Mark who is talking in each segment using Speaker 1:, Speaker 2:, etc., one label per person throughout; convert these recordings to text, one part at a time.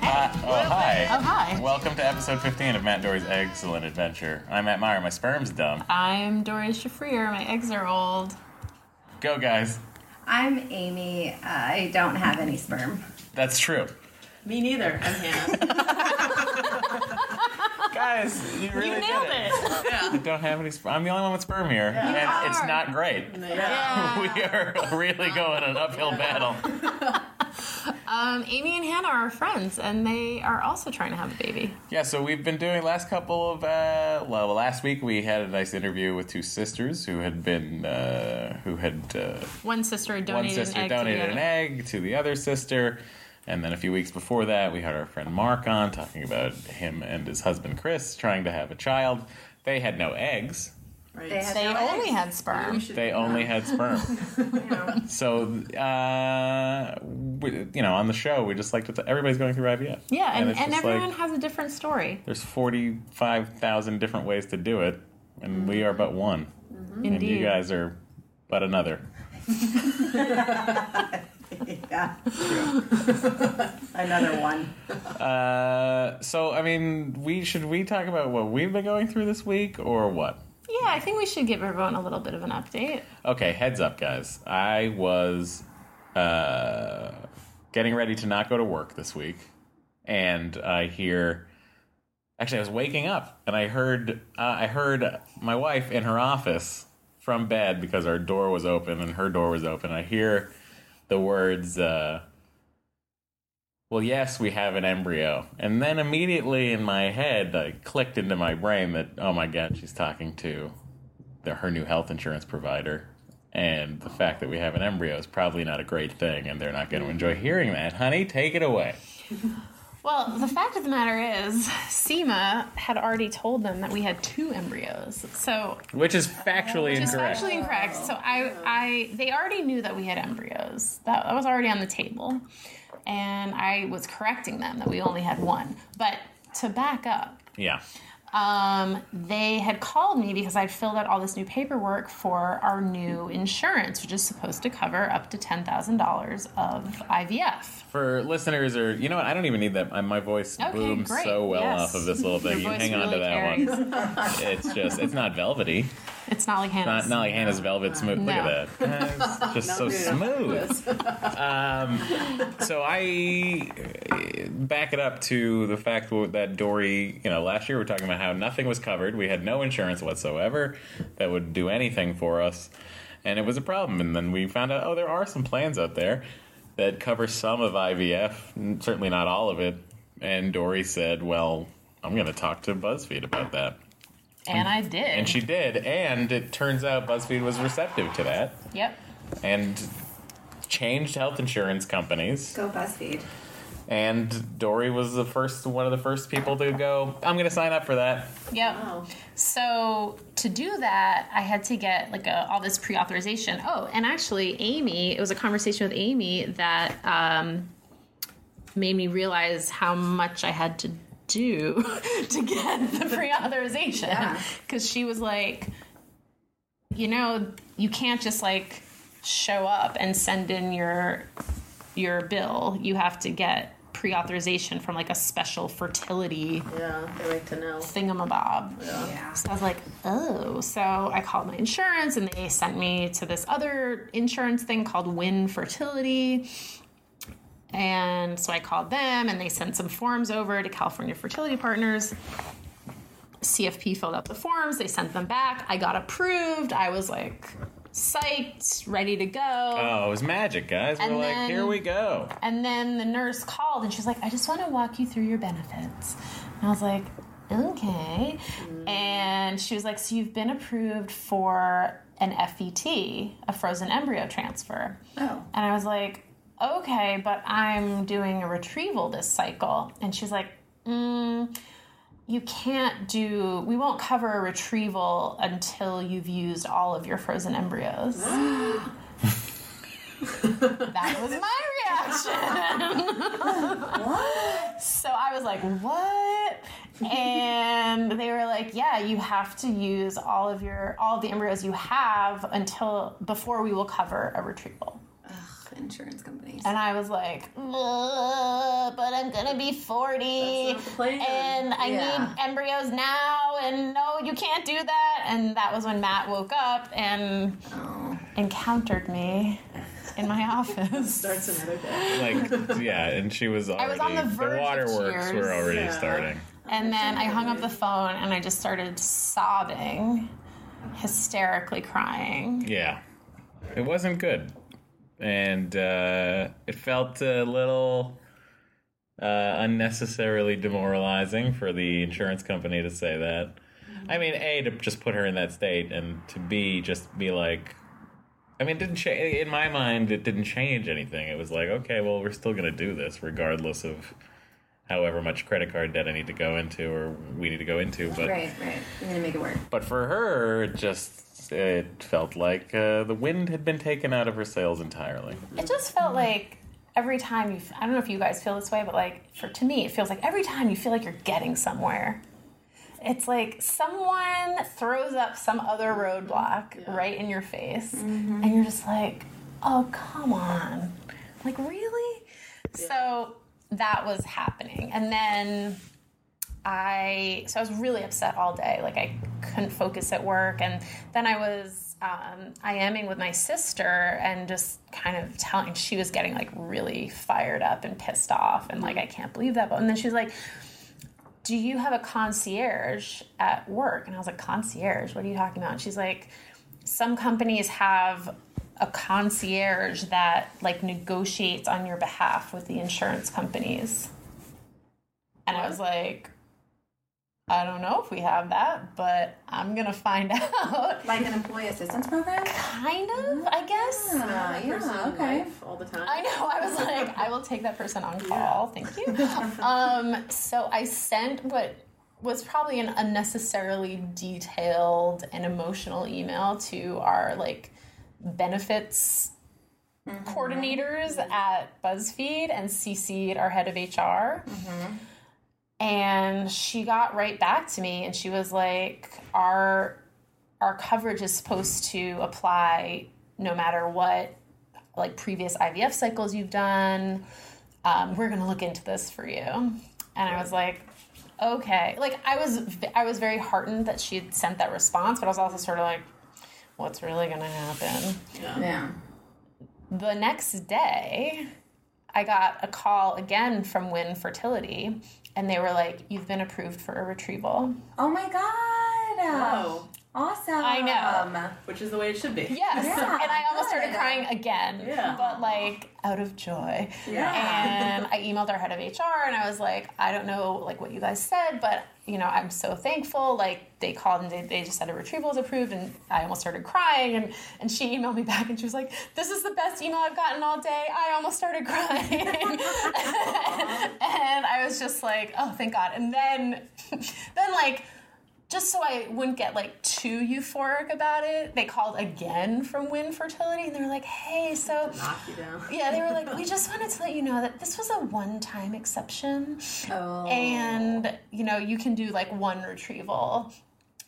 Speaker 1: Hi. Oh, hi.
Speaker 2: Oh, hi.
Speaker 1: Welcome to episode 15 of Matt Dory's Excellent Adventure. I'm Matt Meyer. My sperm's dumb.
Speaker 2: I'm Dory Shafrir. My eggs are old.
Speaker 1: Go, guys.
Speaker 3: I'm Amy. I don't have any sperm.
Speaker 1: That's true.
Speaker 4: Me neither. I'm Hannah.
Speaker 1: Guys, you really
Speaker 2: You
Speaker 1: did
Speaker 2: nailed it.
Speaker 1: I don't have any sperm. I'm the only one with sperm here. and it's not great. we are really going an uphill battle.
Speaker 2: Um, Amy and Hannah are friends, and they are also trying to have a baby.
Speaker 1: Yeah, so we've been doing last couple of uh, well, last week we had a nice interview with two sisters who had been uh, who had uh,
Speaker 2: One sister donated
Speaker 1: one sister
Speaker 2: an egg
Speaker 1: donated
Speaker 2: to the
Speaker 1: an
Speaker 2: other.
Speaker 1: egg to the other sister. And then a few weeks before that, we had our friend Mark on talking about him and his husband Chris trying to have a child. They had no eggs,
Speaker 4: Right.
Speaker 3: They have
Speaker 2: They
Speaker 3: no
Speaker 2: only
Speaker 3: eggs.
Speaker 2: had sperm.
Speaker 1: they only had sperm. so, uh, we, you know, on the show, we just like to, everybody's going through IVF.
Speaker 2: Yeah, and,
Speaker 1: it's
Speaker 2: and,
Speaker 1: just
Speaker 2: everyone
Speaker 1: like,
Speaker 2: has a different story.
Speaker 1: there's 45,000 different ways to do it, and we are but one. And
Speaker 2: Indeed.
Speaker 1: you guys are but another.
Speaker 3: Yeah. Another one.
Speaker 1: Uh, so I mean, we should we talk about what we've been going through this week or what?
Speaker 2: Yeah, I think we should give everyone a little bit of an update.
Speaker 1: Okay, heads up, guys. I was uh, getting ready to not go to work this week, and I hear. Actually, I was waking up and I heard uh, I heard my wife in her office from bed because our door was open and her door was open. I hear the words. Uh, well, yes, we have an embryo. And then immediately in my head, I clicked into my brain that, oh my God, she's talking to the, her new health insurance provider. And the fact that we have an
Speaker 2: Mm-hmm.
Speaker 1: embryo is probably not a great thing, and they're not going to enjoy hearing that. Honey, take it away.
Speaker 2: Well, the fact of the matter is, SEMA had already told them that we had two embryos. So
Speaker 5: Which is factually
Speaker 2: It's
Speaker 5: incorrect.
Speaker 2: actually incorrect. So I, I, they already knew that we had embryos. That, that was already on the table, and I was correcting them that we only had one. But to back up,
Speaker 5: yeah.
Speaker 2: um, they had called me because I'd filled out all this new paperwork for our new insurance, which is supposed to cover up to ten thousand dollars of IVF.
Speaker 5: For listeners, or you know what? I don't even need that. I- My voice
Speaker 2: Okay,
Speaker 5: booms
Speaker 2: great.
Speaker 5: so well
Speaker 2: Yes.
Speaker 5: off of this little thing. You
Speaker 2: voice
Speaker 5: hang on to
Speaker 2: really
Speaker 5: that
Speaker 2: carries.
Speaker 5: one. It's just, it's not velvety.
Speaker 2: It's not like
Speaker 5: Not,
Speaker 2: Hannah's.
Speaker 5: not like Hannah's velvet smooth. Look at that. It's just so smooth. Um, So I uh, back it up to the fact that Dory, you know, last year we were talking about how nothing was covered. We had no insurance whatsoever that would do anything for us, and it was a problem. And then we found out, oh, there are some plans out there that cover some of IVF, n- certainly not all of it. And Dory said, well, I'm going to talk to BuzzFeed about that.
Speaker 2: and I did.
Speaker 5: And she did, and it turns out BuzzFeed was receptive to that
Speaker 2: Yep.
Speaker 5: and changed health insurance companies.
Speaker 3: Go BuzzFeed.
Speaker 5: And Dory was the first, one of the first people to go. I'm going to sign up for that.
Speaker 2: Yep.
Speaker 6: Oh,
Speaker 2: So to do that, I had to get like a, all this pre-authorization. Oh, and actually, Amy, it was a conversation with Amy that um, made me realize how much I had to do to get the pre-authorization because she was like, you know, you can't just like show up and send in your your bill. You have to get pre-authorization from like a special fertility
Speaker 6: yeah, they like to know.
Speaker 2: thingamabob.
Speaker 3: Yeah.
Speaker 2: So I was like, oh. So I called my insurance and they sent me to this other insurance thing called Win Fertility. And so I called them and they sent some forms over to California Fertility Partners. CFP filled out the forms, they sent them back. I got approved. I was like, psyched, ready to go.
Speaker 5: Oh, it was magic, guys.
Speaker 2: And
Speaker 5: We're like,
Speaker 2: then-
Speaker 5: here we go.
Speaker 2: And then the nurse called and she's like, I just want to walk you through your benefits. And I was like, okay. And she was like, So you've been approved for an FET, a frozen embryo transfer.
Speaker 3: Oh.
Speaker 2: And I was like, okay, but I'm doing a retrieval this cycle. And she's like, mm, you can't do, we won't cover a retrieval until you've used all of your frozen embryos. that was my reaction. So I was like, what? And they were like, yeah, you have to use all of your, all of the embryos you have until, before we will cover a retrieval.
Speaker 3: Insurance companies.
Speaker 2: And I was like, "Ugh, but I'm gonna be 40
Speaker 6: That's not the plan.
Speaker 2: and I
Speaker 3: Yeah.
Speaker 2: need embryos now, and no, you can't do that. And that was when Matt woke up and encountered me in my office.
Speaker 6: Starts another day.
Speaker 5: Like, yeah, and she was already.
Speaker 2: was on the verge of
Speaker 5: waterworks
Speaker 2: tears.
Speaker 5: were already
Speaker 6: Yeah.
Speaker 5: starting.
Speaker 2: And then I hung up the phone and I just started sobbing, hysterically crying.
Speaker 5: Yeah, it wasn't good, and uh, it felt a little uh, unnecessarily demoralizing for the insurance company to say that. I mean, a to just put her in that state, and to b just be like, I mean, it didn't cha- in my mind it didn't change anything. It was like, okay, well, we're still gonna do this regardless of however much credit card debt I need to go into or we need to go into, but
Speaker 3: Right, right. You're gonna make it work.
Speaker 5: but for her, it just it felt like uh, the wind had been taken out of her sails entirely.
Speaker 2: It just felt like every time you, I don't know if you guys feel this way, but like for to me, it feels like every time you feel like you're getting somewhere. It's like someone throws up some other roadblock right in your face, and you're just like, oh, come on. Like, really? So that was happening. And then I so I was really upset all day. Like I couldn't focus at work, and then I was um, IMing with my sister and just kind of telling. She was getting like really fired up and pissed off, and like I can't believe that. But and then she was like, "Do you have a concierge at work?" And I was like, "Concierge? What are you talking about?" And she's like, "Some companies have." a concierge that like negotiates on your behalf with the insurance companies and i was like I don't know if we have that, but I'm gonna find out.
Speaker 3: Like an employee assistance program? Uh,
Speaker 2: kind of, I guess.
Speaker 3: Yeah, yeah, okay.
Speaker 6: all the time.
Speaker 2: I know. I was like, I will take that person on call. Thank you. Um, so I sent what was probably an unnecessarily detailed and emotional email to our like benefits coordinators at BuzzFeed and CC'd our head of HR. And she got right back to me and she was like, our our coverage is supposed to apply no matter what like previous IVF cycles you've done. Um, we're gonna look into this for you. And I was like, okay. Like I was I was very heartened that she had sent that response, but I was also sort of like, what's really gonna happen?
Speaker 3: Yeah.
Speaker 2: The next day, I got a call again from Win Fertility, and they were like, "You've been approved for a retrieval."
Speaker 3: Oh my god.
Speaker 6: Oh,
Speaker 3: Awesome.
Speaker 2: I know.
Speaker 6: which is the way it should be.
Speaker 2: Yes,
Speaker 3: Yeah,
Speaker 2: and I almost started
Speaker 3: good.
Speaker 2: crying again,
Speaker 6: Yeah.
Speaker 2: but like out of joy.
Speaker 3: Yeah.
Speaker 2: and I emailed our head of HR and I was like, I don't know like what you guys said, but you know, I'm so thankful. Like they called and they, they just said a retrieval is approved and I almost started crying and, and she emailed me back and she was like, This is the best email I've gotten all day. I almost started crying. and I was just like, Oh thank God. And then then like just so I wouldn't get like too euphoric about it, they called again from Win Fertility and they were like, Hey, so
Speaker 6: Knock you down.
Speaker 2: yeah, they were like, we just wanted to let you know that this was a one time exception.
Speaker 3: Oh.
Speaker 2: And, you know, you can do like one retrieval.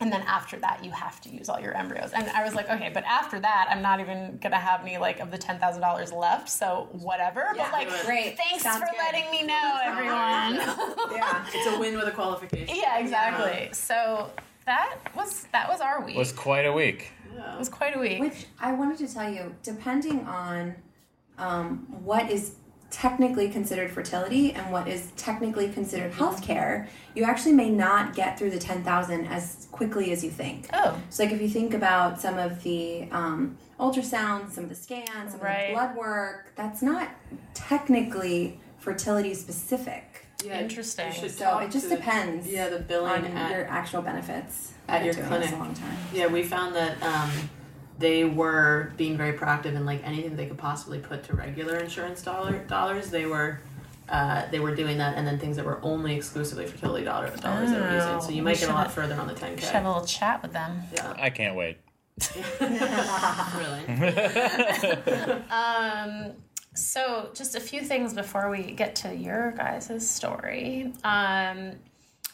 Speaker 2: And then after that, you have to use all your embryos. And I was like, okay, but after that, I'm not even going to have any like of the $10,000 left. So whatever. but like,
Speaker 3: great.
Speaker 2: thanks
Speaker 3: Sounds
Speaker 2: for
Speaker 3: good.
Speaker 2: letting me know, everyone.
Speaker 3: yeah.
Speaker 6: It's a win with a qualification.
Speaker 2: yeah, exactly. So that was that was our week.
Speaker 5: was quite a week.
Speaker 2: it was quite a week.
Speaker 3: Which I wanted to tell you, depending on um, what is technically considered fertility and what is technically considered healthcare, you actually may not get through the ten thousand as quickly as you think.
Speaker 2: oh,
Speaker 3: So, like, if you think about some of the um, ultrasounds, some of the scans, some of
Speaker 2: Right.
Speaker 3: the blood work, that's not technically fertility specific.
Speaker 6: Yeah,
Speaker 2: Interesting.
Speaker 6: you should
Speaker 3: So
Speaker 6: talk
Speaker 3: it just
Speaker 6: to the-
Speaker 3: depends
Speaker 6: Yeah, the billing
Speaker 3: On
Speaker 6: at
Speaker 3: your actual benefits,
Speaker 6: at your
Speaker 3: I've been doing this
Speaker 6: clinic.
Speaker 3: a long time.
Speaker 6: Yeah, we found that um, they were being very proactive in like anything they could possibly put to regular insurance dollar, dollars. They were uh, they were doing that, and then things that were only exclusively fertility dollar, dollars they were using. So you
Speaker 2: Oh,
Speaker 6: might
Speaker 2: we
Speaker 6: get a lot
Speaker 2: should-
Speaker 6: further on the ten
Speaker 2: we should have
Speaker 6: k.
Speaker 2: a little chat with them.
Speaker 6: Yeah,
Speaker 5: I can't wait.
Speaker 6: really.
Speaker 2: Um, so just a few things before we get to your guys' story. Um,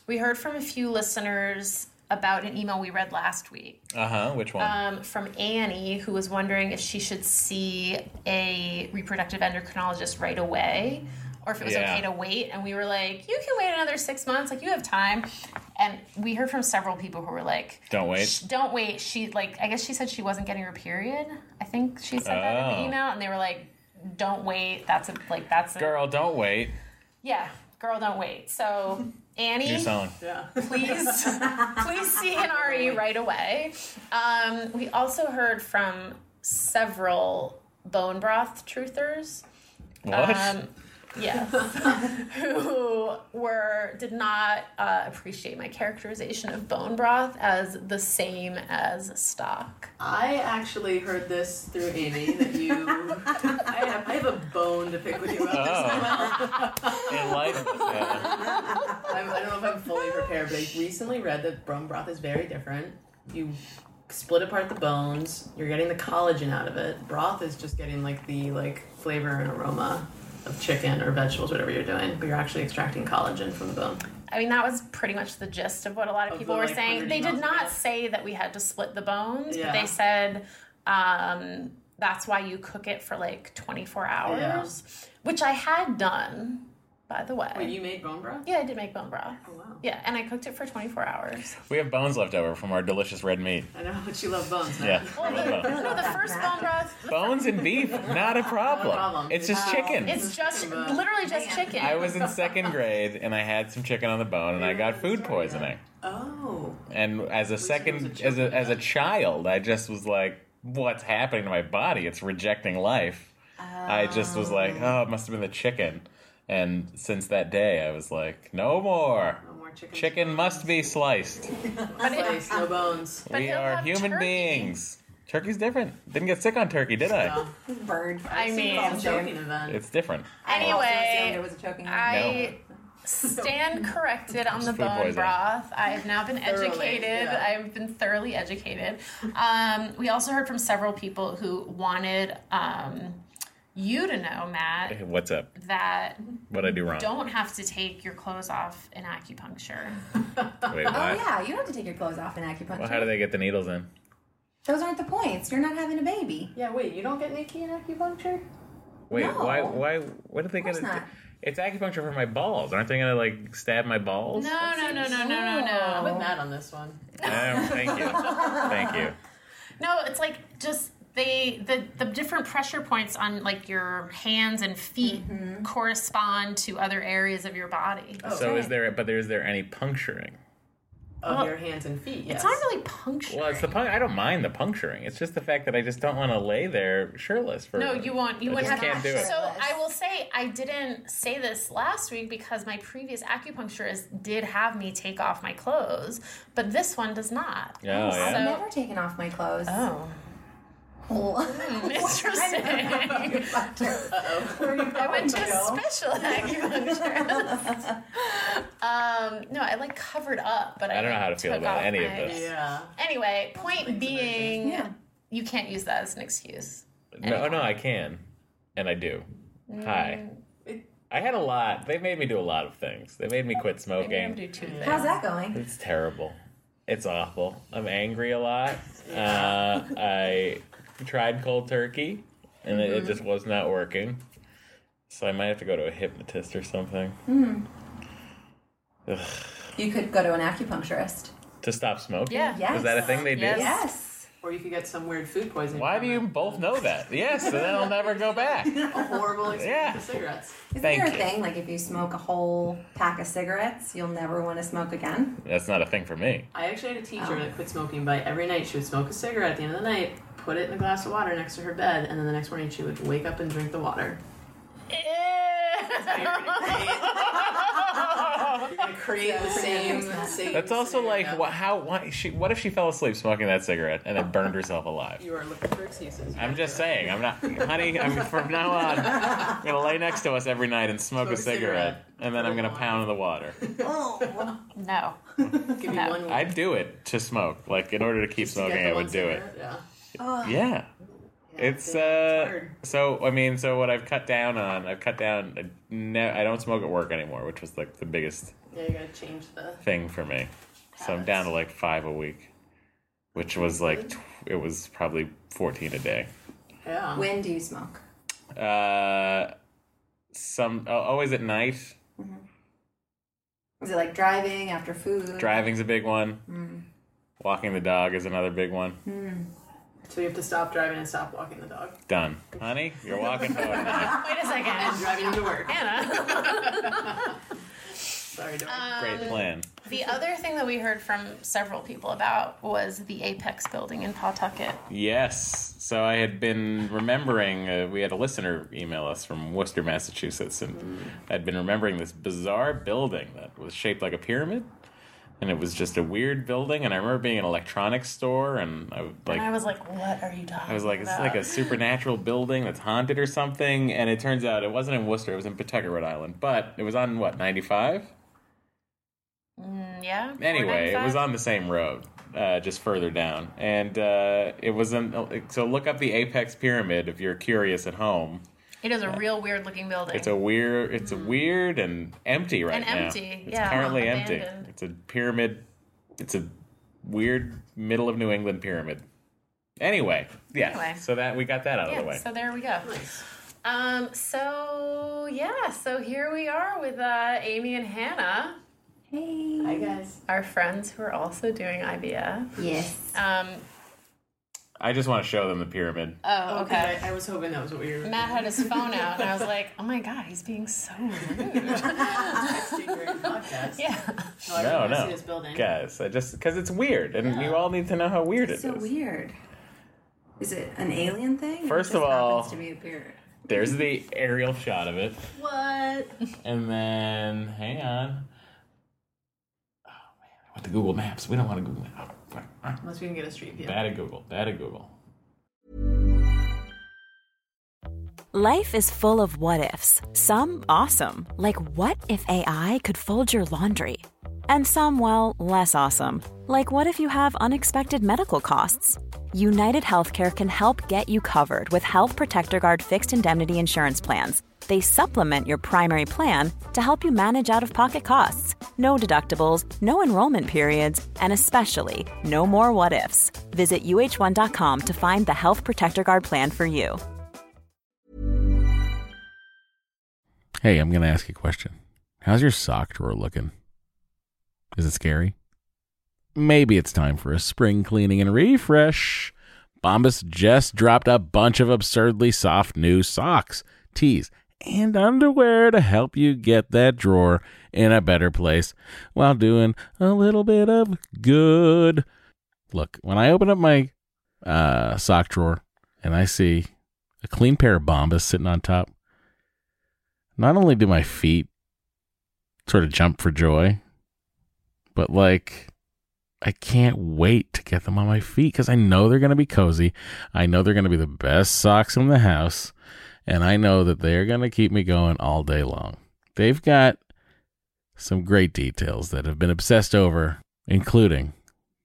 Speaker 2: we heard from a few listeners about an email we read last week
Speaker 5: Uh huh. Which one?
Speaker 2: um, from Annie, who was wondering if she should see a reproductive endocrinologist right away or if it was
Speaker 5: Yeah.
Speaker 2: okay to wait. And we were like, you can wait another six months, like, you have time. And we heard from several people who were like,
Speaker 5: Don't wait.
Speaker 2: "Sh- don't wait. She, like, I guess she said she wasn't getting her period. I think she said that in
Speaker 5: Oh.
Speaker 2: the email. And they were like, don't wait. That's a, like, that's a,
Speaker 5: Girl, don't wait.
Speaker 2: yeah, girl, don't wait. So,
Speaker 5: New
Speaker 2: Annie
Speaker 5: song.
Speaker 6: Yeah.
Speaker 2: please please see an RE right away. Um, we also heard from several bone broth truthers.
Speaker 5: What?
Speaker 2: Um, yes, who were did not uh, appreciate my characterization of bone broth as the same as stock.
Speaker 6: I actually heard this through Amy that you. I, have, I have a bone to pick with you about
Speaker 5: Oh.
Speaker 6: this.
Speaker 5: In life. Yeah.
Speaker 6: I'm, I don't know if I'm fully prepared, but I recently read that bone broth is very different. You split apart the bones. You're getting the collagen out of it. Broth is just getting like the like flavor and aroma of chicken or vegetables, whatever you're doing. But you're actually extracting collagen from the bone.
Speaker 2: I mean, that was pretty much the gist of what a lot of,
Speaker 6: Of
Speaker 2: people
Speaker 6: the,
Speaker 2: were
Speaker 6: like,
Speaker 2: saying.
Speaker 6: 100
Speaker 2: They did
Speaker 6: emails
Speaker 2: not
Speaker 6: ago.
Speaker 2: say that we had to split the bones,
Speaker 6: Yeah.
Speaker 2: but they said um, that's why you cook it for like 24 hours, which I had done, by the way.
Speaker 6: Wait, you made bone broth?
Speaker 2: yeah, I did make bone broth.
Speaker 6: Oh, wow.
Speaker 2: Yeah, and I cooked it for 24 hours.
Speaker 5: We have bones left over from our delicious red meat.
Speaker 6: I know, but you love bones. man.
Speaker 5: Yeah.
Speaker 2: Well,
Speaker 5: I love
Speaker 2: the,
Speaker 5: bones.
Speaker 2: no, the first bone broth,
Speaker 5: Bones and beef, not a problem.
Speaker 6: problem.
Speaker 5: It's just chicken.
Speaker 2: Um, it's just
Speaker 6: Wow.
Speaker 2: literally just chicken.
Speaker 5: I was in second grade and I had some chicken on the bone and I got food poisoning.
Speaker 6: Oh.
Speaker 5: And as a second, as a as a child, I just was like, "What's happening to my body? It's rejecting life." I just was "Oh, like, "Oh, it must have been the chicken." And since that day, I was like, "No more,
Speaker 6: No more Chicken.
Speaker 5: Chicken must be sliced.
Speaker 2: But it-
Speaker 6: Slice, no bones.
Speaker 2: But
Speaker 5: we
Speaker 2: he'll
Speaker 5: are
Speaker 2: have
Speaker 5: human
Speaker 2: turkey.
Speaker 5: beings. Turkey's different. Didn't get sick on turkey, did I?
Speaker 6: No.
Speaker 3: Bird.
Speaker 2: I mean,
Speaker 6: It's a choking event.
Speaker 5: It's different.
Speaker 3: I also assumed
Speaker 2: anyway,
Speaker 3: there was a choking.
Speaker 2: I stand corrected on the
Speaker 5: food
Speaker 2: bone
Speaker 5: poisoning.
Speaker 2: broth. I have now been
Speaker 6: Thoroughly,
Speaker 2: educated.
Speaker 6: yeah.
Speaker 2: I've been thoroughly educated. Um, we also heard from several people who wanted um, you to know, Matt,
Speaker 5: Hey, What's up?
Speaker 2: that
Speaker 5: What I do wrong?
Speaker 2: don't have to take your clothes off in acupuncture.
Speaker 5: Wait,
Speaker 3: oh
Speaker 5: what?
Speaker 3: yeah, you don't have to take your clothes off in acupuncture.
Speaker 5: Well, how do they get the needles in?
Speaker 3: Those aren't the points. You're not having a baby.
Speaker 6: Yeah, wait, you don't get Nikki in acupuncture?
Speaker 5: Wait,
Speaker 3: No.
Speaker 5: why? Why? What do they get?
Speaker 3: course not.
Speaker 5: It's acupuncture for my balls. Aren't they gonna like stab my balls?
Speaker 2: No, no, no, no, no, no,
Speaker 6: I'm
Speaker 2: no.
Speaker 6: with Matt on this one.
Speaker 5: Oh, thank you, thank you.
Speaker 2: No, it's like just they the the different pressure points on like your hands and feet correspond to other areas of your body.
Speaker 5: So is there? But is there any puncturing?
Speaker 6: Of
Speaker 2: Well,
Speaker 6: your hands and feet, yes.
Speaker 2: It's not really puncturing.
Speaker 5: Well, it's the pun- I don't mind the puncturing. It's just the fact that I just don't want to lay there shirtless for.
Speaker 2: no, you won't. You
Speaker 5: I
Speaker 2: wouldn't
Speaker 5: just
Speaker 2: have.
Speaker 5: can't do it.
Speaker 2: So I will say I didn't say this last week because my previous acupuncturist did have me take off my clothes, but this one does not.
Speaker 5: Oh, yeah.
Speaker 3: I've
Speaker 2: So-
Speaker 3: never taken off my clothes.
Speaker 2: Oh, interesting. I went to a special acupuncturist. um, no, I like covered up, but I,
Speaker 5: I don't know how to feel
Speaker 2: took
Speaker 5: about
Speaker 2: off
Speaker 5: any of
Speaker 2: my-
Speaker 5: this.
Speaker 6: Yeah.
Speaker 2: Anyway, point being,
Speaker 3: Yeah.
Speaker 2: you can't use that as an excuse.
Speaker 5: No, no, I can, and I do. Hi.
Speaker 2: Mm,
Speaker 5: I had a lot. They made me do a lot of things. They made me quit
Speaker 2: I made him
Speaker 5: smoking.
Speaker 2: do two things.
Speaker 3: How's that going?
Speaker 5: It's terrible. It's awful. I'm angry a lot. Uh, I tried cold turkey, and it,
Speaker 2: Mm-hmm.
Speaker 5: it just was not working. So I might have to go to a hypnotist or something
Speaker 3: You could go to an acupuncturist.
Speaker 5: to stop smoking.
Speaker 2: Yeah.
Speaker 3: Yes.
Speaker 5: Is that a thing they do?
Speaker 2: Yes.
Speaker 3: Yes.
Speaker 6: Or you could get some weird food poisoning.
Speaker 5: Why
Speaker 6: from
Speaker 5: do you
Speaker 6: it.
Speaker 5: both know that? Yes, and then I'll never go back.
Speaker 6: A horrible experience
Speaker 5: Yeah.
Speaker 6: with cigarettes.
Speaker 3: Isn't
Speaker 5: Thank
Speaker 3: there a
Speaker 5: you.
Speaker 3: thing like if you smoke a whole pack of cigarettes, you'll never want to smoke again?
Speaker 5: That's not a thing for me.
Speaker 6: I actually had a teacher that quit smoking by every night. She would smoke a cigarette at the end of the night, put it in a glass of water next to her bed, and then the next morning she would wake up and drink the water. You're gonna create, you're gonna create the same, same.
Speaker 5: That's also like
Speaker 6: scenario.
Speaker 5: what, how why she what if she fell asleep smoking that cigarette and then burned herself alive?
Speaker 6: You are looking for excuses.
Speaker 5: I'm just saying, I'm not honey, I'm from now on I'm gonna lay next to us every night and smoke, a
Speaker 6: Smoke a cigarette.
Speaker 5: cigarette and then I'm gonna pound the water.
Speaker 3: oh.
Speaker 2: No.
Speaker 6: Give me one.
Speaker 5: I'd do it to smoke. Like in order to keep
Speaker 6: to get
Speaker 5: smoking
Speaker 6: the
Speaker 5: I
Speaker 6: one
Speaker 5: would do it.
Speaker 6: cigarette. Yeah.
Speaker 5: Yeah. It's
Speaker 6: it's
Speaker 5: uh
Speaker 6: hard.
Speaker 5: so I mean so what I've cut down on I've cut down I, ne- I don't smoke at work anymore which was like the biggest
Speaker 6: Yeah, you gotta change the.
Speaker 5: thing for me. So I'm down to like five a week, which was like tw- it was probably fourteen a day.
Speaker 6: Yeah.
Speaker 3: When do you smoke?
Speaker 5: Uh, some oh, always at night.
Speaker 3: Is it like driving after food?
Speaker 5: Driving's a big one. Walking the dog is another big one.
Speaker 6: So you have to stop driving and stop walking the dog.
Speaker 5: Done, honey. You're walking home. now.
Speaker 2: Wait a second.
Speaker 6: Driving to work.
Speaker 2: Anna.
Speaker 6: Sorry, don't.
Speaker 5: Great plan.
Speaker 2: The other thing that we heard from several people about was the Apex building in Pawtucket.
Speaker 5: Yes. So I had been remembering, uh, we had a listener email us from Worcester, Massachusetts, and I'd been remembering this bizarre building that was shaped like a pyramid. And it was just a weird building. And I remember being in an electronics store, and I would, like,
Speaker 2: And I was like, what are you talking
Speaker 5: I was like, it's
Speaker 2: about?
Speaker 5: like a supernatural building that's haunted or something. And it turns out it wasn't in Worcester, it was in Pawtucket, Rhode Island. But it was on what, 95?
Speaker 2: Mm, yeah.
Speaker 5: Anyway, it
Speaker 2: 495?
Speaker 5: was on the same road, uh, just further down, and uh, it was an. So look up the Apex Pyramid if you're curious at home.
Speaker 2: It is a real weird looking building.
Speaker 5: It's a weird. It's a weird and empty right
Speaker 2: Mm-hmm. And
Speaker 5: now.
Speaker 2: empty,
Speaker 5: It's
Speaker 2: yeah,
Speaker 5: currently empty.
Speaker 2: abandoned.
Speaker 5: It's a pyramid. It's a weird middle of New England pyramid. Anyway, yeah.
Speaker 2: Anyway.
Speaker 5: So that we got that out of the
Speaker 2: yeah,
Speaker 5: way.
Speaker 2: so there we go. Um, so yeah, so here we are with uh, Amy and Hannah,
Speaker 3: Hey.
Speaker 6: Hi guys.
Speaker 2: our friends who are also doing IBF.
Speaker 3: Yes.
Speaker 2: Um,
Speaker 5: I just want to show them the pyramid.
Speaker 2: oh, okay.
Speaker 6: I, I was hoping that was what we were.
Speaker 2: Matt had his phone out, and I was like, "Oh my god, he's being so rude."
Speaker 6: doing during the podcast.
Speaker 2: yeah.
Speaker 6: No, I
Speaker 5: no,
Speaker 6: really wanna
Speaker 5: no,
Speaker 6: See this building.
Speaker 5: guys. I just because it's weird, and you all need to know how weird
Speaker 3: so
Speaker 5: it is.
Speaker 3: weird. Is it an alien thing? or
Speaker 5: First
Speaker 3: it just
Speaker 5: of all-
Speaker 3: happens to be a pyramid.
Speaker 5: There's the aerial shot of it.
Speaker 6: What?
Speaker 5: And then, hang on.
Speaker 7: Oh, With the Google Maps, we don't want to Google Maps. Oh, fuck.
Speaker 6: Unless we can get a street view.
Speaker 7: Bad at Google. Bad at Google.
Speaker 8: Life is full of what ifs. Some awesome, like what if AI could fold your laundry? And some, well, less awesome, like what if you have unexpected medical costs? United Healthcare can help get you covered with Health Protector Guard fixed indemnity insurance plans. They supplement your primary plan to help you manage out of pocket costs. No deductibles, no enrollment periods, and especially no more what ifs. Visit uh1.com to find the Health Protector Guard plan for you.
Speaker 5: Hey, I'm going to ask you a question. How's your sock drawer looking? Is it scary? Maybe it's time for a spring cleaning and refresh. Bombas just dropped a bunch of absurdly soft new socks, tees, and underwear to help you get that drawer in a better place while doing a little bit of good. Look, when I open up my uh, sock drawer and I see a clean pair of Bombas sitting on top, not only do my feet sort of jump for joy, but like I can't wait to get them on my feet because I know they're going to be cozy. I know they're going to be the best socks in the house. And I know that they're going to keep me going all day long. They've got some great details that have been obsessed over, including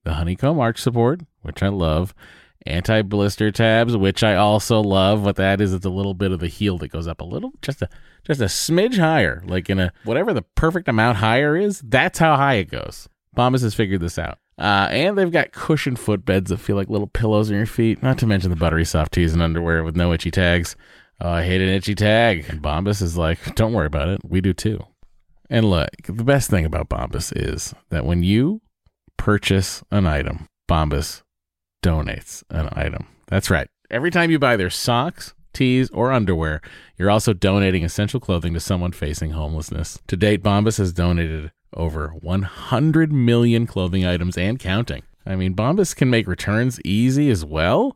Speaker 5: the honeycomb arch support, which I love, anti blister tabs, which I also love. What that is, it's a little bit of the heel that goes up a little, just a just a smidge higher, like in a whatever the perfect amount higher is. That's how high it goes. Bombas has figured this out. Uh, and they've got cushioned footbeds that feel like little pillows on your feet. Not to mention the buttery soft tees and underwear with no itchy tags. Oh, I hate an itchy tag. And Bombas is like, don't worry about it. We do too. And look, the best thing about Bombas is that when you purchase an item, Bombas donates an item. That's right. Every time you buy their socks, tees, or underwear, you're also donating essential clothing to someone facing homelessness. To date, Bombas has donated over 100 million clothing items and counting. I mean, Bombas can make returns easy as well.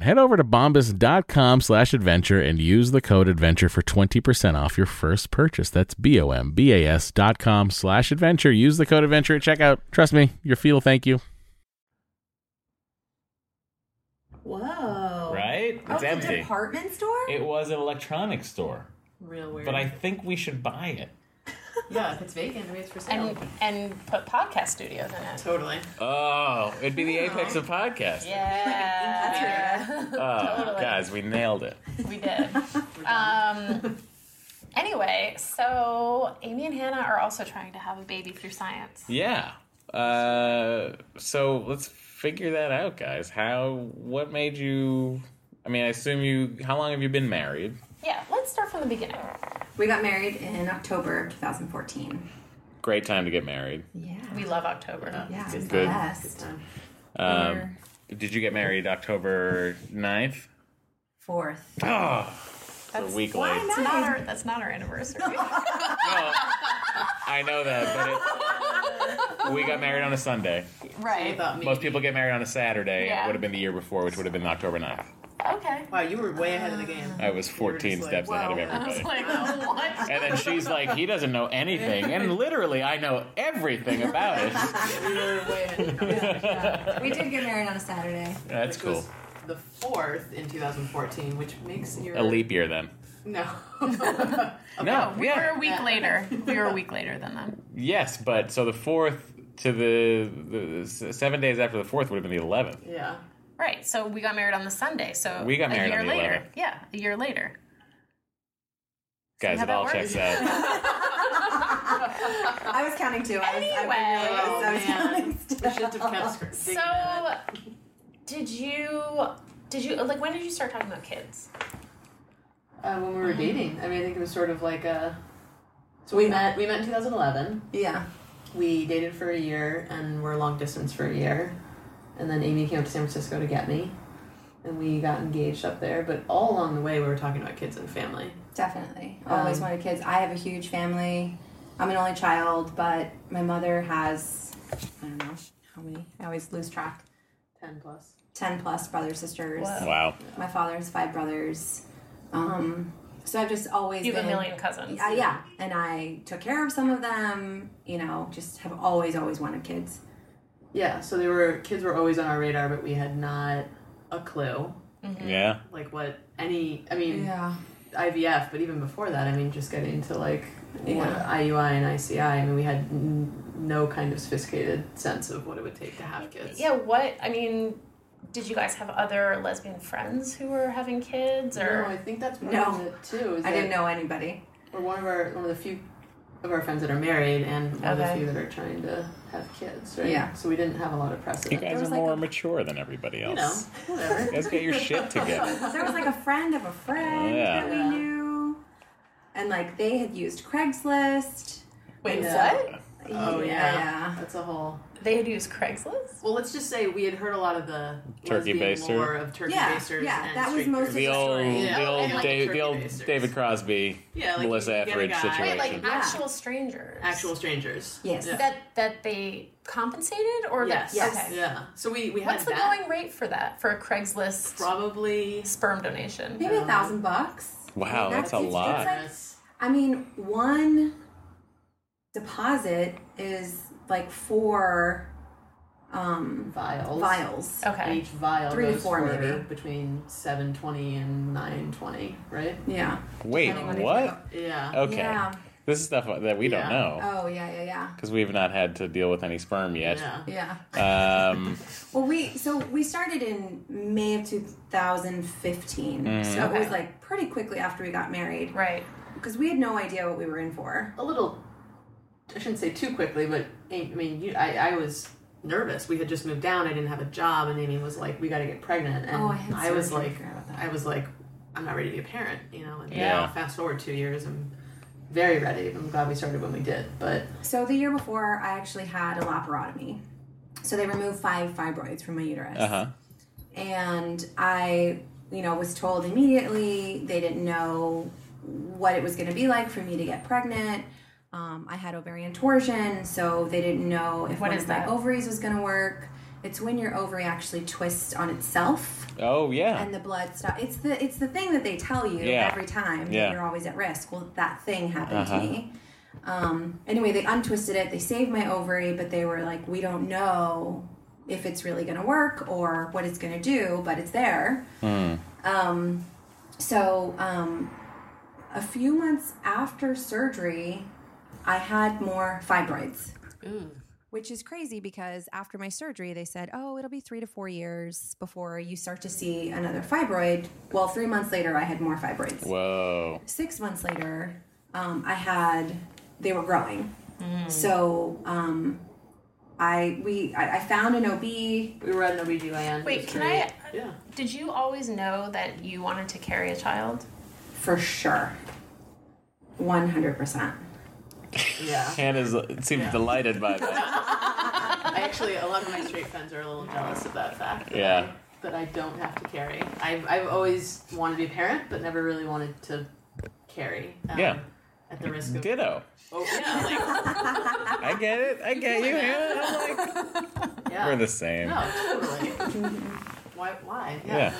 Speaker 5: Head over to bombas.com slash adventure and use the code adventure for 20% off your first purchase. That's B O M B A S dot com slash adventure. Use the code adventure at checkout. Trust me, your feet will thank you.
Speaker 3: Whoa.
Speaker 7: Right?
Speaker 3: Oh,
Speaker 7: It's
Speaker 3: it's a
Speaker 7: empty.
Speaker 3: department store?
Speaker 7: It was an electronics store,
Speaker 6: Real weird.
Speaker 7: but I think we should buy it.
Speaker 6: yeah, if it's vacant, maybe it's for sale.
Speaker 2: and and put podcast studios in it.
Speaker 6: totally.
Speaker 7: Oh, it'd be the apex of podcast.
Speaker 2: Yeah,
Speaker 7: Oh, guys, we nailed it.
Speaker 2: we did. Um, anyway, so Amy and Hannah are also trying to have a baby through science.
Speaker 7: Yeah. Uh, so let's figure that out, guys. How? What made you? I mean, I assume you. How long have you been married?
Speaker 2: Yeah, let's start from the beginning.
Speaker 3: We got married in October of 2014.
Speaker 7: Great time to get married.
Speaker 3: Yeah.
Speaker 2: We love October.
Speaker 3: Yeah, it's the
Speaker 7: Good.
Speaker 3: best.
Speaker 7: Um, did you get married October 9th?
Speaker 3: Fourth.
Speaker 7: Oh,
Speaker 2: That's
Speaker 7: a week
Speaker 2: why
Speaker 7: late.
Speaker 2: That's not our, that's not our anniversary.
Speaker 7: No, I know that, but it, we got married on a Sunday.
Speaker 6: I
Speaker 2: right.
Speaker 6: thought maybe.
Speaker 7: Oh, Most people get married on a Saturday, and
Speaker 2: Yeah.
Speaker 7: it would have been the year before, which would have been October 9th.
Speaker 2: Okay.
Speaker 6: Wow, you were way ahead of the game.
Speaker 7: I was 14
Speaker 6: like,
Speaker 7: steps ahead of
Speaker 3: "Whoa."
Speaker 2: I was
Speaker 7: everybody.
Speaker 2: like, what?
Speaker 7: And then she's like, he doesn't know anything. And literally, I know everything about it.
Speaker 6: We were way ahead. of the game.
Speaker 3: We did get married on a Saturday.
Speaker 7: That's
Speaker 6: Which
Speaker 7: cool.
Speaker 6: was The fourth in 2014, which makes your
Speaker 7: A leap year then.
Speaker 6: No,
Speaker 7: No,
Speaker 2: Oh, We
Speaker 7: yeah.
Speaker 2: were a week later. We were a week later than them.
Speaker 7: Yes, but so the fourth to the, the s- seven days after the fourth would have been the 11th.
Speaker 6: yeah,
Speaker 2: Right. So we got married on the Sunday. So
Speaker 7: We got married
Speaker 2: a year
Speaker 7: on the
Speaker 2: later.
Speaker 7: 11th.
Speaker 2: Yeah, a year later.
Speaker 5: Guys,
Speaker 2: how
Speaker 5: it
Speaker 2: that
Speaker 5: all
Speaker 2: works.
Speaker 5: checks out.
Speaker 3: I was counting too. I was, I
Speaker 2: Anyway.
Speaker 3: really was, I was
Speaker 6: Oh, man.
Speaker 3: counting
Speaker 6: We
Speaker 3: still.
Speaker 6: should have kept script- digging at it.
Speaker 2: So, did you did you like when did you start talking about kids?
Speaker 6: uh, when we were dating, I mean, I think it was sort of like a. So we met. We met in 2011.
Speaker 3: Yeah.
Speaker 6: We dated for a year, and we're long distance for a year, and then Amy came up to San Francisco to get me, and we got engaged up there. But all along the way, we were talking about kids and family.
Speaker 3: Definitely. I
Speaker 2: Um,
Speaker 3: always wanted kids. I have a huge family. I'm an only child, but my mother has, I don't know how many, I always lose track.
Speaker 6: Ten plus.
Speaker 3: 10 plus brothers, sisters.
Speaker 5: Wow.
Speaker 3: My father has five brothers. Um, so I've just always
Speaker 2: You have
Speaker 3: been.
Speaker 2: a million cousins.
Speaker 3: Yeah, yeah. And I took care of some of them, you know, just have always, always wanted kids.
Speaker 6: Yeah. So they were kids were always on our radar, but we had not a clue
Speaker 5: Yeah.
Speaker 6: like what any. I mean,
Speaker 3: Yeah.
Speaker 6: IVF, but even before that, I mean, just getting into like what
Speaker 3: Yeah.
Speaker 6: IUI and ICI. I mean, we had n- no kind of sophisticated sense of what it would take to have kids.
Speaker 2: Yeah, what I mean, did you guys have other lesbian friends who were having kids
Speaker 6: No,
Speaker 2: or
Speaker 6: I think that's one
Speaker 3: No.
Speaker 6: of it too. Is
Speaker 3: I
Speaker 6: that
Speaker 3: didn't know anybody.
Speaker 6: We're one of our one of the few of our friends that are married, and one of the
Speaker 2: Okay.
Speaker 6: few that are trying to have kids. Right.
Speaker 3: Yeah.
Speaker 6: So we didn't have a lot of
Speaker 5: You
Speaker 6: precedent.
Speaker 5: guys are
Speaker 3: was like
Speaker 5: more
Speaker 3: a-
Speaker 5: mature than everybody
Speaker 6: You know,
Speaker 5: else.
Speaker 6: whatever.
Speaker 5: You guys get your shit together.
Speaker 3: There was like a friend of a friend
Speaker 5: Oh, Yeah.
Speaker 3: that we knew. And like they had used Craigslist.
Speaker 2: wait,
Speaker 6: Yeah.
Speaker 2: what?
Speaker 6: oh yeah.
Speaker 3: yeah.
Speaker 6: That's a whole.
Speaker 2: They had used Craigslist?
Speaker 6: Well, let's just say we had heard a lot of the
Speaker 5: Turkey
Speaker 6: lesbian
Speaker 5: baster.
Speaker 6: lore of turkey
Speaker 3: Yeah,
Speaker 6: basters.
Speaker 3: yeah,
Speaker 6: and
Speaker 3: that was
Speaker 6: straight
Speaker 3: most
Speaker 6: girls.
Speaker 3: of
Speaker 5: The old,
Speaker 3: Yeah.
Speaker 5: the old,
Speaker 6: And, like,
Speaker 5: Da-
Speaker 6: turkey
Speaker 5: the old
Speaker 6: basters.
Speaker 5: David Crosby,
Speaker 6: Yeah, like,
Speaker 5: Melissa
Speaker 6: you get a
Speaker 5: Etheridge
Speaker 6: guy.
Speaker 5: situation.
Speaker 2: Wait, like
Speaker 3: Yeah.
Speaker 2: actual strangers.
Speaker 6: actual strangers.
Speaker 3: Yes.
Speaker 6: Yeah.
Speaker 2: that that they compensated or
Speaker 6: Yes.
Speaker 2: that
Speaker 3: Yes.
Speaker 2: okay.
Speaker 6: Yeah. So we we had
Speaker 2: What's the
Speaker 6: that.
Speaker 2: going rate for that for a Craigslist
Speaker 6: Probably.
Speaker 2: sperm donation?
Speaker 3: Maybe a thousand bucks.
Speaker 5: wow, that's, a
Speaker 3: That's- it's
Speaker 5: lot.
Speaker 3: like- I mean, one deposit is like four um,
Speaker 6: vials.
Speaker 3: vials.
Speaker 2: Okay.
Speaker 6: Each vial
Speaker 3: Three to
Speaker 6: goes
Speaker 3: four,
Speaker 6: for
Speaker 3: maybe.
Speaker 6: between seven twenty and nine twenty, right?
Speaker 3: Yeah.
Speaker 5: Wait,
Speaker 3: Depending on if you
Speaker 5: what?
Speaker 3: go-
Speaker 6: Yeah.
Speaker 5: Okay,
Speaker 3: Yeah.
Speaker 5: this is stuff that we
Speaker 6: Yeah.
Speaker 5: don't know
Speaker 3: Oh yeah, yeah, yeah,
Speaker 5: because we've not had to deal with any sperm yet.
Speaker 6: Yeah.
Speaker 3: yeah.
Speaker 5: Um,
Speaker 3: Well, we so we started in May of 2015, so it was
Speaker 2: Okay.
Speaker 3: like pretty quickly after we got married
Speaker 2: Right.
Speaker 3: because we had no idea what we were in for.
Speaker 6: A little. I shouldn't say too quickly, but I mean, you, I, I was nervous. We had just moved down. I didn't have a job, and Amy was like, "We got to get pregnant." And
Speaker 3: Oh, I had
Speaker 6: was
Speaker 3: surgery. I
Speaker 6: like,
Speaker 3: forgot about that.
Speaker 6: I was like, I'm not ready to be a parent, you know. And
Speaker 5: Yeah.
Speaker 6: now, fast forward two years, I'm very ready. I'm glad we started when we did, but
Speaker 3: So the year before, I actually had a laparotomy, so they removed five fibroids from my uterus.
Speaker 5: uh huh.
Speaker 3: and I, you know, was told immediately they didn't know what it was going to be like for me to get pregnant. Um, I had ovarian torsion, so they didn't know if
Speaker 2: What
Speaker 3: one
Speaker 2: is
Speaker 3: of my
Speaker 2: that?
Speaker 3: ovaries was going to work. It's when your ovary actually twists on itself
Speaker 5: Oh yeah.
Speaker 3: and the blood stuff. It's the it's the thing that they tell you
Speaker 5: Yeah.
Speaker 3: every time. that
Speaker 5: Yeah.
Speaker 3: You're always at risk. Well, that thing happened to me. Um, anyway, they untwisted it. They saved my ovary, but they were like, we don't know if it's really going to work or what it's going to do, but it's there. Um, so um, a few months after surgery, I had more fibroids. Which is crazy because after my surgery, they said, oh, it'll be three to four years before you start to see another fibroid. Well, three months later, I had more fibroids.
Speaker 5: Whoa.
Speaker 3: Six months later, um, I had, they were growing.
Speaker 2: Mm.
Speaker 3: So um, I, we, I, I found an OB.
Speaker 6: we were at an OBGYN.
Speaker 2: Wait,
Speaker 6: It's
Speaker 2: can
Speaker 6: very-
Speaker 2: I
Speaker 6: Yeah.
Speaker 2: did you always know that you wanted to carry a child?
Speaker 3: For sure. 100%.
Speaker 6: Yeah.
Speaker 5: Hannah's seems delighted by that.
Speaker 6: I actually, a lot of my straight friends are a little jealous of that fact. that
Speaker 5: Yeah.
Speaker 6: I- That I don't have to carry. I've, I've always wanted to be a parent, but never really wanted to carry. um,
Speaker 5: Yeah.
Speaker 6: At the risk of.
Speaker 5: Ditto.
Speaker 6: Oh, yeah.
Speaker 5: I get it. I get you, Hannah. I'm like,
Speaker 6: Like, yeah.
Speaker 5: we're the same.
Speaker 6: No, totally.
Speaker 3: Mm-hmm.
Speaker 6: why? Why?
Speaker 5: Yeah.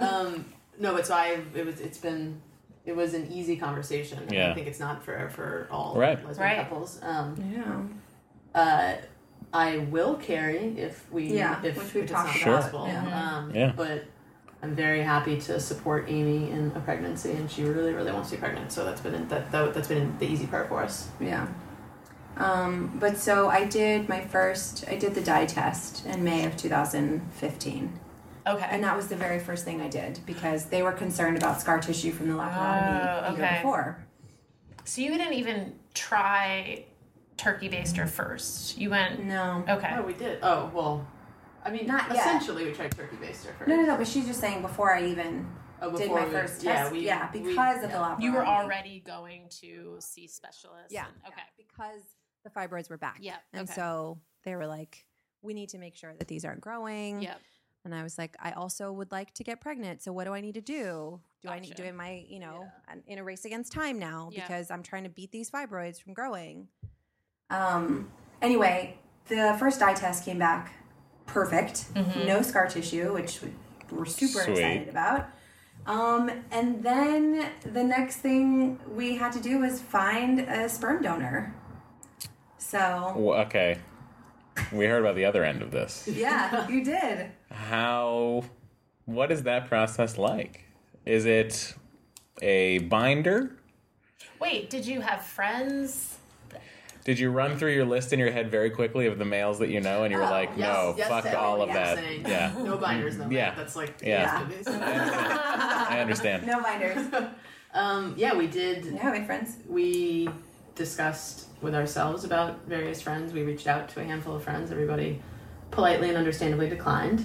Speaker 6: Um, no, but so I. It was. It's been. It was an easy conversation. and I
Speaker 5: Yeah.
Speaker 6: think it's not for for all
Speaker 5: Right.
Speaker 6: lesbian
Speaker 2: Right.
Speaker 6: couples. Um,
Speaker 3: Yeah.
Speaker 6: uh, I will carry if we.
Speaker 3: Yeah,
Speaker 6: If,
Speaker 3: which we've
Speaker 6: if
Speaker 3: talked
Speaker 6: it's not
Speaker 3: about.
Speaker 6: Possible.
Speaker 3: Yeah.
Speaker 6: Um,
Speaker 5: Yeah.
Speaker 6: But I'm very happy to support Amy in a pregnancy, and she really, really wants to be pregnant. So that's been that, that that's been the easy part for us.
Speaker 3: Yeah. Um, but so I did my first, I did the dye test in May of 2015.
Speaker 2: Okay.
Speaker 3: And that was the very first thing I did because they were concerned about scar tissue from the laparotomy
Speaker 2: Oh,
Speaker 3: the year
Speaker 2: okay.
Speaker 3: before.
Speaker 2: So you didn't even try turkey baster first. You went
Speaker 3: No.
Speaker 2: okay.
Speaker 6: Oh, we did. Oh, well. I mean,
Speaker 3: Not yet.
Speaker 6: essentially, we tried turkey baster first.
Speaker 3: No, no, no. But she's just saying before I even
Speaker 6: Oh,
Speaker 3: did
Speaker 6: before
Speaker 3: my
Speaker 6: we-
Speaker 3: first test.
Speaker 6: yeah,
Speaker 3: Yeah,
Speaker 6: we- we-
Speaker 3: because of the laparotomy.
Speaker 2: You were already going to see specialists.
Speaker 9: Yeah.
Speaker 2: and-
Speaker 9: yeah,
Speaker 2: okay.
Speaker 9: Because the fibroids were back.
Speaker 2: Yep,
Speaker 9: And
Speaker 2: okay.
Speaker 9: so they were like, we need to make sure that these aren't growing.
Speaker 2: Yep.
Speaker 9: And I was like, I also would like to get pregnant. So what do I need to do? Do I need
Speaker 2: Gotcha.
Speaker 9: do am I, you know, I'm in a race against time now
Speaker 2: Yeah.
Speaker 9: because I'm trying to beat these fibroids from growing.
Speaker 3: Um, anyway, the first eye test came back perfect.
Speaker 2: Mm-hmm.
Speaker 3: No scar tissue, which we were super
Speaker 5: Sweet.
Speaker 3: excited about. Um, and then the next thing we had to do was find a sperm donor. So,
Speaker 5: Well, okay. We heard about the other end of this.
Speaker 3: yeah, you did.
Speaker 5: How? What is that process like? Is it a binder?
Speaker 2: Wait, did you have friends?
Speaker 5: Did you run through your list in your head very quickly of the males that you know, and you were like,
Speaker 6: Oh, Yes,
Speaker 5: "No,
Speaker 6: yes
Speaker 5: fuck
Speaker 6: to
Speaker 5: all of
Speaker 6: everything I'm
Speaker 5: that."
Speaker 6: saying.
Speaker 5: Yeah,
Speaker 6: No binders, no.
Speaker 5: Yeah.
Speaker 6: Yeah. That's like
Speaker 5: Yeah.
Speaker 6: yeah.
Speaker 5: I understand.
Speaker 3: No binders.
Speaker 6: um, yeah, we did.
Speaker 3: Yeah, we had friends.
Speaker 6: We discussed with ourselves about various friends. We reached out to a handful of friends. Everybody politely and understandably declined.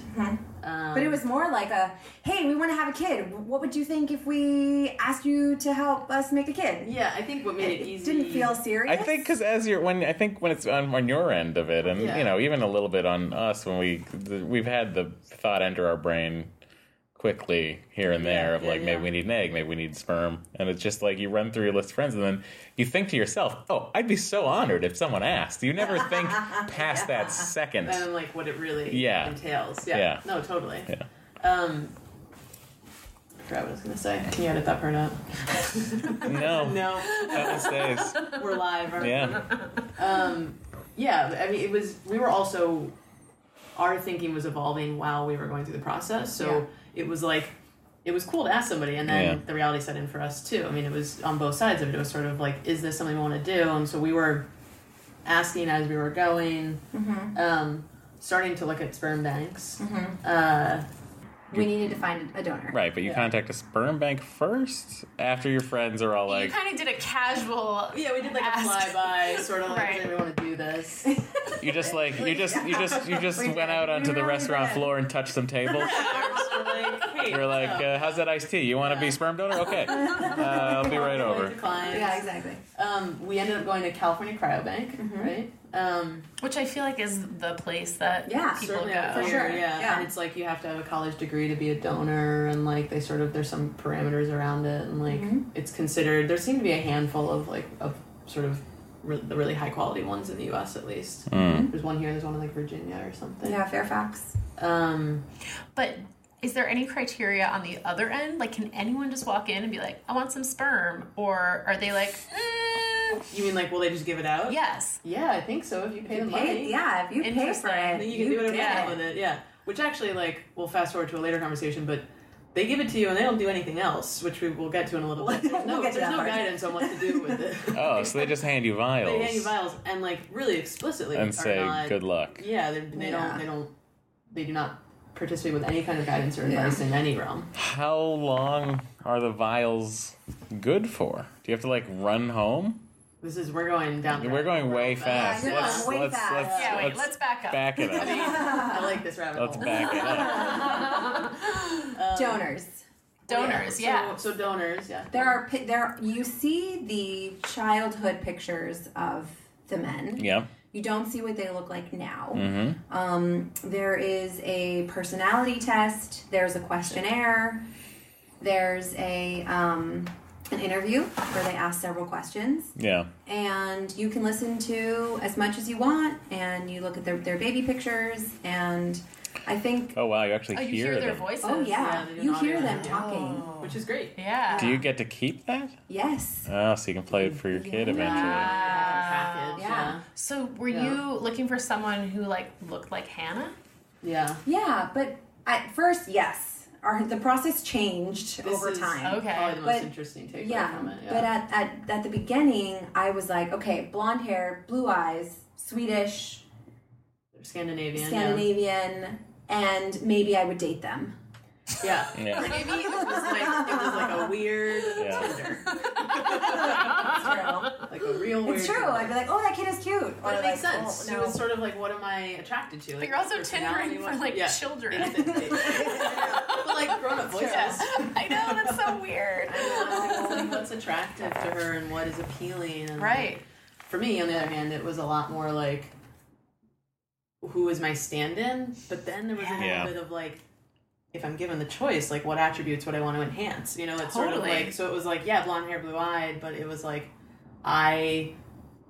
Speaker 6: Um,
Speaker 3: But it was more like a, hey, we want to have a kid. What would you think if we asked you to help us make a kid?
Speaker 6: Yeah, I think what made it
Speaker 3: It
Speaker 6: easy.
Speaker 3: didn't feel serious.
Speaker 5: I think because as you're when I think when it's on, on your end of it, and
Speaker 6: Yeah.
Speaker 5: you know, even a little bit on us when we the, we've had the thought enter our brain quickly here and there of
Speaker 6: yeah,
Speaker 5: like maybe
Speaker 6: yeah.
Speaker 5: we need an egg, maybe we need sperm, and it's just like you run through your list of friends, and then you think to yourself, "Oh, I'd be so honored if someone asked." You never think past that second.
Speaker 6: and like what it really
Speaker 5: Yeah.
Speaker 6: entails. Yeah.
Speaker 5: Yeah.
Speaker 6: No, totally.
Speaker 5: Yeah.
Speaker 6: Um, I forgot what I was gonna say. Can you edit that part out?
Speaker 5: No,
Speaker 6: No,
Speaker 5: that stays.
Speaker 6: we're live. aren't we?
Speaker 5: Yeah,
Speaker 6: Yeah. I mean, it was. We were also. Our thinking was evolving while we were going through the process, so it was like. It was cool to ask somebody, and then
Speaker 5: Yeah.
Speaker 6: the reality set in for us too. I mean, it was on both sides of it. It was sort of like, is this something we want to do? And so we were asking as we were going, um, starting to look at sperm banks. Uh,
Speaker 3: we needed to find a donor.
Speaker 5: right. But you contact a sperm bank first after your friends are all
Speaker 2: you
Speaker 5: like,
Speaker 2: kind of did a casual.
Speaker 6: Yeah, we did like
Speaker 2: Ask.
Speaker 6: a flyby, sort of like,
Speaker 2: Right.
Speaker 6: does anyone want to do this?
Speaker 5: you just like you just you just you just
Speaker 3: We
Speaker 5: went
Speaker 3: did.
Speaker 5: out
Speaker 3: We
Speaker 5: onto the
Speaker 3: really
Speaker 5: restaurant
Speaker 3: did.
Speaker 5: floor and touched some tables.
Speaker 6: We're like, hey,
Speaker 5: You're like, uh, how's that iced tea? You want to be sperm donor? Okay, uh, I'll be right over.
Speaker 3: Yeah, exactly.
Speaker 6: Um, we ended up going to California Cryobank,
Speaker 3: Mm-hmm.
Speaker 6: right? Um,
Speaker 2: Which I feel like is the place that
Speaker 3: Yeah,
Speaker 2: people
Speaker 6: certainly
Speaker 2: go.
Speaker 6: out
Speaker 3: for
Speaker 6: here,
Speaker 3: sure.
Speaker 6: Yeah.
Speaker 3: Yeah.
Speaker 6: and it's like you have to have a college degree to be a donor, and like they sort of there's some parameters around it, and like
Speaker 3: Mm-hmm.
Speaker 6: it's considered. There seem to be a handful of like of sort of re- the really high quality ones in the U.S. at least. There's one here. There's one in like Virginia or something.
Speaker 3: Yeah, Fairfax.
Speaker 6: Um,
Speaker 2: But is there any criteria on the other end? Like, can anyone just walk in and be like, "I want some sperm," or are they like, "Mm,
Speaker 6: you mean like will they just give it out?
Speaker 2: "Yes"?
Speaker 6: Yeah, I think so. If you pay the money,
Speaker 3: Pay, yeah, if you pay for
Speaker 2: Interesting.
Speaker 3: it,
Speaker 6: Then you can do whatever you
Speaker 3: get
Speaker 6: want with it, yeah. Which actually, like, we'll fast forward to a later conversation, but they give it to you and they don't do anything else, which we will get to in a little bit. There's no,
Speaker 3: We'll get to
Speaker 6: there's
Speaker 3: that
Speaker 6: no
Speaker 3: part.
Speaker 6: guidance on what to do with it.
Speaker 5: Oh, so they just hand you vials,
Speaker 6: they hand you vials and like really explicitly
Speaker 5: and
Speaker 6: are
Speaker 5: say
Speaker 6: not,
Speaker 5: good luck.
Speaker 6: Yeah, they, they
Speaker 3: Yeah.
Speaker 6: don't. They don't. They do not participate with any kind of guidance or advice in any realm.
Speaker 5: How long are the vials good for? Do you have to like run home?
Speaker 6: This is we're going down.
Speaker 5: We're going way fast.
Speaker 3: we're going
Speaker 5: Let's
Speaker 3: way
Speaker 5: let's
Speaker 3: fast.
Speaker 5: let's
Speaker 2: Yeah, wait,
Speaker 5: let's
Speaker 2: let's back up.
Speaker 5: back it up.
Speaker 6: I like this rabbit
Speaker 5: Let's
Speaker 6: hole.
Speaker 5: back it up.
Speaker 3: Donors.
Speaker 2: Donors, yeah.
Speaker 6: So, so donors, yeah.
Speaker 3: There are pi- there you see the childhood pictures of the men.
Speaker 5: Yeah.
Speaker 3: You don't see what they look like now. Um, there is a personality test. There's a questionnaire. There's a um, an interview where they ask several questions,
Speaker 5: Yeah.
Speaker 3: and you can listen to as much as you want. And you look at their their baby pictures, and I think
Speaker 5: Oh wow, you actually
Speaker 2: Oh, you
Speaker 5: hear,
Speaker 2: hear, their
Speaker 5: them.
Speaker 2: voices.
Speaker 3: oh
Speaker 6: yeah,
Speaker 3: yeah,
Speaker 6: they do
Speaker 3: you
Speaker 6: an
Speaker 3: hear
Speaker 6: audio
Speaker 3: them
Speaker 6: interview.
Speaker 3: talking.
Speaker 6: which is great.
Speaker 2: Yeah.
Speaker 5: Do you get to keep that?
Speaker 3: Yes.
Speaker 5: Oh, so you can play it for your kid eventually.
Speaker 6: Package,
Speaker 3: Yeah.
Speaker 2: so were you looking for someone who like looked like Hannah?
Speaker 6: yeah.
Speaker 3: Yeah, but at first, yes, our the process changed
Speaker 6: This
Speaker 3: over
Speaker 6: is
Speaker 3: time.
Speaker 2: Okay.
Speaker 6: Probably the most
Speaker 3: But-
Speaker 6: interesting takeaway
Speaker 3: Yeah,
Speaker 6: from it. Yeah.
Speaker 3: but uh, at, at at the beginning, I was like, okay, blonde hair, blue eyes, Swedish,
Speaker 6: Scandinavian. yeah.
Speaker 3: Scandinavian, and maybe I would date them.
Speaker 6: Yeah.
Speaker 5: Yeah.
Speaker 6: For Navy, it was like it was like a weird
Speaker 5: Yeah.
Speaker 6: Tinder. Like a real weird.
Speaker 3: It's true. I'd be like, oh, that kid is cute. Or
Speaker 6: But it makes
Speaker 3: like,
Speaker 6: sense.
Speaker 3: Oh,
Speaker 6: It
Speaker 3: no.
Speaker 6: was sort of like, what am I attracted to? Like,
Speaker 2: But you're also
Speaker 6: personality,
Speaker 2: tendering
Speaker 6: what-
Speaker 2: for like
Speaker 6: yeah.
Speaker 2: children.
Speaker 6: Exactly. but like grown up voices.
Speaker 2: Yeah. I know that's so weird.
Speaker 6: Well, like, what's attractive to her and what is appealing. And
Speaker 2: Right.
Speaker 6: like, for me, on the other hand, it was a lot more like, who is my stand-in? But then there was a little
Speaker 5: Yeah.
Speaker 6: bit of like, if I'm given the choice, like what attributes would I want to enhance? You know, it's sort of
Speaker 2: Totally.
Speaker 6: like so. It was like yeah, blonde hair, blue eyed, but it was like I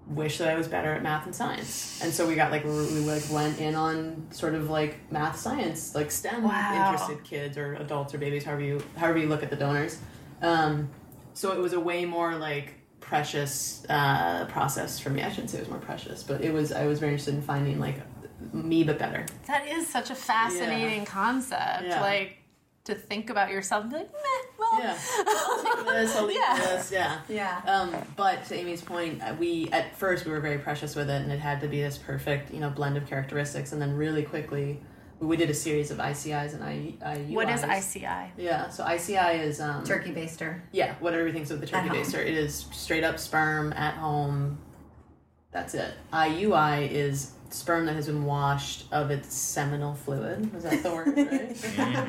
Speaker 6: wish that I was better at math and science. And so we got like we like went in on sort of like math science, like STEM
Speaker 2: Wow.
Speaker 6: interested kids or adults or babies, however you however you look at the donors. Um, so it was a way more like precious uh, process for me. I shouldn't say it was more precious, but it was I was very interested in finding like me but better.
Speaker 2: That is such a fascinating concept.
Speaker 6: Yeah.
Speaker 2: Like to think about yourself and be like, meh, well,
Speaker 6: Yeah. I'll take this, I'll leave
Speaker 2: Yeah.
Speaker 6: this, yeah.
Speaker 3: Yeah.
Speaker 6: Um, but to Amy's point, uh, we at first we were very precious with it, and it had to be this perfect, you know, blend of characteristics. And then really quickly, we did a series of ICIs and I, IUIs.
Speaker 2: what is ICI?
Speaker 6: Yeah, so ICI is um,
Speaker 3: Turkey baster.
Speaker 6: Yeah, what everything's with the
Speaker 3: At
Speaker 6: turkey
Speaker 3: home.
Speaker 6: baster. It is straight up sperm at home. That's it. IUI is sperm that has been washed of its seminal fluid. Was that the word? Right?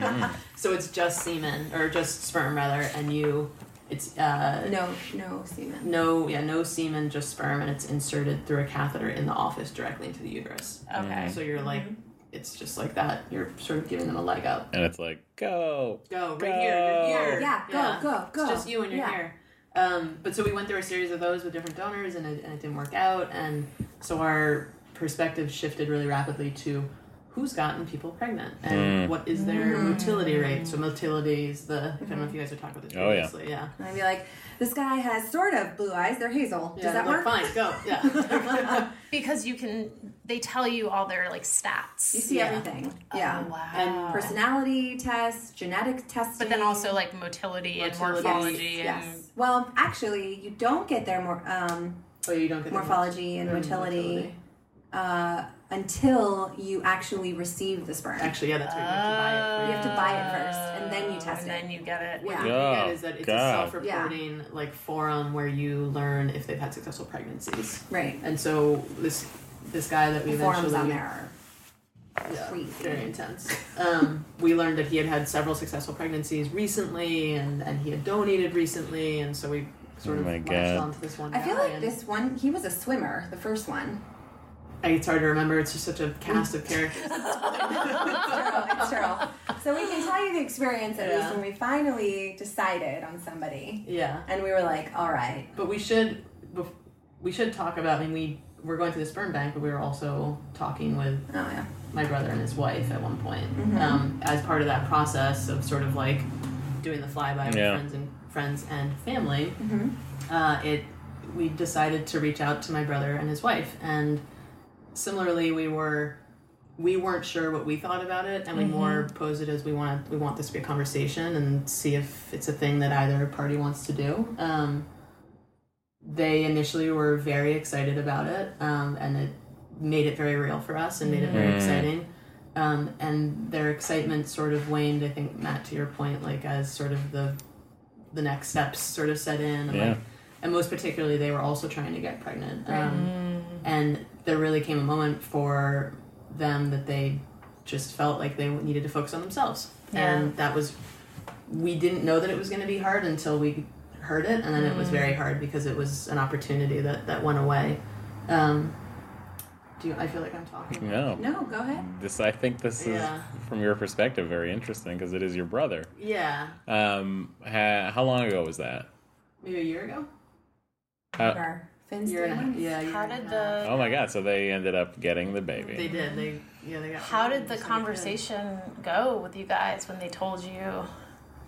Speaker 6: so it's just semen or just sperm rather, and you, it's uh,
Speaker 3: No, no semen.
Speaker 6: no, yeah, no semen, just sperm, and it's inserted through a catheter in the office directly into the uterus.
Speaker 2: Okay.
Speaker 6: So you're like,
Speaker 3: Mm-hmm.
Speaker 6: it's just like that. You're sort of giving them a leg up.
Speaker 5: And it's like, go.
Speaker 6: Go right here. You're here.
Speaker 3: Yeah, go, go, go.
Speaker 6: It's just you and your
Speaker 3: Yeah.
Speaker 6: hair. Um, but so we went through a series of those with different donors, and it, and it didn't work out. And so our perspective shifted really rapidly to who's gotten people pregnant and
Speaker 5: Hmm.
Speaker 6: what is their
Speaker 3: Hmm.
Speaker 6: motility rate. So motility is the I don't know if you guys are talking about this
Speaker 5: Oh, yeah.
Speaker 6: previously. yeah.
Speaker 3: And I'd be like, this guy has sort of blue eyes. They're hazel.
Speaker 6: Yeah,
Speaker 3: Does that
Speaker 6: like,
Speaker 3: work?
Speaker 6: Fine, go. Yeah.
Speaker 2: Because you can, they tell you all their like stats.
Speaker 3: You see
Speaker 6: Yeah.
Speaker 3: everything. Yeah.
Speaker 2: Oh, wow.
Speaker 6: And
Speaker 3: Personality tests, genetic testing.
Speaker 2: but then also like motility, and
Speaker 6: Motility,
Speaker 2: morphology
Speaker 3: Yes.
Speaker 2: and
Speaker 3: Well, actually, you don't get their mor- um,
Speaker 6: oh, you don't get the
Speaker 3: morphology and
Speaker 6: mot-
Speaker 3: motility uh, until you actually receive the sperm.
Speaker 6: Actually, yeah, that's what you have to buy it.
Speaker 3: Uh, you have to buy it first, and then you test
Speaker 2: and
Speaker 3: it.
Speaker 2: then you get it.
Speaker 6: What
Speaker 3: Yeah.
Speaker 6: you can get is that it's a
Speaker 5: Oh, God.
Speaker 6: self-reporting like forum where you learn if they've had successful pregnancies.
Speaker 3: right.
Speaker 6: And so this this guy that we
Speaker 3: The
Speaker 6: eventually
Speaker 3: forums on there
Speaker 6: yeah,
Speaker 3: Crazy.
Speaker 6: very intense. Um, we learned that he had had several successful pregnancies recently, and and he had donated recently, and so we sort
Speaker 5: Oh
Speaker 6: of
Speaker 5: my
Speaker 6: latched
Speaker 5: God.
Speaker 6: onto this one.
Speaker 3: are. I feel
Speaker 6: guy,
Speaker 3: like
Speaker 6: and
Speaker 3: this one, he was a swimmer, the first one.
Speaker 6: I- It's hard to remember. It's just such a cast of characters.
Speaker 3: Cheryl, it's Cheryl. So we can tell you the experience at least
Speaker 6: Yeah.
Speaker 3: when we finally decided on somebody.
Speaker 6: yeah.
Speaker 3: And we were like, all right.
Speaker 6: But we should bef- we should talk about. I mean, we we're going through the sperm bank, but we were also talking with
Speaker 3: Oh, yeah.
Speaker 6: my brother and his wife at one point um, as part of that process of sort of like doing the flyby with
Speaker 5: Yeah.
Speaker 6: friends and friends and family. Uh, it we decided to reach out to my brother and his wife, and similarly, we were we weren't sure what we thought about it, and we more posed it as we want we want this to be a conversation and see if it's a thing that either party wants to do. Um, they initially were very excited about it, um, and it made it very real for us and made it very exciting. Um, and their excitement sort of waned. I think Matt, to your point, like as sort of the the next steps sort of set in. And,
Speaker 5: Yeah.
Speaker 6: like, and most particularly, they were also trying to get pregnant. Um, And there really came a moment for them that they just felt like they needed to focus on themselves, and that was we didn't know that it was going to be hard until we heard it, and then it was very hard because it was an opportunity that that went away. Um, do you, I feel like I'm talking?
Speaker 5: No.
Speaker 3: No, go ahead.
Speaker 5: This I think this is
Speaker 6: Yeah.
Speaker 5: from your perspective very interesting because it is your brother.
Speaker 6: Yeah,
Speaker 5: Um, ha- how long ago was that?
Speaker 6: maybe a year ago. Uh,
Speaker 5: How-
Speaker 3: Our Finn's
Speaker 6: Year
Speaker 3: doing
Speaker 6: and a,
Speaker 3: it.
Speaker 6: yeah. a year
Speaker 2: How
Speaker 6: and a
Speaker 2: did
Speaker 6: half.
Speaker 2: the
Speaker 5: oh my god! So they ended up getting the
Speaker 6: They
Speaker 5: baby.
Speaker 6: did. They yeah. They got.
Speaker 2: how did
Speaker 6: pregnant
Speaker 2: the
Speaker 6: as soon as they could.
Speaker 2: conversation go with you guys when they told you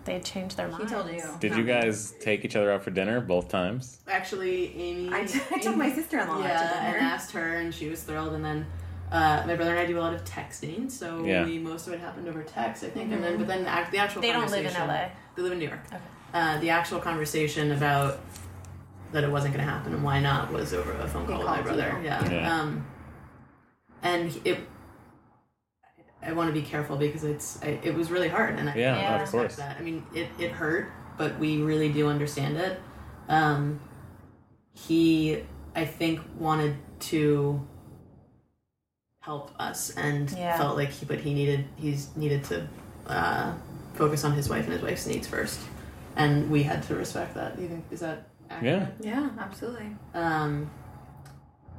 Speaker 2: they changed their mind?
Speaker 3: He told you.
Speaker 5: Did you guys take each other out for dinner both times?
Speaker 6: Actually, Amy.
Speaker 3: I I took my sister-in-law out
Speaker 6: yeah,
Speaker 3: to dinner.
Speaker 6: and asked her, and she was thrilled. And then uh, my brother and I do a lot of texting, so
Speaker 5: Yeah.
Speaker 6: we most of it happened over text, I think. And then, but then the, act, the actual
Speaker 2: Mm-hmm. They don't live in
Speaker 6: conversation-
Speaker 2: LA.
Speaker 6: They live in New York. Okay. Uh, the actual conversation about that it wasn't going to happen and why not was over a phone call with my Um,
Speaker 3: called you.
Speaker 6: brother. Yeah.
Speaker 5: Yeah.
Speaker 6: Um, and he- it. I want to be careful because it's I, it was really hard, and I
Speaker 5: Yeah,
Speaker 2: Yeah.
Speaker 5: of course.
Speaker 6: that. I mean, it, it hurt, but we really do understand it. Um, he, I think, wanted to help us and
Speaker 2: Yeah.
Speaker 6: felt like he, but he needed he's needed to uh, focus on his wife and his wife's needs first, and we had to respect that. You think is that accurate?
Speaker 5: Yeah.
Speaker 3: Yeah, absolutely.
Speaker 6: Um,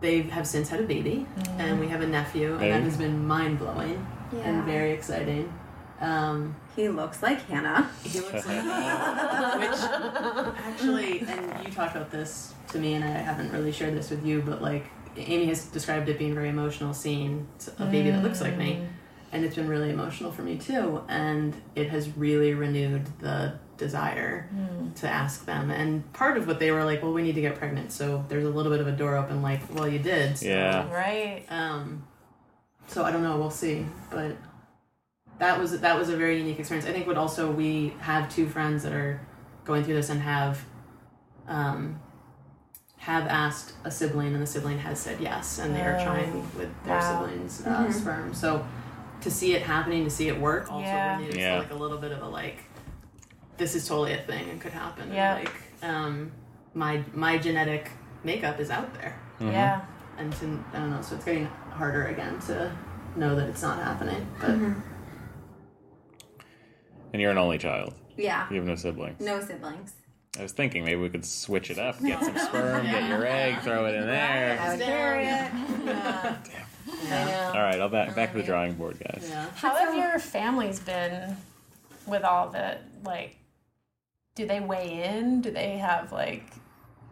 Speaker 6: they have since had a baby, and we have a nephew, and that
Speaker 5: Hey.
Speaker 6: has been mind blowing and
Speaker 3: Yeah.
Speaker 6: very exciting. Um,
Speaker 3: He looks like Hannah.
Speaker 6: he looks like which actually, and you talked about this to me, and I haven't really shared this with you, but like Amy has described it being a very emotional seeing a baby that looks like me, and it's been really emotional for me too, and it has really renewed the desire to ask them and part of what they were like well we need to get pregnant so there's a little bit of a door open like well you did so
Speaker 5: Yeah.
Speaker 2: Right.
Speaker 6: um, so I don't know. We'll see. But that was that was a very unique experience. I think. What also we have two friends that are going through this and have um, have asked a sibling, and the sibling has said yes, and they are
Speaker 2: Oh,
Speaker 6: trying with their
Speaker 2: wow. Mm-hmm.
Speaker 6: siblings' uh, sperm. So to see it happening, to see it work, also
Speaker 2: Yeah.
Speaker 6: renewed
Speaker 5: Yeah.
Speaker 6: like a little bit of a like, this is totally a thing and could happen. and,
Speaker 2: Yeah.
Speaker 6: like um, my my genetic makeup is out there
Speaker 2: Yeah.
Speaker 6: and to, I don't know, so it's getting harder again to know that it's not happening. But
Speaker 3: Mm-hmm.
Speaker 5: And you're an only child.
Speaker 3: Yeah.
Speaker 5: You have no siblings.
Speaker 3: No siblings.
Speaker 5: I was thinking maybe we could switch it up, get some sperm, get your egg, throw it in there.
Speaker 3: I would carry it. Yeah.
Speaker 5: All right, I'll back back to the drawing board, guys.
Speaker 6: yeah,
Speaker 2: How have your families been with all of it? Like, do they weigh in? Do they have like?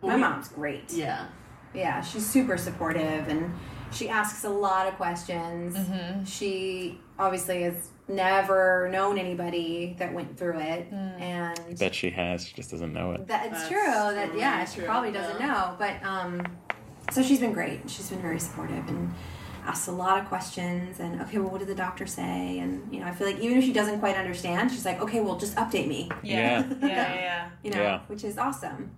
Speaker 3: My mom's great.
Speaker 6: yeah,
Speaker 3: Yeah, she's super supportive and she asks a lot of questions. She obviously has never known anybody that went through it, and
Speaker 5: Bet she has, she just doesn't know it.
Speaker 3: that it's
Speaker 6: That's
Speaker 3: true that yeah,
Speaker 6: really
Speaker 3: she
Speaker 6: true,
Speaker 3: probably doesn't
Speaker 6: yeah.
Speaker 3: know, but um, so she's been great. She's been very supportive and asks a lot of questions. And okay, well, what did the doctor say? And you know, I feel like even if she doesn't quite understand, she's like, okay, well, just update me.
Speaker 5: Yeah.
Speaker 2: Yeah. Yeah. yeah.
Speaker 3: You know,
Speaker 5: Yeah.
Speaker 3: which is awesome.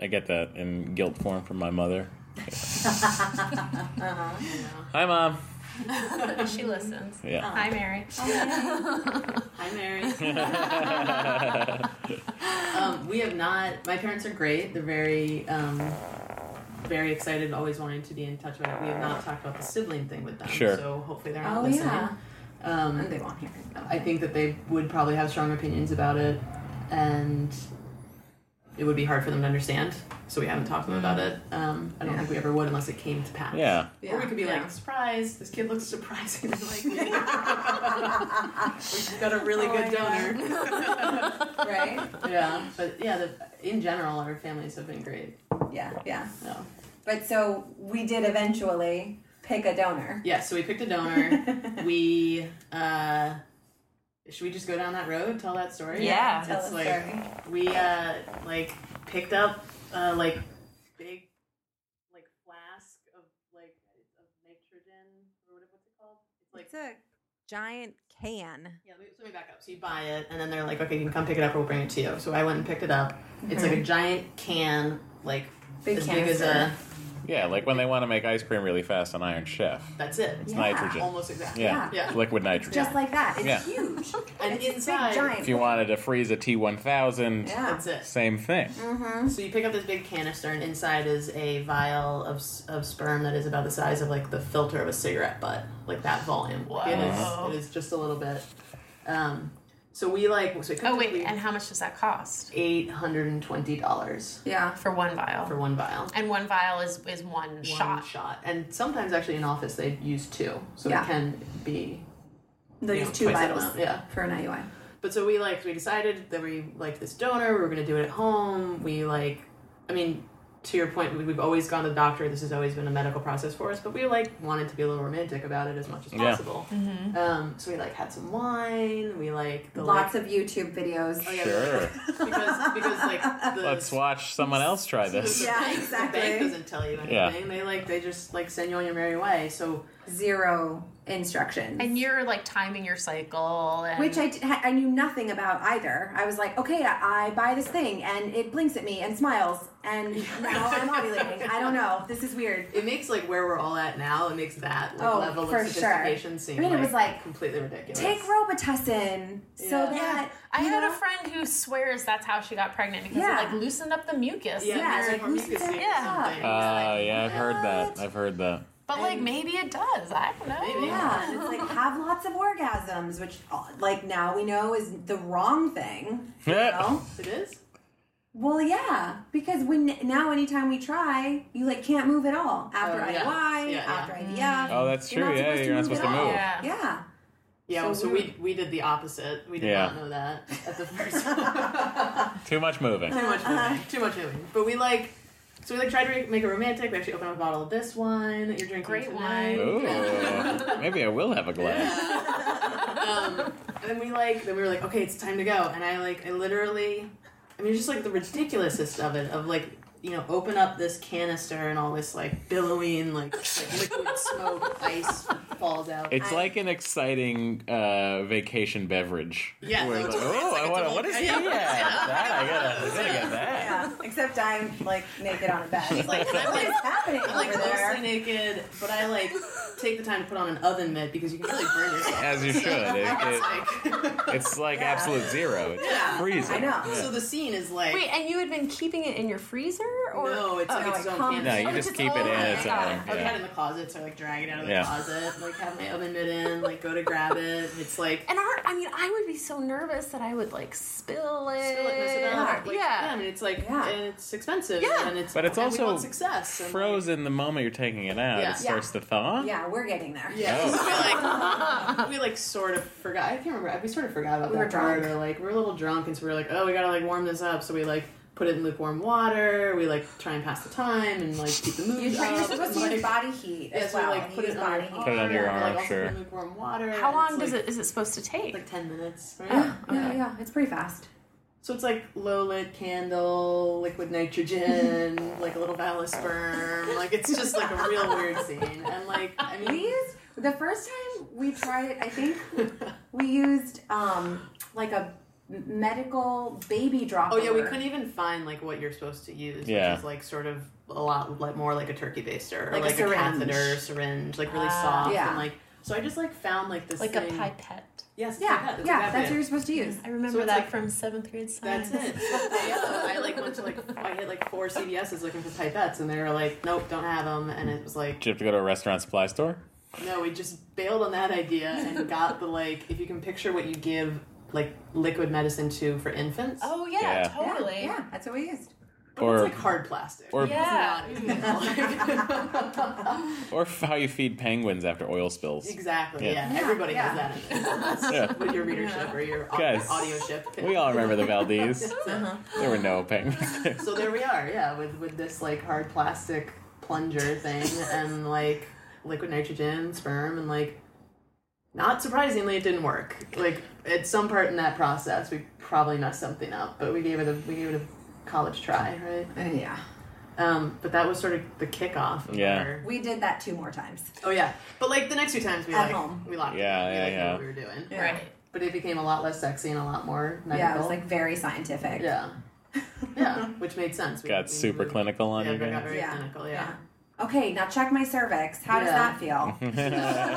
Speaker 5: I get that in guilt form from my mother. Hi, mom.
Speaker 2: She listens.
Speaker 6: Oh.
Speaker 5: Yeah.
Speaker 2: Hi, Mary.
Speaker 6: hi Mary. um, we have not. My parents are great. They're very, um, very excited. Always wanting to be in touch about it. We have not talked about the sibling thing with them.
Speaker 5: Sure.
Speaker 6: So hopefully they're not
Speaker 3: Oh
Speaker 6: listening.
Speaker 3: yeah,
Speaker 6: Um,
Speaker 3: and they won't hear it.
Speaker 6: I think that they would probably have strong opinions about it, and it would be hard for them to understand. So we haven't talked to them about it. Um, I don't think we ever would unless it came to pass.
Speaker 5: Mm. Yeah.
Speaker 6: Or we could be
Speaker 3: Yeah.
Speaker 6: like, surprise, this kid looks surprisingly like me. We've got a really good donor.
Speaker 3: right?
Speaker 6: Oh yeah, but yeah, the, in general, our families have been great.
Speaker 3: Yeah, yeah.
Speaker 6: So.
Speaker 3: But so we did eventually pick a donor.
Speaker 6: Yeah, so we picked a donor. we, uh, should we just go down that road, tell that story?
Speaker 2: Yeah.
Speaker 3: Tell
Speaker 6: It's
Speaker 3: the
Speaker 6: like,
Speaker 3: story.
Speaker 6: we uh like picked up uh like big like flask of like of nitrogen or what, what's it called? It's like
Speaker 9: It's a giant can.
Speaker 6: yeah, let me, let me back up. So you buy it, and then they're like, okay, you can come pick it up, or we'll bring it to you. So I went and picked it up. It's like a giant can, like
Speaker 3: Big
Speaker 6: as big as a.
Speaker 3: canister.
Speaker 5: Yeah, like when they want to make ice cream really fast on Iron Chef.
Speaker 6: That's it.
Speaker 5: It's
Speaker 3: Yeah.
Speaker 5: nitrogen.
Speaker 6: Almost exactly.
Speaker 5: Yeah.
Speaker 6: Yeah.
Speaker 5: Liquid nitrogen.
Speaker 3: Just like that. It's
Speaker 5: Yeah.
Speaker 3: huge.
Speaker 6: And
Speaker 3: it's
Speaker 6: inside-
Speaker 3: big, giant.
Speaker 5: if you wanted to freeze a T1000,
Speaker 3: yeah.
Speaker 6: That's it.
Speaker 5: same thing.
Speaker 6: So you pick up this big canister, and inside is a vial of, s- of sperm that is about the size of like the filter of a cigarette butt, like that volume. Like, It
Speaker 2: Wow.
Speaker 6: is. It is just a little bit. Um, so we like. So it comes
Speaker 2: Oh wait, and how much does that cost
Speaker 6: eight hundred and twenty dollars
Speaker 3: yeah.
Speaker 2: for one vial?
Speaker 6: for one vial.
Speaker 2: and one vial is is one,
Speaker 6: One
Speaker 2: shot.
Speaker 6: shot, and sometimes actually in office they use two, so
Speaker 3: Yeah.
Speaker 6: it can be
Speaker 3: They'll
Speaker 6: Yeah,
Speaker 3: use two
Speaker 6: twice that
Speaker 3: vitals
Speaker 6: amount, yeah.
Speaker 3: for an IUI.
Speaker 6: But so we like we decided that we liked this donor. We were going to do it at home. We like, I mean, to your point, we- we've always gone to the doctor. This has always been a medical process for us. But we like wanted to be a little romantic about it as much as
Speaker 5: Yeah.
Speaker 6: possible. Um, so we like had some wine. We like the
Speaker 3: Mm-hmm.
Speaker 6: Oh,
Speaker 3: Lots of YouTube videos.
Speaker 6: yeah.
Speaker 5: Sure.
Speaker 6: because because like the,
Speaker 5: Let's watch someone else try this.
Speaker 3: Yeah,
Speaker 6: bank- the
Speaker 3: exactly.
Speaker 6: bank doesn't tell you anything.
Speaker 5: Yeah.
Speaker 6: They like they just like send you on your merry way. So
Speaker 3: Zero instructions.
Speaker 2: And you're like timing your cycle, and
Speaker 3: which I, d- ha- I knew nothing about either. I was like, okay, I I buy this thing and it blinks at me and smiles and now I'm ovulating. I don't know. This is weird.
Speaker 6: It makes like where we're all at now. It makes that like,
Speaker 3: Oh,
Speaker 6: level
Speaker 3: for
Speaker 6: of
Speaker 3: sure.
Speaker 6: sophistication seem
Speaker 3: I mean, it
Speaker 6: like,
Speaker 3: was like,
Speaker 6: completely ridiculous.
Speaker 3: Take Robitussin so
Speaker 6: Yeah.
Speaker 2: yeah.
Speaker 3: that
Speaker 2: I
Speaker 3: you
Speaker 2: had
Speaker 3: know,
Speaker 2: a friend who swears that's how she got pregnant because
Speaker 3: Yeah.
Speaker 2: it like loosened up the mucus.
Speaker 6: yeah,
Speaker 3: yeah,
Speaker 6: there's,
Speaker 3: like,
Speaker 6: like,
Speaker 3: loosens
Speaker 6: mucus
Speaker 3: it
Speaker 6: or
Speaker 2: up.
Speaker 6: something.
Speaker 5: Oh, yeah, I've heard that.
Speaker 3: What?
Speaker 5: I've heard that.
Speaker 2: But like maybe it does. I don't know.
Speaker 6: Maybe.
Speaker 3: Yeah, it's like have lots of orgasms, which uh, like now we know is the wrong thing. You know?
Speaker 6: It is.
Speaker 3: Well, yeah, because when now anytime we try, you like can't move at all after
Speaker 6: Oh, yeah.
Speaker 3: IUI,
Speaker 6: Yeah,
Speaker 3: after IVF.
Speaker 5: Oh, that's
Speaker 3: You're
Speaker 5: true.
Speaker 3: not
Speaker 5: Yeah,
Speaker 3: supposed to
Speaker 5: you're not
Speaker 3: move
Speaker 5: supposed
Speaker 3: at
Speaker 5: to
Speaker 3: all.
Speaker 5: move.
Speaker 2: Yeah.
Speaker 3: Yeah.
Speaker 6: Yeah,
Speaker 3: So
Speaker 6: well, so
Speaker 3: weird.
Speaker 6: we we did the opposite. We did
Speaker 5: Yeah.
Speaker 6: not know that at the first one.
Speaker 5: Too much moving.
Speaker 6: Too much moving. Too much moving. But we like, so we like tried to re- make it romantic. We actually opened up a bottle of this wine that you're drinking
Speaker 2: Great
Speaker 6: tonight.
Speaker 5: Ooh, maybe I will have a glass.
Speaker 6: um, and then we like, then we were like, okay, it's time to go. And I like, I literally, I mean, just like the ridiculousness of it, of like, you know, open up this canister and all this like billowing, like, like liquid smoke, ice falls out.
Speaker 5: It's
Speaker 3: I-
Speaker 5: like an exciting uh, vacation beverage.
Speaker 6: Yeah,
Speaker 5: Where it's
Speaker 6: it's
Speaker 5: like,
Speaker 6: like-
Speaker 5: oh,
Speaker 6: it's like
Speaker 5: I
Speaker 6: a
Speaker 5: want
Speaker 6: double-
Speaker 5: what is that?
Speaker 6: yeah.
Speaker 5: That, I gotta, I gotta get that.
Speaker 3: Yeah, except I'm like naked on a bed. It's like,
Speaker 6: I'm,
Speaker 3: what
Speaker 6: like-
Speaker 3: is happening
Speaker 6: I'm, like
Speaker 3: over
Speaker 6: mostly
Speaker 3: there?
Speaker 6: naked, but I like take the time to put on an oven mitt because you can really burn yourself.
Speaker 5: As you should. It, it, it's like
Speaker 3: Yeah.
Speaker 5: absolute zero. It's
Speaker 6: Yeah.
Speaker 5: freezing.
Speaker 3: I know.
Speaker 6: so the scene is like,
Speaker 2: Wait, and you had been keeping it in your freezer, or
Speaker 6: no, it's
Speaker 3: no,
Speaker 6: like its
Speaker 3: it
Speaker 6: own
Speaker 3: comes-
Speaker 5: No,
Speaker 6: canister.
Speaker 5: you
Speaker 2: Oh,
Speaker 5: just
Speaker 2: it's
Speaker 5: keep it
Speaker 2: all-
Speaker 5: in its
Speaker 2: I got
Speaker 5: own.
Speaker 6: I would hide
Speaker 5: Yeah.
Speaker 6: in the closet, so I, like drag it out of the
Speaker 5: Yeah.
Speaker 6: closet, like have my oven mitt in, like go to grab it. and It's like
Speaker 2: And our, I mean, I would be so nervous that I would like spill it.
Speaker 6: still, like, mess it up. Like, I
Speaker 2: yeah.
Speaker 6: mean it's like
Speaker 3: Yeah.
Speaker 6: and it's expensive.
Speaker 2: Yeah.
Speaker 6: and it's
Speaker 5: But it's
Speaker 6: and we
Speaker 5: also
Speaker 6: want success. and, like,
Speaker 5: Frozen the moment you're taking it out,
Speaker 6: Yeah.
Speaker 5: it starts to thaw.
Speaker 3: Yeah, we're getting there.
Speaker 6: yeah, so we like we like sort of forgot. I can't remember. We sort of forgot about
Speaker 3: We
Speaker 6: that
Speaker 3: were
Speaker 6: part.
Speaker 3: drunk.
Speaker 6: Or like we were a little drunk, and so we were like, oh, we gotta like warm this up. So we like put it in lukewarm water. We like try and pass the time and like keep the mood
Speaker 3: You're,
Speaker 6: up.
Speaker 3: trying, you're supposed to
Speaker 6: and,
Speaker 3: use
Speaker 6: like,
Speaker 3: body heat
Speaker 6: yeah,
Speaker 3: as
Speaker 6: so we,
Speaker 3: well.
Speaker 6: like
Speaker 3: You
Speaker 6: put it
Speaker 3: use
Speaker 6: on our
Speaker 3: body
Speaker 6: arm,
Speaker 3: heat.
Speaker 5: Put it under your
Speaker 6: and, like,
Speaker 5: arm,
Speaker 6: also put
Speaker 5: sure.
Speaker 6: in lukewarm water.
Speaker 2: How
Speaker 6: and
Speaker 2: long
Speaker 6: it's,
Speaker 2: does
Speaker 6: like,
Speaker 2: it? Is it supposed to take?
Speaker 6: Like ten minutes. Right?
Speaker 3: Yeah, yeah, it's pretty fast.
Speaker 6: So it's like low lit candle, liquid nitrogen, like a little valisperm. Like it's just like a real weird scene. And like I
Speaker 3: We
Speaker 6: mean,
Speaker 3: used the first time we tried it. I think we used um like a medical baby drop.
Speaker 6: oh yeah, we
Speaker 3: over.
Speaker 6: couldn't even find like what you're supposed to use,
Speaker 5: Yeah.
Speaker 6: which is like sort of a lot like more like a turkey baster, or
Speaker 3: Like
Speaker 6: like,
Speaker 3: a
Speaker 6: a,
Speaker 3: syringe. Ah.
Speaker 6: catheter syringe, like really soft
Speaker 3: yeah.
Speaker 6: and like. So I just like found like this
Speaker 2: like a
Speaker 6: thing.
Speaker 2: pipette.
Speaker 6: Yes, it's like
Speaker 3: Yeah,
Speaker 6: that. It's
Speaker 3: yeah,
Speaker 6: like that
Speaker 3: that's what
Speaker 6: big.
Speaker 3: you're supposed to use.
Speaker 2: I remember
Speaker 6: So it's
Speaker 2: that
Speaker 6: like-
Speaker 2: from seventh grade science.
Speaker 6: That's it. yeah, I like went to like I hit like four CVS's looking for pipettes, and they were like, "Nope, don't have them." And it was like,
Speaker 5: Did you have to go to a restaurant supply store?
Speaker 6: No, we just bailed on that idea and got the like if you can picture what you give like liquid medicine to for infants.
Speaker 2: Oh yeah,
Speaker 5: Yeah.
Speaker 3: Yeah,
Speaker 2: totally.
Speaker 3: yeah, that's what we used.
Speaker 6: but
Speaker 5: or-
Speaker 6: it's like hard plastic.
Speaker 5: or-
Speaker 6: It's not as good.
Speaker 5: Or f- how you feed penguins after oil spills.
Speaker 6: exactly. Yeah,
Speaker 5: Yeah.
Speaker 6: everybody
Speaker 3: Yeah,
Speaker 6: has that in their
Speaker 5: Yeah.
Speaker 6: with your readership or your
Speaker 5: Guys,
Speaker 6: audio ship.
Speaker 5: We all remember the Valdez. There were no penguins there.
Speaker 6: So there we are. Yeah, with with this like hard plastic plunger thing and like liquid nitrogen, sperm, and like. Not surprisingly, it didn't work. Like at some part in that process, we probably messed something up, but we gave it a we gave it a college try, right?
Speaker 3: Uh, yeah,
Speaker 6: Um, but that was sort of the kickoff. Of
Speaker 5: Yeah.
Speaker 6: our-
Speaker 3: we did that two more times.
Speaker 6: oh yeah. But like the next few times we
Speaker 3: At
Speaker 6: like
Speaker 3: home.
Speaker 6: we locked. it.
Speaker 5: Yeah,
Speaker 6: We,
Speaker 5: yeah,
Speaker 6: like, knew
Speaker 5: yeah.
Speaker 6: What we were doing.
Speaker 3: Yeah.
Speaker 2: Right.
Speaker 6: But it became a lot less sexy and a lot more medical.
Speaker 3: Yeah, it was like very scientific.
Speaker 6: yeah, yeah, which made sense. We-
Speaker 5: Got
Speaker 6: we-
Speaker 5: super
Speaker 6: we-
Speaker 5: clinical on
Speaker 6: yeah,
Speaker 5: you
Speaker 6: we got
Speaker 5: guys.
Speaker 6: very
Speaker 3: Yeah.
Speaker 6: clinical. Yeah.
Speaker 3: Okay, now check my cervix. How does
Speaker 6: Yeah.
Speaker 3: that feel?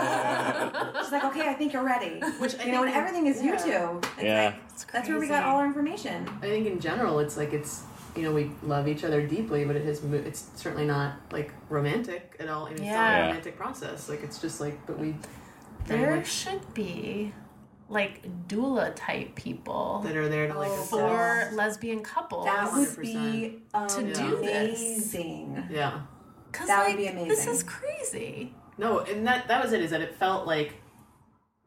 Speaker 3: She's like, okay, I think you're ready.
Speaker 6: Which I
Speaker 3: you know, and
Speaker 6: think
Speaker 3: everything is
Speaker 6: yeah.
Speaker 3: YouTube. It's
Speaker 5: Yeah.
Speaker 3: like, that's where we got all our information.
Speaker 6: I think in general, it's like it's you know we love each other deeply, but it has mo- it's certainly not like romantic at all. I mean, It's not
Speaker 2: Yeah.
Speaker 6: a romantic process. Like it's just like, but we very
Speaker 2: There
Speaker 6: much
Speaker 2: should be like doula type people
Speaker 6: that are there to like
Speaker 3: Oh,
Speaker 6: assist.
Speaker 2: for lesbian couples.
Speaker 3: That would be
Speaker 2: To
Speaker 3: amazing.
Speaker 6: 100%.
Speaker 2: do this.
Speaker 6: yeah.
Speaker 2: Cause,
Speaker 3: that
Speaker 2: like,
Speaker 3: would be
Speaker 2: This
Speaker 3: amazing.
Speaker 2: is crazy.
Speaker 6: No, and that that was it. Is that it felt like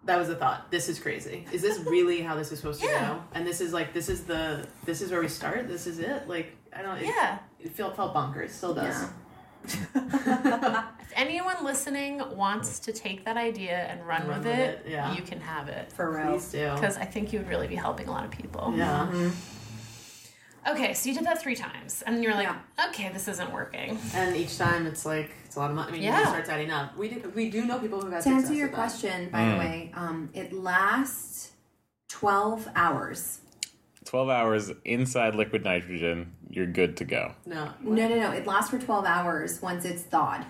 Speaker 6: that was the thought. This is crazy. Is this really how this is supposed to
Speaker 2: Yeah.
Speaker 6: go? And this is like this is the this is where we start. This is it. Like I don't. It,
Speaker 2: Yeah.
Speaker 6: It felt felt bonkers. Still does.
Speaker 3: Yeah.
Speaker 2: If anyone listening wants to take that idea and run,
Speaker 6: Run
Speaker 2: with,
Speaker 6: with
Speaker 2: it,
Speaker 6: it, yeah.
Speaker 2: you can have it.
Speaker 3: For real.
Speaker 2: Oh.
Speaker 6: Please do.
Speaker 3: Mm-hmm.
Speaker 2: Because I think you would really be helping a lot of people.
Speaker 6: Yeah.
Speaker 2: Okay, so you did that three times, and you're like,
Speaker 3: Yeah.
Speaker 2: okay, this isn't working.
Speaker 6: And each time it's like it's a lot of money. I mean,
Speaker 2: Yeah.
Speaker 6: it starts adding up. We do, we do know people who have had
Speaker 3: To answer
Speaker 6: success
Speaker 3: your
Speaker 6: with that.
Speaker 3: question, by
Speaker 5: Mm.
Speaker 3: the way, um, it lasts 12 hours.
Speaker 5: 12 hours inside liquid nitrogen, you're good to go.
Speaker 6: No,
Speaker 3: No, no, no. It lasts for 12 hours once it's thawed.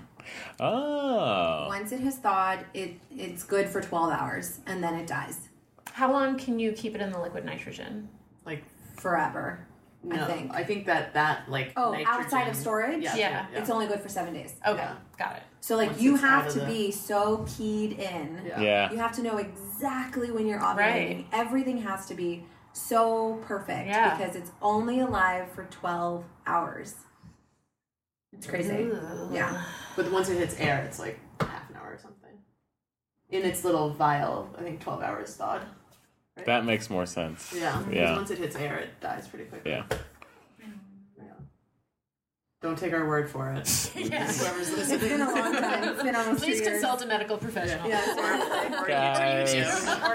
Speaker 5: Oh.
Speaker 3: Once it has thawed, it it's good for 12 hours and then it dies
Speaker 2: How long can you keep it in the liquid nitrogen?
Speaker 6: like
Speaker 3: forever.
Speaker 6: no. I think,
Speaker 3: think.
Speaker 6: that that like
Speaker 3: Oh,
Speaker 6: nitrogen-
Speaker 3: outside of storage?
Speaker 6: Yeah,
Speaker 2: Yeah.
Speaker 6: yeah.
Speaker 3: It's only good for seven days.
Speaker 2: Okay,
Speaker 6: Yeah.
Speaker 2: got it.
Speaker 3: So, like,
Speaker 6: Oh, Once
Speaker 3: you
Speaker 6: it's out
Speaker 3: have
Speaker 6: of
Speaker 3: to
Speaker 6: the-
Speaker 3: be so keyed in.
Speaker 6: Yeah.
Speaker 5: Yeah.
Speaker 3: You have to know exactly when you're ovulating.
Speaker 2: Right.
Speaker 3: Everything has to be so perfect
Speaker 2: Yeah.
Speaker 3: because it's only alive for 12 hours. It's crazy. Yeah.
Speaker 6: But once it hits air, it's like half an hour or something. In its little vial, I think twelve hours thawed.
Speaker 5: That makes more sense.
Speaker 6: Yeah. because
Speaker 5: Yeah.
Speaker 6: Once it hits air, it dies pretty quickly.
Speaker 5: Yeah.
Speaker 6: Yeah. Don't take our word for it. Whoever's listening.
Speaker 3: It's been a long time. It's been almost
Speaker 2: Please
Speaker 3: two years.
Speaker 2: consult a medical professional.
Speaker 6: Yeah. Or- or-
Speaker 5: Guys,
Speaker 3: Or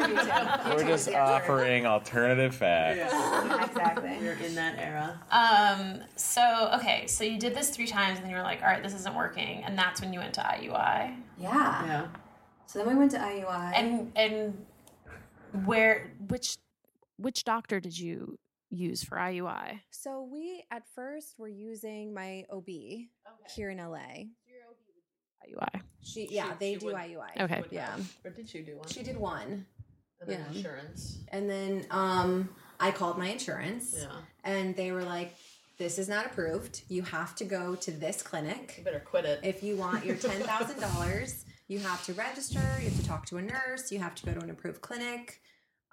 Speaker 3: you too.
Speaker 5: we're just uh, offering alternative facts.
Speaker 6: yeah.
Speaker 3: Exactly.
Speaker 6: You're in that era.
Speaker 2: Um, so okay, so you did this three times, and then you were like, all right, this isn't working, and that's when you went to IUI.
Speaker 3: Yeah.
Speaker 6: Yeah.
Speaker 3: So then we went to IUI.
Speaker 2: And and where?
Speaker 10: Which which doctor did you use for IUI?
Speaker 9: So we at first were using my OB here in LA.
Speaker 10: IUI.
Speaker 9: She yeah,
Speaker 6: She-
Speaker 9: they
Speaker 6: she
Speaker 9: do
Speaker 6: would-
Speaker 9: IUI.
Speaker 10: Okay.
Speaker 6: Would
Speaker 9: Yeah.
Speaker 6: not. Or did she do one?
Speaker 9: She did one.
Speaker 6: And then
Speaker 9: yeah.
Speaker 6: insurance.
Speaker 9: And then um I called my insurance
Speaker 6: Yeah.
Speaker 9: and they were like, This is not approved. You have to go to this clinic.
Speaker 6: You better quit it.
Speaker 9: If you want your ten thousand dollars, you have to register, you have to talk to a nurse, you have to go to an approved clinic.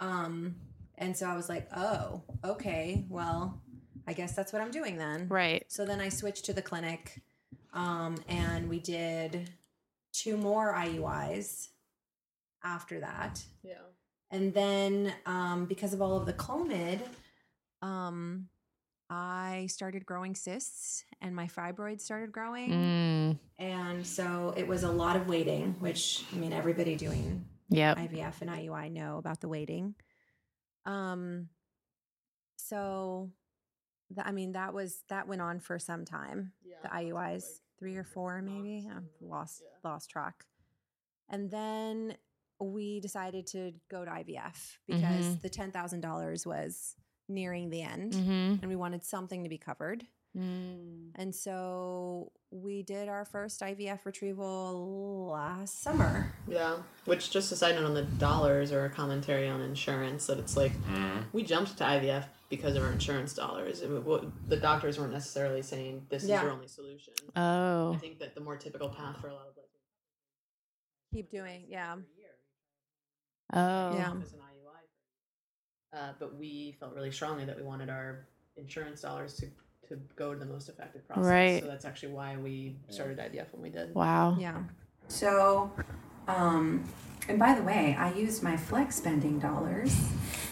Speaker 9: Um and so I was like, Oh, okay, well, I guess that's what I'm doing then.
Speaker 10: Right.
Speaker 9: So then I switched to the clinic, um, and we did two more IUIs after that.
Speaker 6: yeah.
Speaker 9: And then um, because of all of the Clomid, um, I started growing cysts and my fibroids started growing.
Speaker 10: Mm,
Speaker 9: And so it was a lot of waiting, which I mean, everybody doing
Speaker 10: yep.
Speaker 9: IVF and IUI know about the waiting. Um, so, th- I mean, that was that went on for some time.
Speaker 6: Yeah,
Speaker 9: The
Speaker 6: sounds like
Speaker 9: IUIs, three or four,
Speaker 6: months
Speaker 9: maybe.
Speaker 6: and
Speaker 9: I've
Speaker 6: then-
Speaker 9: lost
Speaker 6: yeah.
Speaker 9: lost track. And then we decided to go to IVF because
Speaker 10: Mhm.
Speaker 9: the ten thousand dollars was nearing the end,
Speaker 10: Mm-hmm.
Speaker 9: and we wanted something to be covered.
Speaker 3: Mm.
Speaker 9: And so we did our first IVF retrieval last summer.
Speaker 6: Yeah. Which, just a side note on the dollars or a commentary on insurance, that it's like
Speaker 5: Mm-hmm.
Speaker 6: we jumped to IVF because of our insurance dollars. It, w- the doctors weren't necessarily saying this is
Speaker 9: Yeah.
Speaker 6: your only solution. I
Speaker 10: Oh.
Speaker 6: think that the more typical path for a lot of like
Speaker 9: Keep doing, yeah.
Speaker 10: Oh.
Speaker 9: Yeah.
Speaker 6: as an IUI. Uh, but we felt really strongly that we wanted our insurance dollars to, to go to the most effective process.
Speaker 10: Right.
Speaker 6: So that's actually why we started IVF when we did.
Speaker 10: Wow.
Speaker 9: Yeah.
Speaker 3: So, um, and by the way, I used my flex spending dollars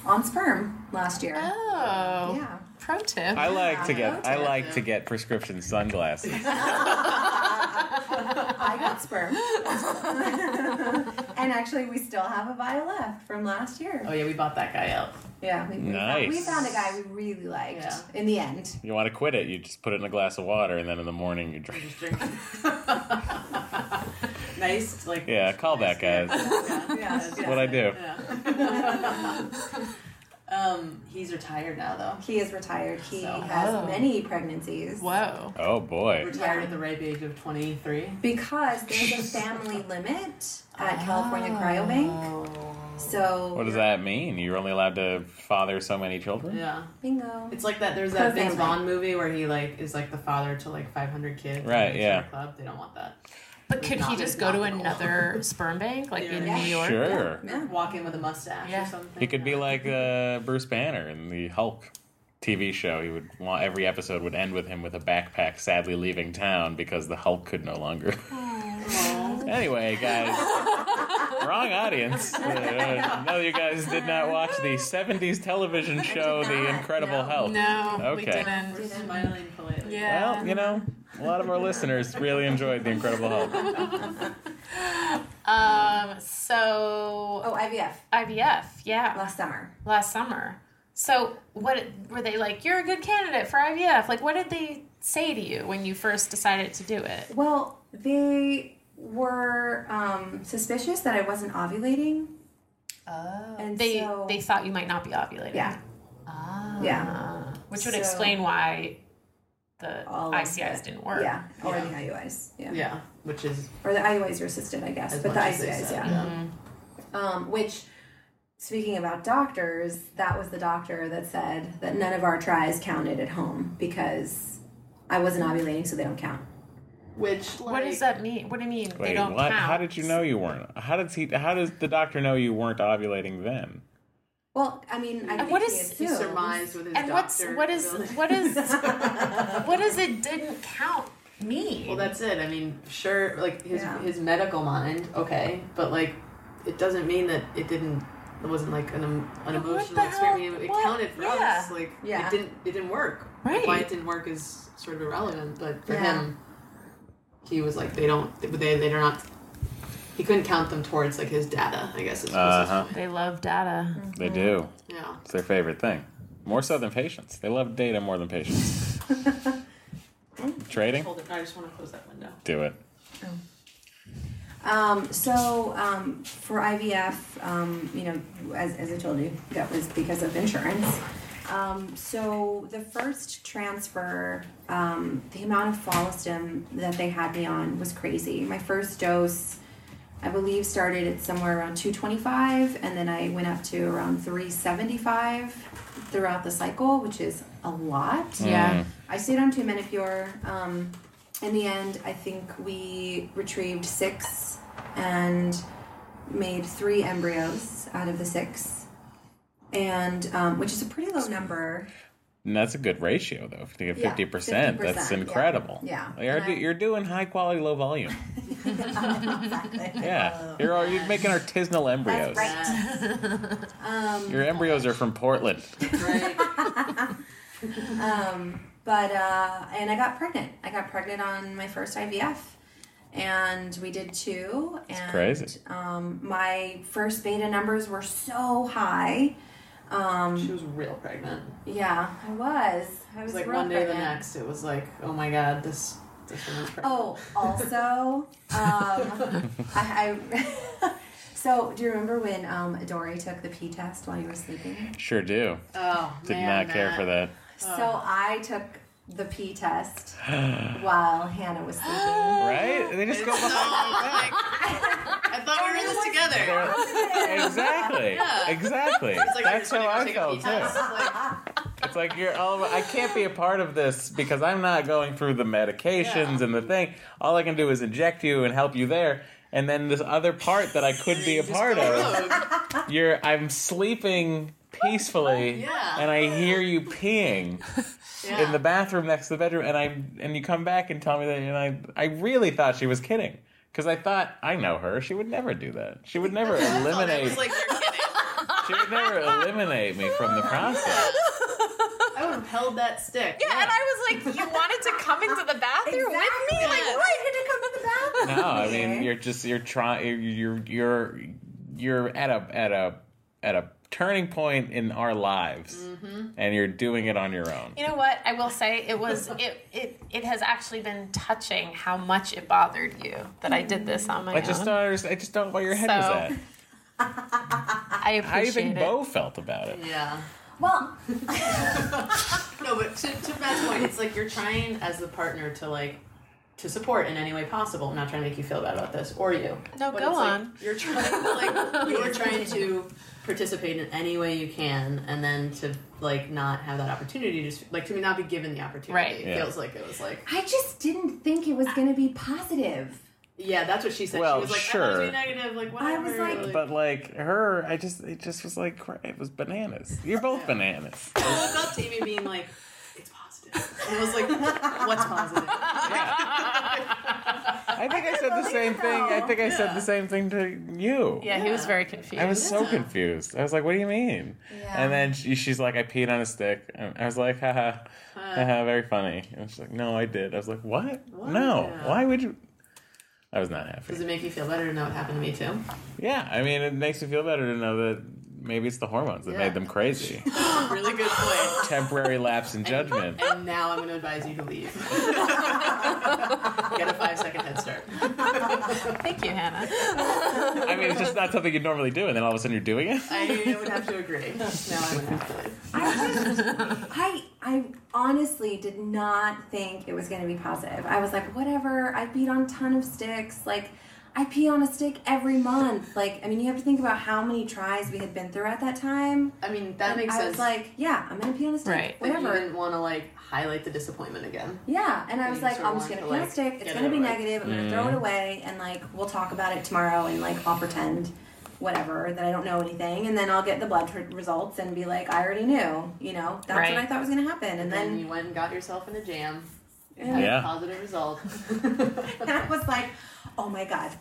Speaker 3: on sperm last year.
Speaker 2: Oh,
Speaker 3: Yeah.
Speaker 2: pro tip.
Speaker 5: I like to get I like to get prescription sunglasses.
Speaker 3: I got sperm. and actually, we still have a vial left from last year.
Speaker 6: Oh, yeah, we bought that guy out.
Speaker 3: Yeah. We, we found- we
Speaker 5: Nice.
Speaker 3: found a guy we really liked
Speaker 6: Yeah.
Speaker 3: in the end.
Speaker 5: You want to quit it, you just put it in a glass of water and then in the morning you drink.
Speaker 6: nice, like
Speaker 5: Yeah, call back guys. What I do.
Speaker 6: Um, he's retired now though.
Speaker 3: He is retired. He
Speaker 6: So-
Speaker 3: has many pregnancies.
Speaker 2: Whoa.
Speaker 5: Oh boy.
Speaker 6: Retired
Speaker 3: Yeah.
Speaker 6: at the ripe age of twenty three.
Speaker 3: Because there's a family limit at California Cryobank. So,
Speaker 5: What does that mean? You're only allowed to father so many children?
Speaker 6: Yeah,
Speaker 3: bingo.
Speaker 6: it's like that. There's that
Speaker 3: Pro
Speaker 6: Vince
Speaker 3: family.
Speaker 6: Vaughn movie where he like is like the father to like five hundred kids.
Speaker 5: Right,
Speaker 6: in the
Speaker 5: yeah.
Speaker 6: summer Club. They don't want that.
Speaker 2: But could he
Speaker 6: Not-
Speaker 2: just go to
Speaker 6: not at all.
Speaker 2: another sperm bank, like in
Speaker 6: Yeah.
Speaker 2: New York?
Speaker 5: Sure.
Speaker 6: Walk in with a mustache
Speaker 2: Yeah.
Speaker 6: or something.
Speaker 5: He could be like uh, Bruce Banner in the Hulk TV show. He would want every episode would end with him with a backpack, sadly leaving town because the Hulk could no longer. anyway, guys, wrong audience. Uh, no, you guys did not watch the '70s television show The Incredible Hulk.
Speaker 2: No, we
Speaker 5: Okay.
Speaker 2: didn't.
Speaker 6: We're smiling politely.
Speaker 2: Yeah.
Speaker 5: Well, you know, a lot of our listeners really enjoyed The Incredible Hulk.
Speaker 2: Um. So
Speaker 3: Oh, IVF
Speaker 2: IVF, yeah,
Speaker 3: Oh, last summer.
Speaker 2: last summer. So, what were they like? You're a good candidate for IVF. Like, what did they say to you when you first decided to do it?
Speaker 3: Well, they were um, suspicious that I wasn't ovulating. Oh. And
Speaker 2: They
Speaker 3: so,
Speaker 2: they thought you might not be ovulating.
Speaker 3: yeah. Yeah.
Speaker 2: Uh, which would
Speaker 3: So-
Speaker 2: explain why the
Speaker 3: All of
Speaker 2: ICIs
Speaker 3: it.
Speaker 2: didn't work.
Speaker 3: Yeah. Or
Speaker 6: Yeah.
Speaker 3: the IUIs. Yeah.
Speaker 6: Yeah, which is
Speaker 3: Or the IUIs are assisted, I guess,
Speaker 6: as
Speaker 3: but the
Speaker 6: much as they
Speaker 3: ICIs,
Speaker 6: said,
Speaker 3: yeah. Um, which, speaking about doctors, that was the doctor that said that none of our tries counted at home because I wasn't ovulating, so they don't count.
Speaker 6: Which like,
Speaker 2: What does that mean? What do you mean they
Speaker 5: Wait,
Speaker 2: don't
Speaker 5: what?
Speaker 2: count?
Speaker 5: How did you know you weren't? How does he? How does the doctor know you weren't ovulating then?
Speaker 3: Well, I mean, I think
Speaker 2: what
Speaker 3: he
Speaker 2: is-
Speaker 6: He
Speaker 3: assumes-
Speaker 6: surmised with his
Speaker 2: And what's
Speaker 6: doctor
Speaker 2: what is
Speaker 6: ability.
Speaker 2: what is what does it didn't count mean?
Speaker 6: Well, that's it. I mean, sure, like his
Speaker 3: Yeah.
Speaker 6: his medical mind, okay, but like it doesn't mean that it didn't. It wasn't like an, em- an
Speaker 2: Yeah, what
Speaker 6: emotional
Speaker 2: the hell-
Speaker 6: experience. I mean, It
Speaker 2: what?
Speaker 6: counted for
Speaker 2: Yeah.
Speaker 6: us. Like
Speaker 3: Yeah.
Speaker 6: it didn't. It didn't work.
Speaker 2: Right.
Speaker 6: Why it didn't work is sort of irrelevant. But for
Speaker 3: Yeah.
Speaker 6: him, he was like, they don't. They they're not. He couldn't count them towards like his data. I guess. Is was his
Speaker 5: Uh-huh.
Speaker 6: point.
Speaker 2: they love data.
Speaker 5: They do.
Speaker 6: Yeah.
Speaker 5: It's their favorite thing. More so than patients. They love data more than patients. Trading?
Speaker 6: Hold it. I just want to close that window.
Speaker 5: Do it.
Speaker 3: Um, so um, for IVF, um, you know, as, as I told you, that was because of insurance. Um, so the first transfer, um, the amount of follistim that they had me on was crazy. My first dose, I believe, started at somewhere around 225, and then I went up to around 375 throughout the cycle, which is a lot.
Speaker 2: Yeah.
Speaker 3: I stayed on two Menopure. Um, in the end, I think we retrieved six and made three embryos out of the six, and um, which is a pretty low number.
Speaker 5: And that's a good ratio, though. To get
Speaker 3: Yeah,
Speaker 5: fifty percent, that's
Speaker 3: 50%, yeah.
Speaker 5: incredible.
Speaker 3: Yeah.
Speaker 5: you're,
Speaker 3: And I-
Speaker 5: you're doing high quality, low volume. yeah, you're al- you're making artisanal embryos. Your embryos are from Portland.
Speaker 3: But uh, and I got pregnant. I got pregnant on my first IVF, and we did two. And
Speaker 5: crazy.
Speaker 3: Um, my first beta numbers were so high. Um,
Speaker 6: She was real pregnant.
Speaker 3: yeah, I was. I
Speaker 6: It
Speaker 3: was
Speaker 6: was like
Speaker 3: real
Speaker 6: one day to the
Speaker 3: pregnant.
Speaker 6: next. It was like, oh my god, this this woman's pregnant.
Speaker 3: Oh, also, um, I, I so do you remember when um, Dory took the pee test while you were sleeping?
Speaker 5: Sure do.
Speaker 6: Oh,
Speaker 5: Did
Speaker 6: man,
Speaker 5: not care
Speaker 6: that-
Speaker 5: for that.
Speaker 3: So I took the pee test while Hannah was sleeping.
Speaker 5: Right? They just go behind my back.
Speaker 6: I thought we were in this together.
Speaker 5: Exactly. Exactly.
Speaker 6: like
Speaker 5: That's
Speaker 6: you're
Speaker 5: how I
Speaker 6: trying to
Speaker 5: felt
Speaker 6: take a
Speaker 5: too. It's like you're all. I can't be a part of this because I'm not going through the medications and the thing. All I can do is inject you and help you there. And then this other part that I could be a part of,
Speaker 6: Oh,
Speaker 5: you're. I'm sleeping peacefully,
Speaker 6: Yeah.
Speaker 5: and I hear you peeing
Speaker 6: yeah.
Speaker 5: in the bathroom next to the bedroom, and I and you come back and tell me that, and I I really thought she was kidding because I thought I know her. She would never do that. She would never
Speaker 6: I
Speaker 5: eliminate.
Speaker 6: was like, you're kidding.
Speaker 5: She would never eliminate me from the process.
Speaker 6: I would have held that stick.
Speaker 2: Yeah, and I was like, you wanted to come into the bathroom with me? Like,
Speaker 3: Why did it come in the bathroom?
Speaker 5: No, I mean you're just you're trying you're you're you're at a at a at a turning point in our lives,
Speaker 2: Mm-hmm.
Speaker 5: and you're doing it on your own.
Speaker 2: You know what? I will say it was it it it has actually been touching how much it bothered you that I did this on my
Speaker 5: I just uh,
Speaker 2: own.
Speaker 5: don't understand. I just don't know where your head
Speaker 2: So,
Speaker 5: was at.
Speaker 2: I
Speaker 5: How do
Speaker 2: appreciate
Speaker 5: you think
Speaker 2: it.
Speaker 5: Bo felt about it?
Speaker 6: Yeah.
Speaker 3: Well,
Speaker 6: No, but to, to Matt's point, it's like you're trying as the partner to like to support in any way possible. I'm not trying to make you feel bad about this or you.
Speaker 2: No,
Speaker 6: But
Speaker 2: go
Speaker 6: it's like
Speaker 2: on.
Speaker 6: you're trying to like you're trying to participate in any way you can, and then to like not have that opportunity, just like to not be given the opportunity.
Speaker 2: Right.
Speaker 6: It
Speaker 5: Yeah.
Speaker 6: feels like it was like
Speaker 3: I just didn't think it was going to be positive.
Speaker 6: yeah, that's what she said.
Speaker 5: Well,
Speaker 6: she was like,
Speaker 5: sure.
Speaker 6: That must be negative. Like whatever.
Speaker 3: I was like-
Speaker 5: But like her, I just it just was like cra- it was bananas. You're both bananas.
Speaker 6: I woke up to Amy being like, "It's positive," and I was like, "What's positive?"
Speaker 5: I think I said the same thing. I think I said the same thing to you.
Speaker 2: yeah, he was very confused.
Speaker 5: I was so confused. I was like, "What do you mean?"
Speaker 3: Yeah.
Speaker 5: And then she, she's like, "I peed on a stick." And I was like, "Haha, haha, very funny." And she's like, "No, I did." I was like, "What? No,
Speaker 6: What?
Speaker 5: why would you?" I was not happy.
Speaker 6: Does it make you feel better to know what happened to me too?
Speaker 5: yeah, I mean, it makes me feel better to know that Maybe it's the hormones that
Speaker 6: Yeah.
Speaker 5: made them crazy.
Speaker 6: really good point.
Speaker 5: Temporary lapse in judgment.
Speaker 6: And now I'm going to advise you to leave. Get a five second head start.
Speaker 2: Thank you, Hannah.
Speaker 5: I mean, it's just not something you'd normally do, and then all of a sudden you're doing it.
Speaker 6: I would have to agree. Now I would have to leave.
Speaker 3: I I honestly did not think it was going to be positive. I was like, whatever. I peed on a ton of sticks. Like, I pee on a stick every month. Like, I mean, you have to think about how many tries we had been through at that time.
Speaker 6: I mean, that
Speaker 3: And
Speaker 6: makes
Speaker 3: I
Speaker 6: sense.
Speaker 3: was like, yeah, I'm going to pee on a stick.
Speaker 2: Right.
Speaker 6: that you
Speaker 3: Whatever.
Speaker 6: didn't want to like highlight the disappointment again.
Speaker 3: Yeah, and I was
Speaker 6: you
Speaker 3: like,
Speaker 6: sort of
Speaker 3: I'm just
Speaker 6: want
Speaker 3: gonna
Speaker 6: to, like,
Speaker 3: plastic. It's
Speaker 6: get
Speaker 3: gonna
Speaker 6: it
Speaker 3: be
Speaker 6: away.
Speaker 3: negative. I'm gonna
Speaker 2: Mm.
Speaker 3: throw it away, and like we'll talk about it tomorrow, and like I'll pretend whatever that I don't know anything, and then I'll get the blood tr- results and be like, I already knew. You know, that's
Speaker 2: Right.
Speaker 3: what I thought was gonna happen, and
Speaker 6: Then
Speaker 3: then
Speaker 6: you went and got yourself in a jam.
Speaker 3: Yeah.
Speaker 5: Yeah.
Speaker 6: Positive result.
Speaker 3: I was like, oh my god,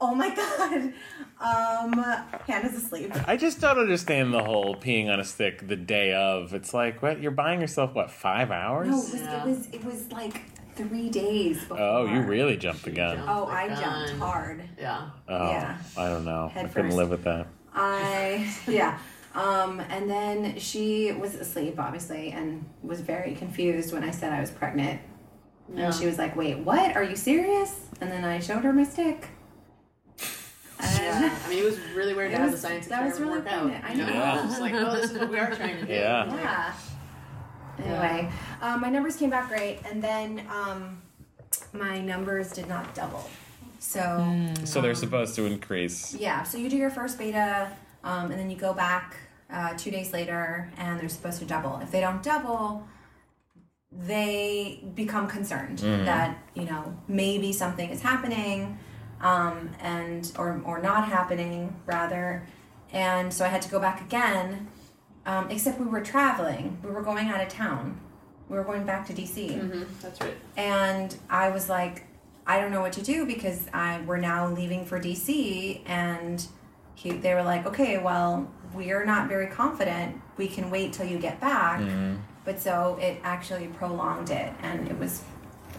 Speaker 3: oh my god, um, Hannah's asleep.
Speaker 5: I just don't understand the whole peeing on a stick the day of. It's like, what? You're buying yourself, what, five hours?
Speaker 3: No, it was,
Speaker 6: Yeah.
Speaker 3: it was it was like three days. Before.
Speaker 5: Oh, you really jumped the gun.
Speaker 3: Oh, I jumped
Speaker 6: Done.
Speaker 3: hard.
Speaker 6: yeah.
Speaker 5: Oh,
Speaker 3: Yeah.
Speaker 5: I don't know.
Speaker 3: Head
Speaker 5: I couldn't
Speaker 3: first.
Speaker 5: live with that.
Speaker 3: I yeah. Um, and then she was asleep, obviously, and was very confused when I said I was pregnant.
Speaker 6: Yeah.
Speaker 3: And she was like, "Wait, what? Are you serious?" And then I showed her my stick. And
Speaker 6: Yeah. I mean, it was really weird to
Speaker 3: It
Speaker 6: have the
Speaker 3: was-
Speaker 6: science
Speaker 3: that was
Speaker 6: experiment
Speaker 3: really
Speaker 6: work
Speaker 3: fun.
Speaker 6: out.
Speaker 3: I
Speaker 6: you
Speaker 3: know.
Speaker 6: It was just like, oh, this is what we are trying to do.
Speaker 5: Yeah.
Speaker 3: Yeah. Anyway, um, my numbers came back great, and then um, my numbers did not double. So
Speaker 5: So they're supposed to increase.
Speaker 3: Yeah, so you do your first beta, um, and then you go back uh, two days later, and they're supposed to double. If they don't double, they become concerned that you know maybe something is happening, um, and or or not happening rather, and so I had to go back again. Um, except we were traveling, we were going out of town, we were going back to DC
Speaker 6: That's right.
Speaker 3: and I was like, I don't know what to do because I we're now leaving for DC, and he, they were like, okay, well, we're not very confident. We can wait till you get back, but so it actually prolonged it, and it was,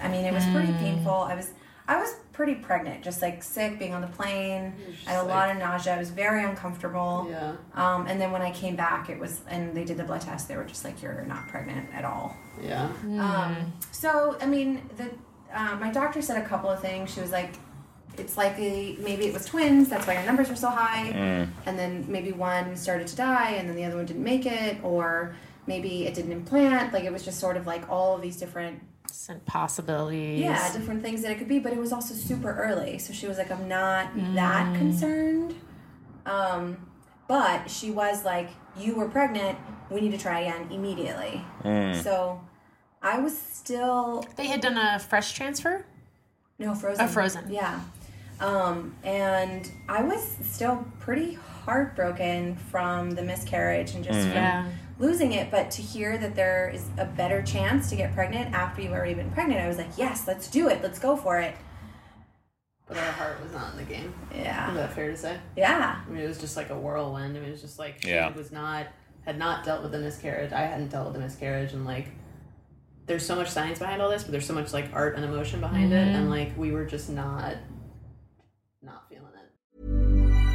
Speaker 3: I mean, it was pretty painful. I was. I was pretty pregnant, just like sick, being on the plane. I had a lot of nausea. I was very uncomfortable.
Speaker 6: Yeah.
Speaker 3: Um, and then when I came back, it was, and they did the blood test. They were just like, "You're not pregnant at all."
Speaker 6: Yeah.
Speaker 3: Um, so I mean, the uh, my doctor said a couple of things. She was like, "It's likely maybe it was twins. That's why your numbers were so high." And then maybe one started to die, and then the other one didn't make it, or maybe it didn't implant. Like it was just sort of like all of these different
Speaker 2: Different possibilities.
Speaker 3: yeah different things that it could be. But it was also super early, so she was like, "I'm not that concerned." Um, but she was like, "You were pregnant. We need to try again immediately." So. I was still
Speaker 2: They had done a fresh transfer.
Speaker 3: no, Frozen.
Speaker 2: Oh, Frozen.
Speaker 3: Yeah. Um, and I was still pretty heartbroken from the miscarriage and just from
Speaker 2: Yeah.
Speaker 3: losing it. But to hear that there is a better chance to get pregnant after you've already been pregnant, I was like, yes, let's do it. Let's go for it.
Speaker 6: But our heart was not in the game. Is
Speaker 3: Yeah.
Speaker 6: that fair to say?
Speaker 3: Yeah.
Speaker 6: I mean, it was just like a whirlwind. I mean, it was just like she
Speaker 5: Yeah.
Speaker 6: was not had not dealt with the miscarriage. I hadn't dealt with the miscarriage, and like, there's so much science behind all this, but there's so much like art and emotion behind it, and like we were just not not feeling it.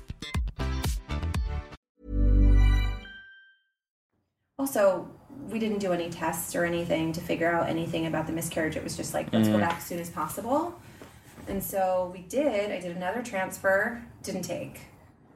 Speaker 3: Also, we didn't do any tests or anything to figure out anything about the miscarriage. It was just like, let's go back as soon as possible. And so we did. I did another transfer, didn't take.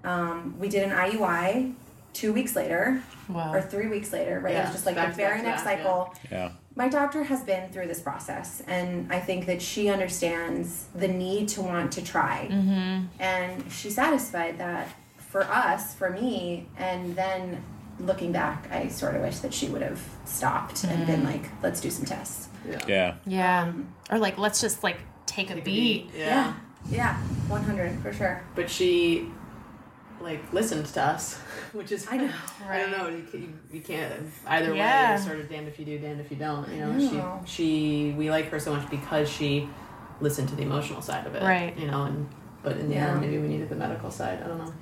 Speaker 3: Um, we did an IUI two weeks later. or
Speaker 2: Wow.
Speaker 3: three weeks later, right? it
Speaker 6: Yeah,
Speaker 3: was just like
Speaker 6: back
Speaker 3: the
Speaker 6: to
Speaker 3: very
Speaker 6: back to
Speaker 3: next
Speaker 6: back,
Speaker 3: cycle.
Speaker 5: Yeah.
Speaker 3: My doctor has been through this process, and I think that she understands the need to want to try. Mm-hmm. And she's satisfied that for us, for me, and then looking back, I sort of wish that she would have stopped and been like, let's do some tests.
Speaker 5: Yeah.
Speaker 2: Yeah. Or like, let's just like take a beat.
Speaker 6: Yeah.
Speaker 3: Yeah, 100 for sure.
Speaker 6: But she like listened to us, which is I know. I don't know. You, ca- you, you can't either way.
Speaker 2: Yeah.
Speaker 6: It's sort of damned if you do, damned if you don't. You know,
Speaker 2: No.
Speaker 6: she she we like her so much because she listened to the emotional side of it,
Speaker 2: Right.
Speaker 6: You know, and but in the
Speaker 3: Yeah.
Speaker 6: end, maybe we needed the medical side. I don't know.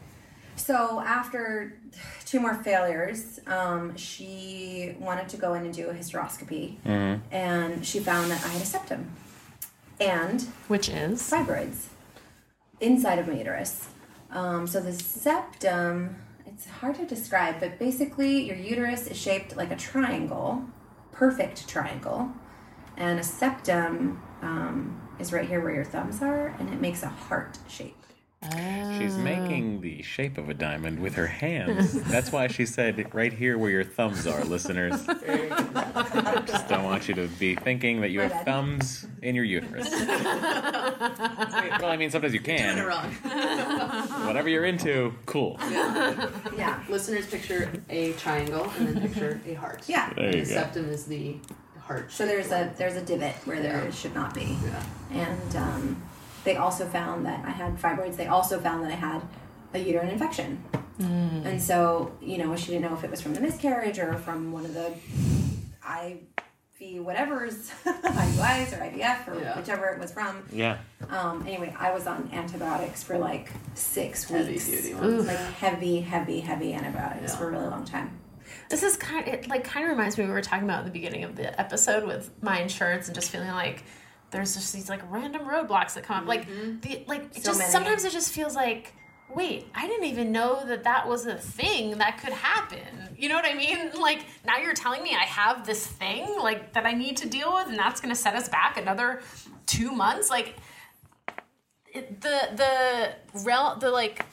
Speaker 3: So after two more failures, um, she wanted to go in and do a hysteroscopy, and she found that I had a septum and
Speaker 10: Which is
Speaker 3: fibroids inside of my uterus. Um, so the septum, it's hard to describe, but basically your uterus is shaped like a triangle, perfect triangle, and a septum um, is right here where your thumbs are, and it makes a heart shape.
Speaker 5: She's making the shape of a diamond with her hands. That's why she said, right here where your thumbs are, listeners. Just don't want you to be thinking that you have
Speaker 3: bad.
Speaker 5: thumbs in your uterus. well, I mean, sometimes you
Speaker 6: Doing it
Speaker 5: can.
Speaker 6: wrong.
Speaker 5: Whatever you're into, cool.
Speaker 3: Yeah.
Speaker 6: Listeners, picture a triangle and then picture a heart.
Speaker 3: Yeah.
Speaker 5: There
Speaker 6: And
Speaker 5: you
Speaker 6: the
Speaker 5: go.
Speaker 6: septum is the heart.
Speaker 3: So there's a there's a divot where there should not be. And um, they also found that I had fibroids. They also found that I had a uterine infection.
Speaker 6: Mm.
Speaker 3: And so you know she didn't know if it was from the miscarriage or from one of the IV whatever's IUIs or IVF or
Speaker 6: Yeah.
Speaker 3: whichever it was from.
Speaker 5: Yeah.
Speaker 3: Um, anyway, I was on antibiotics for like six
Speaker 6: Heavy
Speaker 3: weeks.
Speaker 6: duty ones.
Speaker 3: Like heavy, heavy, heavy antibiotics
Speaker 6: Yeah.
Speaker 3: for a really long time.
Speaker 2: This is kind it like kind of reminds me we were talking about at the beginning of the episode with my insurance and just feeling like there's just these like random roadblocks that come up. Like the like it
Speaker 3: Mm-hmm. So
Speaker 2: just
Speaker 3: many.
Speaker 2: sometimes it just feels like wait, I didn't even know that that was a thing that could happen. You know what I mean? Like now you're telling me I have this thing like that I need to deal with and that's going to set us back another 2 months like it, the the rel the like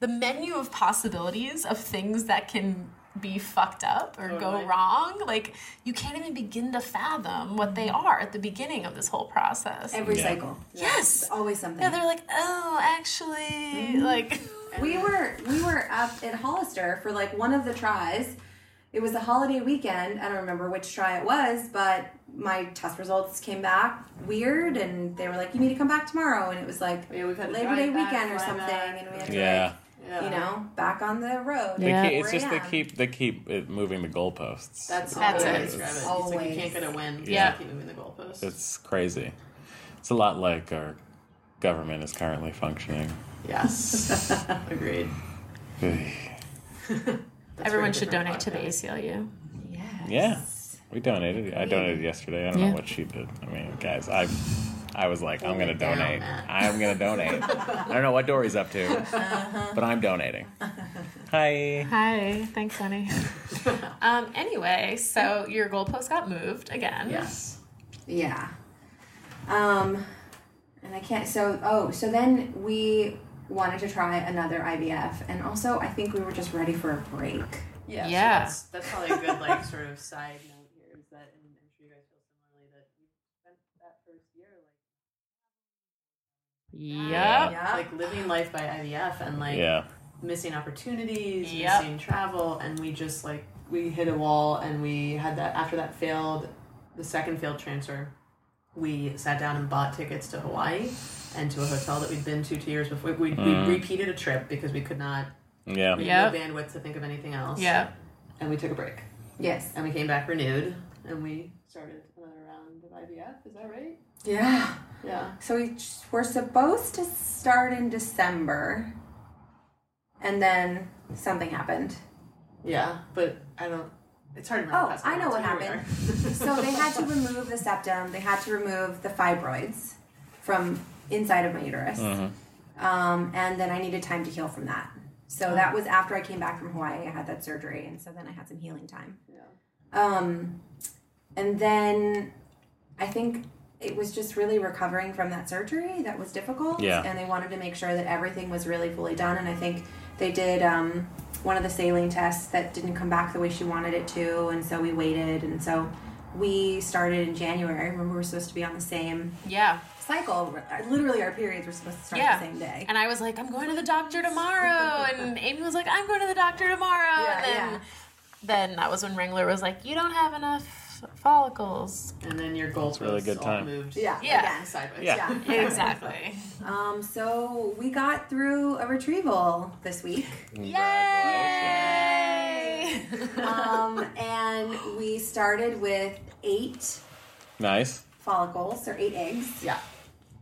Speaker 2: the menu of possibilities of things that can be fucked up or
Speaker 6: Totally.
Speaker 2: go wrong like you can't even begin to fathom what they are at the beginning of this whole process
Speaker 3: Every cycle.
Speaker 2: yes
Speaker 3: It's always something.
Speaker 2: yeah they're like oh actually like
Speaker 3: We were we were up at Hollister for like one of the tries. It was a holiday weekend. I don't remember which try it was, but my test results came back weird, and they were like, "You need to come back tomorrow." And it was like
Speaker 6: Yeah, we've had to
Speaker 3: Labor
Speaker 6: drive
Speaker 3: Day
Speaker 6: back,
Speaker 3: weekend or
Speaker 6: fly
Speaker 3: something,
Speaker 6: back.
Speaker 3: and we had to,
Speaker 5: Yeah.
Speaker 6: Yeah.
Speaker 3: like, you know, back on the road.
Speaker 10: They Yeah.
Speaker 5: They keep, it's
Speaker 3: 4
Speaker 5: just they
Speaker 3: a.m..
Speaker 5: keep they keep it moving the goalposts.
Speaker 6: That's,
Speaker 2: That's
Speaker 6: how I
Speaker 2: it.
Speaker 6: describe it. It's like you
Speaker 3: Always.
Speaker 6: can't get a win. You
Speaker 5: Yeah.
Speaker 6: keep moving the goalposts.
Speaker 5: it's crazy. It's a lot like our government is currently functioning.
Speaker 6: Yes. Agreed.
Speaker 2: everyone should donate to the ACLU
Speaker 5: Yeah, we donated. I donated yesterday. I don't
Speaker 10: Yeah.
Speaker 5: know what she did. I mean, guys, I, I was like, I'm gonna
Speaker 6: it down,
Speaker 5: donate.
Speaker 6: Matt.
Speaker 5: I'm gonna donate. I don't know what Dory's up to, but I'm donating. Hi.
Speaker 2: hi thanks honey um anyway so your goalpost got moved again
Speaker 6: Yes.
Speaker 3: Yeah. Um, and I can't. So oh, so then we wanted to try another IVF, and also I think we were just ready for a break.
Speaker 6: Yeah. so
Speaker 2: Yeah.
Speaker 6: that's, that's probably a good like sort of side note here is that, and I'm sure you guys feel similarly that you spent that first year
Speaker 10: yep.
Speaker 3: Yeah.
Speaker 6: like like living life by IVF and like
Speaker 5: Yeah.
Speaker 6: missing opportunities,
Speaker 2: Yep.
Speaker 6: missing travel, and we just like we hit a wall and we had that after that failed the second failed transfer, we sat down and bought tickets to Hawaii and to a hotel that we'd been to two years before. We, we repeated a trip because we could not
Speaker 5: Yeah.
Speaker 6: we
Speaker 5: Mm. Yeah.
Speaker 6: had no bandwidth to think of anything else.
Speaker 2: yeah
Speaker 6: And we took a break.
Speaker 3: Yes.
Speaker 6: And we came back renewed and we started another round of IVF, is that right?
Speaker 3: Yeah.
Speaker 6: Yeah.
Speaker 3: So we just- were supposed to start in December, and then something happened.
Speaker 6: Yeah. But I don't it's hard to remember.
Speaker 3: Oh,
Speaker 6: past
Speaker 3: I know
Speaker 6: moments.
Speaker 3: what
Speaker 6: Here we
Speaker 3: happened.
Speaker 6: are.
Speaker 3: So they had to remove the septum. They had to remove the fibroids from inside of my uterus, um, and then I needed time to heal from that. So that was after I came back from Hawaii. I had that surgery, and so then I had some healing time. Um, and then I think it was just really recovering from that surgery that was difficult.
Speaker 5: Yeah.
Speaker 3: And they wanted to make sure that everything was really fully done. And I think they did um, one of the saline tests that didn't come back the way she wanted it to. And so we waited. And so we started in January when we were supposed to be on the same
Speaker 2: yeah
Speaker 3: cycle. Literally, our periods were supposed to start
Speaker 2: Yeah.
Speaker 3: the same day.
Speaker 2: And I was like, I'm going to the doctor tomorrow. And Amy was like, I'm going to the doctor tomorrow.
Speaker 3: Yeah,
Speaker 2: and then,
Speaker 3: yeah.
Speaker 2: then that was when Wrangler was like, You don't have enough follicles.
Speaker 6: And then your goalposts
Speaker 5: really good
Speaker 6: all
Speaker 5: time.
Speaker 6: moved.
Speaker 3: Yeah.
Speaker 2: Yeah.
Speaker 6: Again, sideways.
Speaker 5: Yeah.
Speaker 2: Exactly.
Speaker 3: Um, so we got through a retrieval this week.
Speaker 2: Yay!
Speaker 3: Um, and we started with eight
Speaker 5: Nice.
Speaker 3: follicles or eight eggs
Speaker 6: Yeah.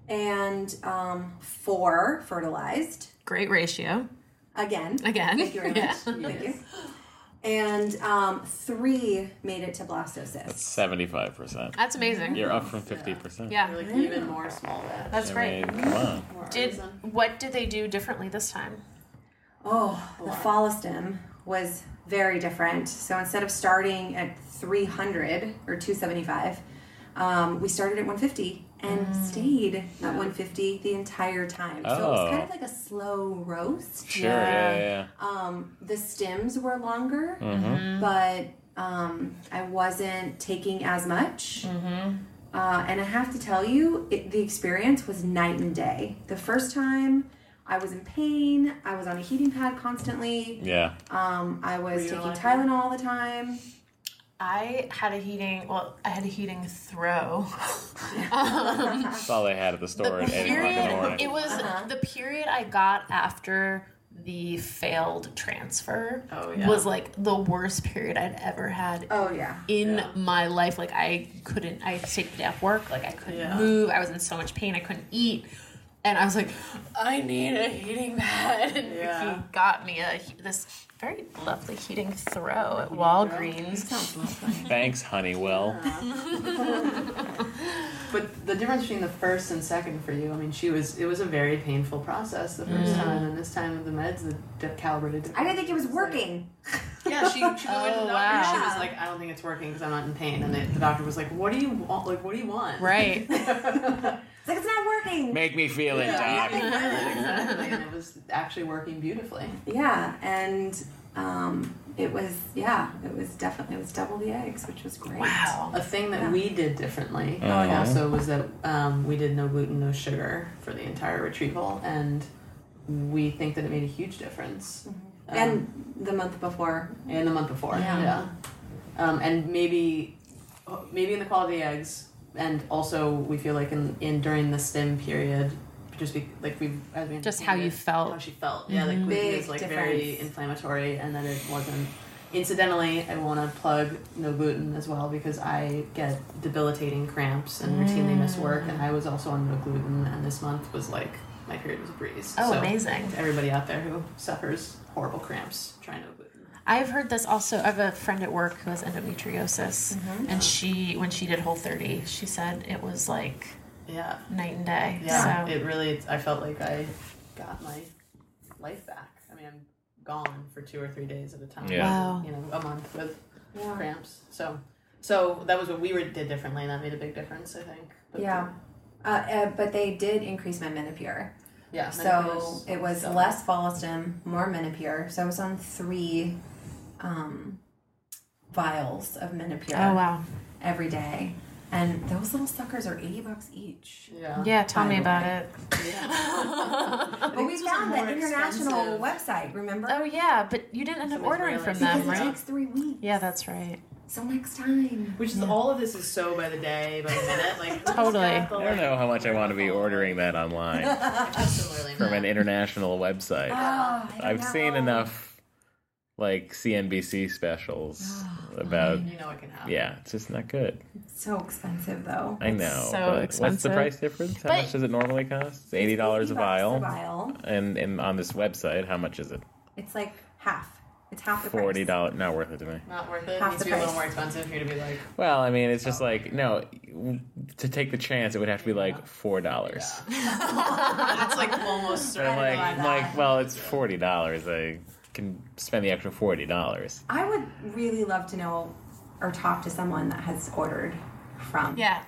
Speaker 3: and um, four fertilized.
Speaker 2: Great ratio.
Speaker 3: Again.
Speaker 2: Again.
Speaker 3: Thank you very much.
Speaker 2: Yeah.
Speaker 3: Thank you. And um, three made it to blastocyst.
Speaker 5: That's seventy-five percent.
Speaker 2: That's amazing.
Speaker 5: You're up from fifty percent.
Speaker 2: Yeah.
Speaker 6: Like even more small bed.
Speaker 2: That's
Speaker 5: I
Speaker 2: great.
Speaker 5: mean, come on.
Speaker 2: Did what did they do differently this time?
Speaker 3: Oh, the follistim was very different. So instead of starting at 300 or 275, um, we started at 150 and stayed at 150 the entire time. So it was kind of
Speaker 5: Oh.
Speaker 3: like a slow roast.
Speaker 5: Sure. Yeah. Yeah. yeah.
Speaker 3: Um, the stems were longer, but um, I wasn't taking as much. Uh, and I have to tell you, it, the experience was night and day. The first time, I was in pain. I was on a heating pad constantly.
Speaker 5: Yeah.
Speaker 3: Um, I was taking Tylenol all the time.
Speaker 2: I had a heating. Well, I had a heating throw.
Speaker 5: That's all they had at the store at eight o'clock in the
Speaker 2: period. It
Speaker 5: morning.
Speaker 2: was the period I got after the failed transfer.
Speaker 6: Oh, yeah.
Speaker 2: Was like the worst period I'd ever had
Speaker 3: Oh yeah.
Speaker 2: in my life. Like I couldn't. I stayed at work. Like I couldn't move. I was in so much pain. I couldn't eat. And I was like, I need a heating pad. And
Speaker 6: Yeah.
Speaker 2: he got me a this very lovely heating throw at Walgreens.
Speaker 5: Thanks, Honeywell.
Speaker 6: But the difference between the first and second for you, I mean, she was it was a very painful process the first time, and this time with the meds, the de- calibrated.
Speaker 3: I didn't think it was working.
Speaker 6: Yeah, she she went to the doctor. and She
Speaker 2: wow.
Speaker 6: was like, I don't think it's working because I'm not in pain, and it, the doctor was like, What do you want? Like, what do you want?
Speaker 2: Right.
Speaker 3: It's like it's not working.
Speaker 5: Make me feel it, Doc.
Speaker 6: Exactly, and it was actually working beautifully.
Speaker 3: Yeah, and um, it was yeah, it was definitely it was double the eggs, which was great.
Speaker 2: Wow.
Speaker 6: A thing that we did differently uh, also was that um, we did no gluten, no sugar for the entire retrieval, and we think that it made a huge difference. Um,
Speaker 3: And the month before,
Speaker 6: and the month before. Yeah. Um, and maybe, maybe in the quality eggs, and also we feel like in, in during the stem period, just be, like we as we
Speaker 2: Just how you
Speaker 6: indicated,
Speaker 2: felt. Mm-hmm.
Speaker 6: how she felt. Yeah, like gluten
Speaker 3: Big
Speaker 6: is like
Speaker 3: difference.
Speaker 6: very inflammatory, and then it wasn't. Incidentally, I want to plug no gluten as well because I get debilitating cramps and routinely
Speaker 2: Mm.
Speaker 6: miss work, and I was also on no gluten, and this month was like my period was a breeze.
Speaker 2: Oh,
Speaker 6: So,
Speaker 2: amazing.
Speaker 6: to Everybody out there who suffers horrible cramps, try no gluten.
Speaker 2: I've heard this also. I have a friend at work who has endometriosis, and she, when she did Whole 30, she said it was like
Speaker 6: Yeah.
Speaker 2: night and day.
Speaker 6: Yeah,
Speaker 2: So
Speaker 6: it really. I felt like I got my life back. I mean, I'm gone for two or three days at a time.
Speaker 5: Yeah.
Speaker 2: Wow.
Speaker 6: You know, a month with cramps. So, so that was what we were, did differently, and that made a big difference. I think. But
Speaker 3: yeah. Uh, uh, but they did increase my menopure.
Speaker 6: the-
Speaker 2: Oh
Speaker 6: yeah.
Speaker 3: So
Speaker 6: menopause.
Speaker 3: it was less follistim, more menopure. So I was on three um, vials of menopure
Speaker 2: oh wow.
Speaker 3: every day. And those little suckers are 80 bucks each.
Speaker 6: Yeah.
Speaker 2: Yeah, tell me
Speaker 3: By the
Speaker 2: about
Speaker 3: way.
Speaker 2: it.
Speaker 3: But we found the international website, remember?
Speaker 2: Oh yeah, but you didn't end up
Speaker 6: Some
Speaker 2: ordering
Speaker 6: Israelis.
Speaker 2: from
Speaker 3: because
Speaker 2: them,
Speaker 3: it
Speaker 2: right?
Speaker 3: takes three weeks.
Speaker 2: Yeah, that's right.
Speaker 3: So next time.
Speaker 6: Which is all of this is so by the day, by the minute, like
Speaker 2: Totally.
Speaker 5: I don't know how much I want to be ordering that online
Speaker 6: Absolutely.
Speaker 5: from an international website.
Speaker 3: Oh, I
Speaker 5: I've
Speaker 3: know.
Speaker 5: seen enough like CNBC specials about.
Speaker 6: You know it can happen.
Speaker 5: Yeah, it's just not good.
Speaker 3: So expensive, though.
Speaker 5: I know.
Speaker 2: so
Speaker 5: but What's the
Speaker 2: expensive.
Speaker 5: price difference? How
Speaker 2: But-
Speaker 5: much does it normally cost? It's eighty dollars a
Speaker 3: 80 bucks
Speaker 5: vial,
Speaker 3: vial.
Speaker 5: and and on this website, how much is it?
Speaker 3: It's like half. It's half the price.
Speaker 5: Forty dollars. Not worth it to me.
Speaker 6: Not worth it.
Speaker 3: Half
Speaker 6: needs to
Speaker 3: the
Speaker 6: be a
Speaker 3: price.
Speaker 6: little more expensive for you to be like,
Speaker 5: Well, I mean, it's just like no. To take the chance, it would have to be like four dollars.
Speaker 6: that's like almost certain.
Speaker 5: I'm like, I'm like, well, it's forty dollars. I can spend the extra forty dollars.
Speaker 3: I would really love to know or talk to someone that has ordered from.
Speaker 2: Yeah.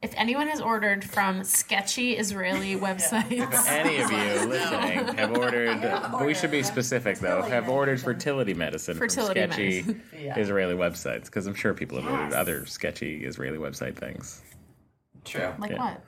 Speaker 2: If anyone has ordered from sketchy Israeli websites,
Speaker 5: Any of you listening have ordered? but we should be specific though. Have ordered fertility medicine
Speaker 2: Fertility
Speaker 5: from sketchy
Speaker 2: medicine.
Speaker 6: Yeah.
Speaker 5: Israeli websites because I'm sure people have ordered
Speaker 3: Yes.
Speaker 5: other sketchy Israeli website things.
Speaker 6: True.
Speaker 2: like
Speaker 5: Yeah.
Speaker 2: what?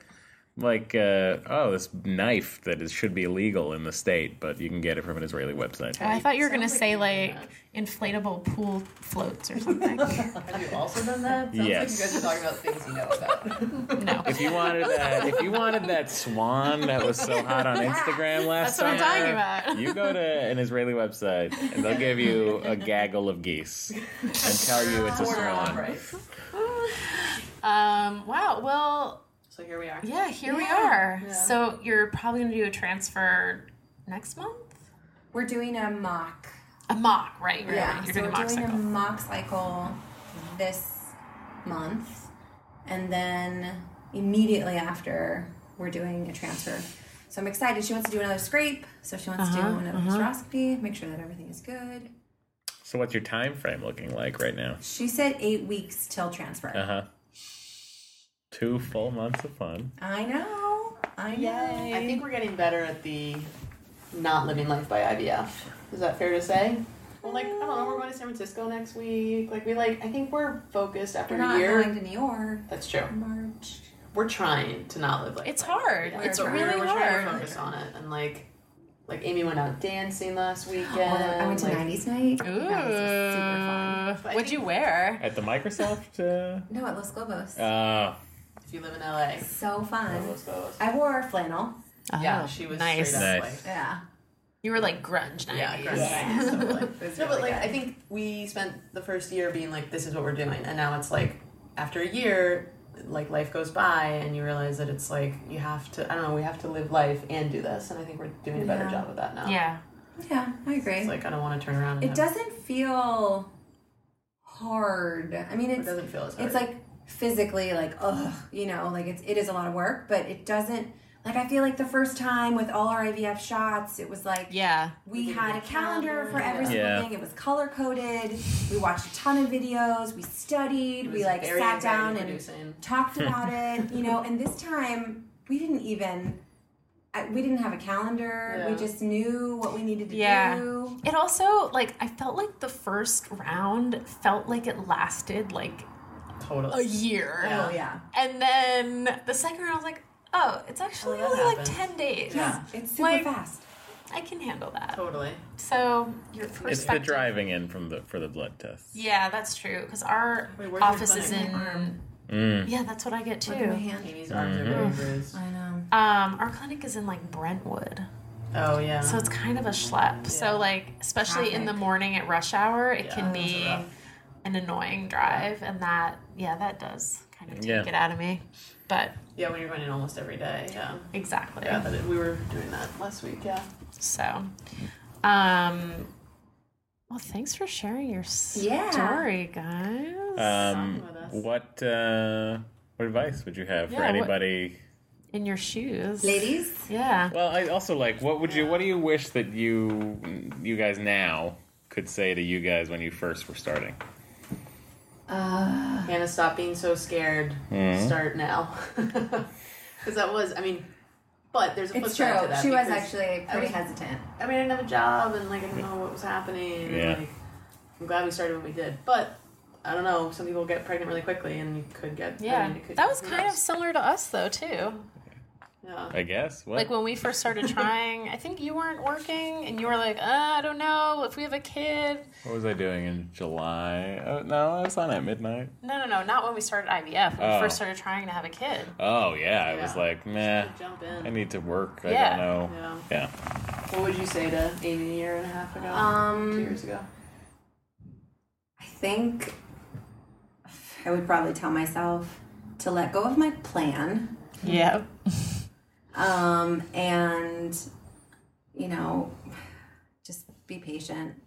Speaker 5: Like, uh, oh, this knife that is, should be legal in the state, but you can get it from an Israeli website.
Speaker 2: Oh, I thought you were going to say like inflatable pool floats or something.
Speaker 6: Have you also done that? Sounds
Speaker 5: Yes.
Speaker 6: like you guys are talking about things you know about.
Speaker 2: no.
Speaker 5: If you wanted that, if you wanted that swan that was so hot on Instagram last
Speaker 2: That's what I'm
Speaker 5: summer,
Speaker 2: talking about.
Speaker 5: you go to an Israeli website and they'll give you a gaggle of geese and tell you it's a
Speaker 6: Quarter off,
Speaker 5: swan.
Speaker 6: right?
Speaker 2: Um, wow. Well,
Speaker 6: So here we are.
Speaker 2: yeah, here we are. So you're probably going to do a transfer next month?
Speaker 3: We're doing a mock.
Speaker 2: A mock, right? right,
Speaker 3: Yeah,
Speaker 2: right. You're
Speaker 3: so
Speaker 2: doing
Speaker 3: we're
Speaker 2: a mock
Speaker 3: doing
Speaker 2: cycle.
Speaker 3: a mock cycle this month, and then immediately after we're doing a transfer. So I'm excited. She wants to do another scrape, so she wants
Speaker 2: Uh-huh,
Speaker 3: to do another hysteroscopy, make sure that everything is good.
Speaker 5: So what's your time frame looking like right now?
Speaker 3: She said eight weeks till transfer.
Speaker 5: Uh huh. Two full months of fun.
Speaker 3: I know. I know.
Speaker 6: I think we're getting better at the not living life by IVF. Is that fair to say? Well, like I don't know, we're going to San Francisco next week. Like we like, I think we're focused after
Speaker 3: We're
Speaker 6: a
Speaker 3: not
Speaker 6: year.
Speaker 3: going to New York
Speaker 6: That's true.
Speaker 3: in March.
Speaker 6: We're trying to not live like
Speaker 2: Mm-hmm. It's
Speaker 6: that.
Speaker 2: hard.
Speaker 6: Yeah,
Speaker 2: It's
Speaker 6: we're-
Speaker 2: really
Speaker 6: we're trying to
Speaker 2: hard.
Speaker 6: focus on it and like, like Amy went out dancing last weekend.
Speaker 3: Oh, I went to
Speaker 6: like,
Speaker 3: 90s night.
Speaker 2: Ooh.
Speaker 3: That was super fun.
Speaker 6: I
Speaker 2: What'd you wear?
Speaker 5: At the Microsoft. Uh,
Speaker 3: No, at Los Globos.
Speaker 5: uh,
Speaker 6: If you live in LA,
Speaker 3: so fun.
Speaker 6: Los Globos.
Speaker 3: I wore flannel.
Speaker 6: yeah,
Speaker 2: Oh,
Speaker 6: she was
Speaker 2: nice.
Speaker 6: straight up
Speaker 5: Nice.
Speaker 6: like
Speaker 3: Yeah.
Speaker 2: You were like grunge night.
Speaker 6: Yeah, correct. So, like, no, but like I think we spent the first year being like, this is what we're doing, and now it's like after a year, like life goes by, and you realize that it's like you have to. I don't know. We have to live life and do this, and I think we're doing a better
Speaker 3: Yeah.
Speaker 6: job of that now.
Speaker 2: Yeah.
Speaker 3: Yeah, I agree.
Speaker 6: It's like I don't want to turn around. And
Speaker 3: it
Speaker 6: have-
Speaker 3: doesn't feel hard. I mean,
Speaker 6: It
Speaker 3: it's
Speaker 6: doesn't feel as hard.
Speaker 3: it's like physically like ugh, you know, like it's it is a lot of work, but it doesn't. Like I feel like the first time with all our IVF shots, it was like
Speaker 2: Yeah.
Speaker 3: we had a calendar for every single
Speaker 5: Yeah.
Speaker 3: thing. It was color coded. We watched a ton of videos. We studied.
Speaker 6: It
Speaker 3: We
Speaker 6: was
Speaker 3: like
Speaker 6: very
Speaker 3: sat down
Speaker 6: anxiety
Speaker 3: and
Speaker 6: producing.
Speaker 3: talked about it, you know. And this time, we didn't even I- we didn't have a calendar. We
Speaker 6: Yeah.
Speaker 3: just knew what we needed to
Speaker 2: Yeah.
Speaker 3: do.
Speaker 2: It also like I felt like the first round felt like it lasted like a
Speaker 6: totally.
Speaker 2: year.
Speaker 6: Yeah.
Speaker 3: Oh yeah,
Speaker 2: And then the second round I was like, oh, it's actually
Speaker 6: Oh, that
Speaker 2: only like
Speaker 6: happened.
Speaker 2: ten days.
Speaker 6: Yeah.
Speaker 3: it's super
Speaker 2: Like-
Speaker 3: fast.
Speaker 2: I can handle that.
Speaker 6: Totally.
Speaker 2: So your
Speaker 5: it's the
Speaker 2: perspective.
Speaker 5: driving in from the for the blood test.
Speaker 2: Yeah, that's true. Because our
Speaker 6: Wait, where's your
Speaker 2: office is
Speaker 6: clinic?
Speaker 2: in. Yeah, that's what I get
Speaker 3: Look at my
Speaker 2: too.
Speaker 3: hand.
Speaker 6: Amy's arms are very bruised.
Speaker 3: I know.
Speaker 2: Um, our clinic is in like Brentwood,
Speaker 6: Oh yeah.
Speaker 2: so it's kind of a schlep. So like, especially in the
Speaker 3: Traffic.
Speaker 2: morning at rush hour, it can
Speaker 6: that's
Speaker 2: be
Speaker 6: rough.
Speaker 2: an annoying drive, and that yeah, that does kind of take
Speaker 5: Yeah.
Speaker 2: it out of me. But
Speaker 6: yeah, when you're going in almost every day. Yeah.
Speaker 2: exactly.
Speaker 6: Yeah, that we were doing that last week. Yeah.
Speaker 2: So, um, well, thanks for sharing your
Speaker 3: Yeah.
Speaker 2: story, guys.
Speaker 5: Um,
Speaker 6: With us.
Speaker 5: what uh, what advice would you have for
Speaker 2: Yeah, what-
Speaker 5: anybody?
Speaker 2: in your shoes,
Speaker 3: Ladies,
Speaker 2: Yeah.
Speaker 5: Well, I also like what would you what do you wish that you you guys now could say to you guys when you first were starting?
Speaker 6: Hannah, stop being so scared.
Speaker 5: Mm-hmm.
Speaker 6: Start now. Because that was, I mean, but there's a flip
Speaker 3: it's true.
Speaker 6: side to that.
Speaker 3: She was
Speaker 6: because-
Speaker 3: actually
Speaker 6: I
Speaker 3: pretty
Speaker 6: was-
Speaker 3: hesitant.
Speaker 6: I mean, I didn't have a job and, like, I didn't know what was happening. and,
Speaker 5: Yeah.
Speaker 6: like, I'm glad we started when we did. But, I don't know, some people get pregnant really quickly and you could get. I
Speaker 2: Yeah,
Speaker 6: mean, it could-
Speaker 2: that was
Speaker 6: who
Speaker 2: kind of
Speaker 6: knows?
Speaker 2: similar to us though too.
Speaker 6: Yeah.
Speaker 5: I guess. What?
Speaker 2: Like when we first started trying, I think you weren't working, and you were like, uh, "I don't know if we have a kid."
Speaker 5: what was I doing in July? Oh, no, I was on at midnight.
Speaker 2: No, no, no, not when we started IVF. When
Speaker 5: Oh.
Speaker 2: we first started trying to have a kid.
Speaker 5: Oh yeah, I was
Speaker 6: Yeah.
Speaker 5: like, meh,
Speaker 6: Jump
Speaker 5: I
Speaker 6: in.
Speaker 5: need to work. I
Speaker 2: Yeah.
Speaker 5: don't know.
Speaker 6: Yeah.
Speaker 5: Yeah.
Speaker 6: What would you say to Amy a year and a half ago? two
Speaker 3: Um,
Speaker 6: years ago?
Speaker 3: I think I would probably tell myself to let go of my plan,
Speaker 2: Yeah.
Speaker 3: um, and you know, just be patient.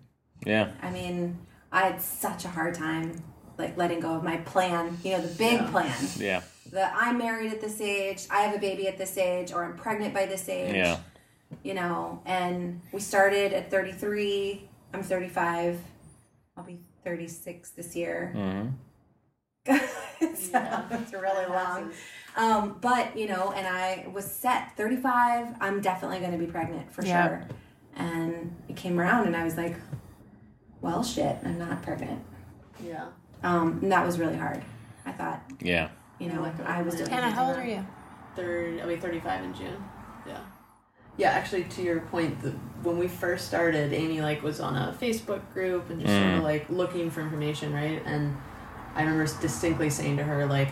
Speaker 5: Yeah.
Speaker 3: I mean, I had such a hard time like letting go of my plan. You know, the big plan.
Speaker 5: Yeah.
Speaker 3: The I'm married at this age. I have a baby at this age, or I'm pregnant by this age.
Speaker 5: Yeah.
Speaker 3: you know, and we started at 33. I'm 35. I'll be 36 this year.
Speaker 5: Mhm.
Speaker 3: it's, it's really long. Um, but, you know, and I was set 35. I'm definitely going to be pregnant for
Speaker 2: Yeah.
Speaker 3: sure. And it came around and I was like, well, shit, I'm not pregnant.
Speaker 6: Yeah.
Speaker 3: Um, and that was really hard. I thought,
Speaker 5: Yeah.
Speaker 3: you know, I was doing
Speaker 2: Hannah, how old are you?
Speaker 6: third. I'll be thirty-five in June. Yeah. Yeah, actually, to your point, the, when we first started, Amy like was on a Facebook group and just sort of like looking for information, right? And I remember distinctly saying to her like,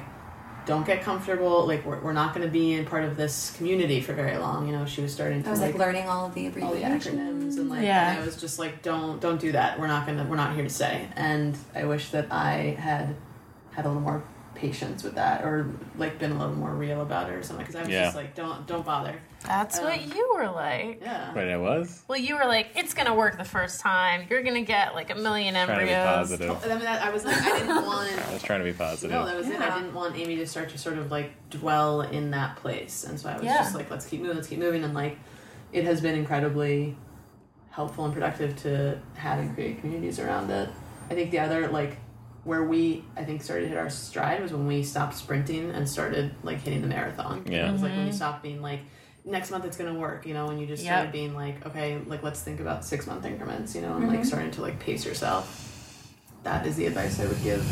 Speaker 6: "Don't get comfortable. Like, we're, we're not going to be in part of this community for very long." You know, she was starting. To,
Speaker 3: I was like learning all of the
Speaker 6: all the
Speaker 3: abbreviations.
Speaker 6: acronyms and like
Speaker 2: Yeah.
Speaker 6: and I was just like don't don't do that we're not gonna we're not here to stay and I wish that I had had a little more patience with that or like been a little more real about it or something because I was
Speaker 5: Yeah.
Speaker 6: just like don't don't bother
Speaker 2: That's
Speaker 5: Oh.
Speaker 2: what you were like.
Speaker 6: yeah
Speaker 5: But I was
Speaker 2: Well, you were like, it's gonna work the first time. You're gonna get like a million
Speaker 5: trying to be
Speaker 2: embryos.
Speaker 5: positive.
Speaker 6: I mean that, I was like I didn't want
Speaker 5: I was trying to be positive.
Speaker 6: no that was it I didn't want Amy to start to sort of like dwell in that place and so I was
Speaker 2: Yeah.
Speaker 6: just like let's keep moving let's keep moving and like it has been incredibly helpful and productive to have and create communities around it. I think the other like where we I think started to hit our stride was when we stopped sprinting and started like hitting the marathon.
Speaker 5: Yeah.
Speaker 6: It was like when you stopped being like next month it's gonna work, you know, when you just
Speaker 2: Mm-hmm. Yep.
Speaker 6: started being like, okay, like let's think about six month increments, you know, and
Speaker 2: Mm-hmm.
Speaker 6: like starting to like pace yourself. That is the advice I would give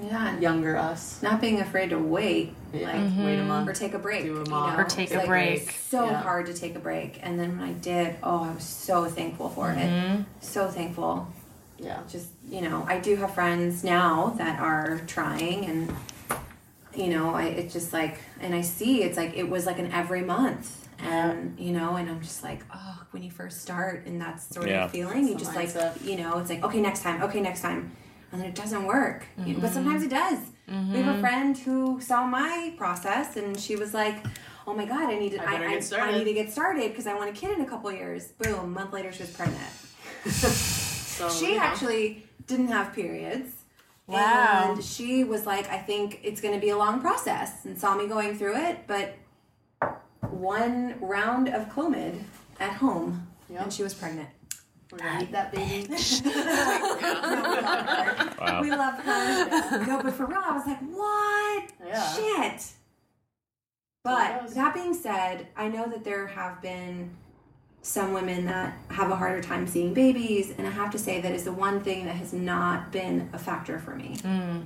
Speaker 3: Yeah, and
Speaker 6: younger us.
Speaker 3: not being afraid to wait,
Speaker 6: Yeah.
Speaker 3: like
Speaker 6: Wait a month.
Speaker 3: or take a break,
Speaker 6: Do a
Speaker 3: you
Speaker 6: mom.
Speaker 3: know?
Speaker 6: Or
Speaker 2: Mm-hmm. take
Speaker 3: It's
Speaker 2: a
Speaker 3: like,
Speaker 2: break.
Speaker 3: It's so
Speaker 6: Yeah.
Speaker 3: hard to take a break, and then when I did, oh, I was so thankful for
Speaker 2: Mm-hmm.
Speaker 3: it. So thankful.
Speaker 6: Yeah.
Speaker 3: just you know i do have friends now that are trying and you know I, it's just like and i see it's like it was like an every month and you know and i'm just like oh when you first start and that's sort
Speaker 5: Yeah.
Speaker 3: of feeling you
Speaker 6: That's
Speaker 3: just
Speaker 6: the
Speaker 3: like you know it's like okay next time okay next time and then it doesn't work you know,
Speaker 6: Mm-hmm.
Speaker 3: but sometimes it does we have a friend who saw my process and she was like oh my god i need to
Speaker 6: I
Speaker 3: i,
Speaker 6: better
Speaker 3: I,
Speaker 6: get
Speaker 3: I
Speaker 6: started."
Speaker 3: need to get started because i want a kid in a couple years boom a month later she was pregnant
Speaker 6: So
Speaker 3: she
Speaker 6: you know.
Speaker 3: actually didn't have periods.
Speaker 2: Wow.
Speaker 3: And she was like, I think it's going to be a long process, and saw me going through it, but one round of Clomid at home, and she was pregnant.
Speaker 6: we're gonna eat that baby.
Speaker 3: We love her. no, but for real, I was like, what?
Speaker 6: Yeah.
Speaker 3: Shit. But that being said, I know that there have been some women that have a harder time seeing babies, and I have to say that is the one thing that has not been a factor for me.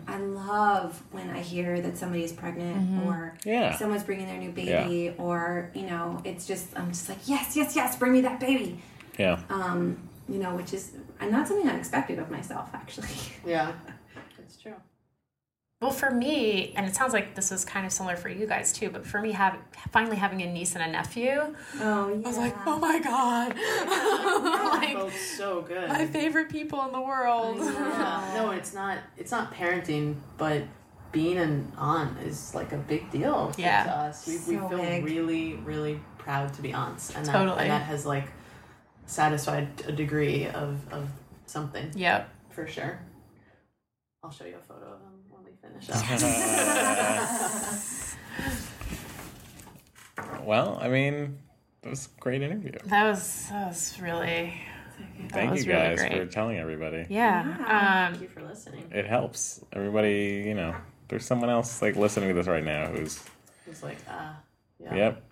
Speaker 3: I love when I hear that somebody is pregnant or
Speaker 5: Yeah.
Speaker 3: someone's bringing their new baby, or you know, it's just I'm just like yes, yes, yes, bring me that baby, Um,
Speaker 5: Yeah.
Speaker 3: you know, which is and not something I expected of myself actually.
Speaker 6: Yeah. That's true.
Speaker 2: Well, for me, and it sounds like this is kind of similar for you guys too, but for me, have, finally having a niece and a nephew,
Speaker 3: Oh yeah.
Speaker 2: I was like, oh my god, like
Speaker 6: felt so good.
Speaker 2: my favorite people in the world.
Speaker 6: Yeah. No, it's not. It's not parenting, but being an aunt is like a big deal
Speaker 2: Yeah.
Speaker 6: to us. We, we
Speaker 3: So
Speaker 6: feel
Speaker 3: big.
Speaker 6: really, really proud to be aunts, and that,
Speaker 2: Totally.
Speaker 6: and that has like satisfied a degree of of something
Speaker 2: Yep.
Speaker 6: for sure. I'll show you a photo of them when we finish up.
Speaker 5: Well, I mean, it was a great interview.
Speaker 2: That was that was really
Speaker 5: Thank
Speaker 2: was
Speaker 5: you
Speaker 2: really
Speaker 5: guys
Speaker 2: great.
Speaker 5: for telling everybody.
Speaker 2: yeah.
Speaker 6: Thank
Speaker 2: Um,
Speaker 6: you for listening.
Speaker 5: It helps everybody. You know, there's someone else like listening to this right now who's
Speaker 6: It's like ah,
Speaker 5: yep.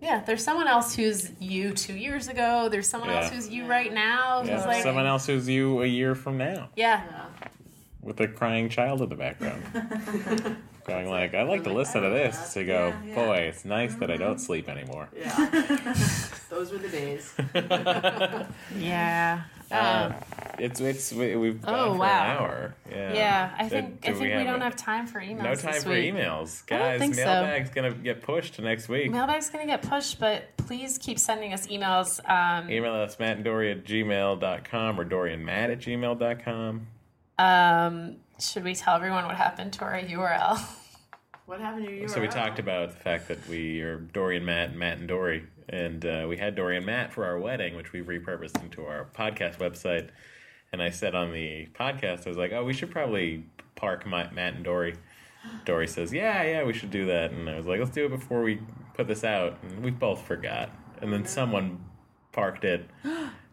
Speaker 2: yeah. There's someone else who's you two years ago. There's someone else
Speaker 5: Yeah.
Speaker 2: who's you right now. Who's
Speaker 5: Yeah.
Speaker 2: like
Speaker 5: someone else who's you a year from now
Speaker 2: yeah.
Speaker 5: with a crying child in the background. Going like, I like to listen to this to go, boy, it's nice that I don't sleep anymore.
Speaker 6: yeah. Those were the days.
Speaker 2: Yeah.
Speaker 5: Uh,
Speaker 2: Um,
Speaker 5: It's it's we, we've gone
Speaker 2: Oh,
Speaker 5: for
Speaker 2: wow.
Speaker 5: an hour. Yeah.
Speaker 2: yeah. I
Speaker 5: Did-
Speaker 2: think I
Speaker 5: did
Speaker 2: think we,
Speaker 5: a-
Speaker 2: don't have time for emails.
Speaker 5: no time
Speaker 2: this
Speaker 5: for
Speaker 2: week.
Speaker 5: emails,
Speaker 2: I don't
Speaker 5: guys.
Speaker 2: think so.
Speaker 5: Mailbag's gonna get pushed to next week.
Speaker 2: Mailbag's gonna get pushed, but please keep sending us emails. Um,
Speaker 5: Email us mattanddory at gmail.com or dorianmatt at gmail.com.
Speaker 2: um, should we tell everyone what happened to our URL?
Speaker 6: What happened to you?
Speaker 5: So we talked about the fact that we are Dorian Matt and Matt and Dory, and uh, we had Dorian Matt for our wedding, which we've repurposed into our podcast website. And I said on the podcast, I was like, "Oh, we should probably park my, Matt and Dory." Dory says, "Yeah, yeah, we should do that." And I was like, "Let's do it before we put this out." And we both forgot, and then someone parked it.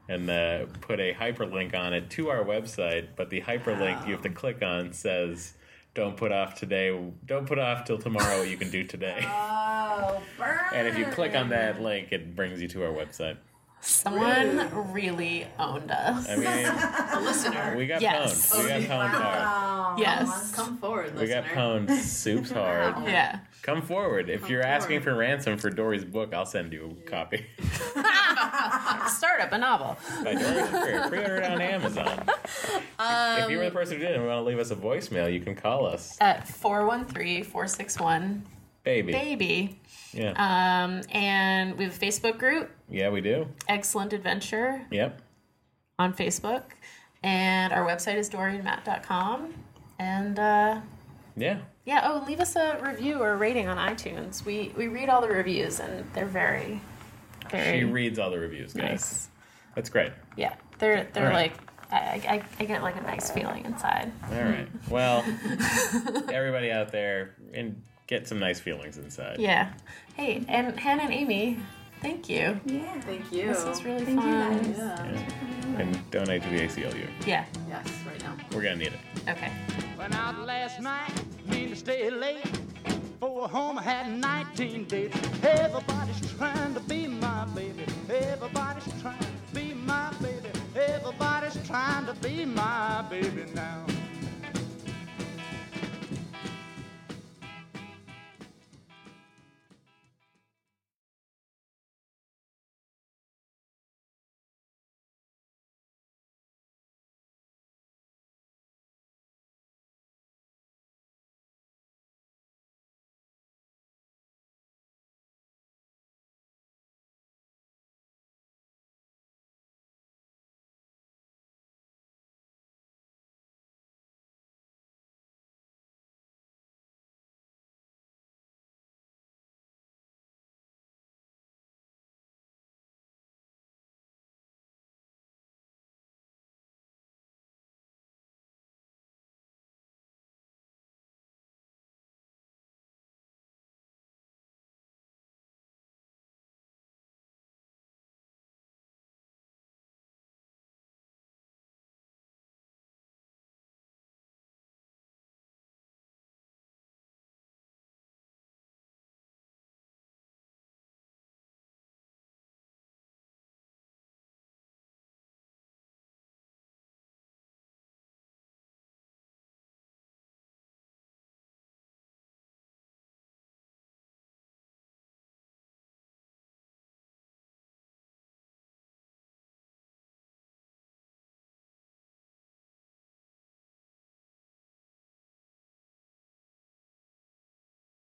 Speaker 5: And uh, put a hyperlink on it to our website, but the hyperlink you have to click on says don't put off today don't put off till tomorrow what you can do today
Speaker 3: Oh, burn.
Speaker 5: and if you click on that link it brings you to our website
Speaker 2: Someone really owned us.
Speaker 5: i mean
Speaker 6: a listener.
Speaker 5: we got
Speaker 2: Yes.
Speaker 5: pwned we got pwned hard
Speaker 6: Come
Speaker 2: Yes.
Speaker 6: on, Come forward, listener.
Speaker 5: We got pwned soups hard.
Speaker 2: Yeah.
Speaker 5: Come forward. If you're asking for ransom for Dory's book, I'll send you a copy.
Speaker 2: Start up a novel.
Speaker 5: By Dory's Career. Pre-order it on Amazon. if you were the person who did it and want to leave us a voicemail, you can call us.
Speaker 2: At 413 461
Speaker 5: Baby.
Speaker 2: Baby.
Speaker 5: Yeah.
Speaker 2: Um, and we have a Facebook group,
Speaker 5: yeah, we do.
Speaker 2: Excellent Adventure,
Speaker 5: Yep.
Speaker 2: on Facebook. And our website is dorianmatt.com. And uh,
Speaker 5: Yeah.
Speaker 2: yeah, oh, and leave us a review or a rating on iTunes. We, we read all the reviews, and they're very, very
Speaker 5: She reads all the reviews, guys.
Speaker 2: nice.
Speaker 5: That's great.
Speaker 2: Yeah, they're they're
Speaker 5: All right.
Speaker 2: like I, I I get like a nice feeling inside.
Speaker 5: All right. Well, everybody out there, and get some nice feelings inside.
Speaker 2: Yeah. Hey, and Hannah and Amy, thank you.
Speaker 3: Yeah.
Speaker 6: Thank you.
Speaker 2: This was really
Speaker 3: Thank you
Speaker 2: fun.
Speaker 3: guys.
Speaker 6: yeah.
Speaker 5: And donate to the ACLU.
Speaker 2: Yeah.
Speaker 6: Yes, right now.
Speaker 5: We're going to need it.
Speaker 2: Okay.
Speaker 11: Went out last night, mean to stay late. For home, I had 19 dates. Everybody's trying to be my baby. Everybody's trying to be my baby. Everybody's trying to be my baby now.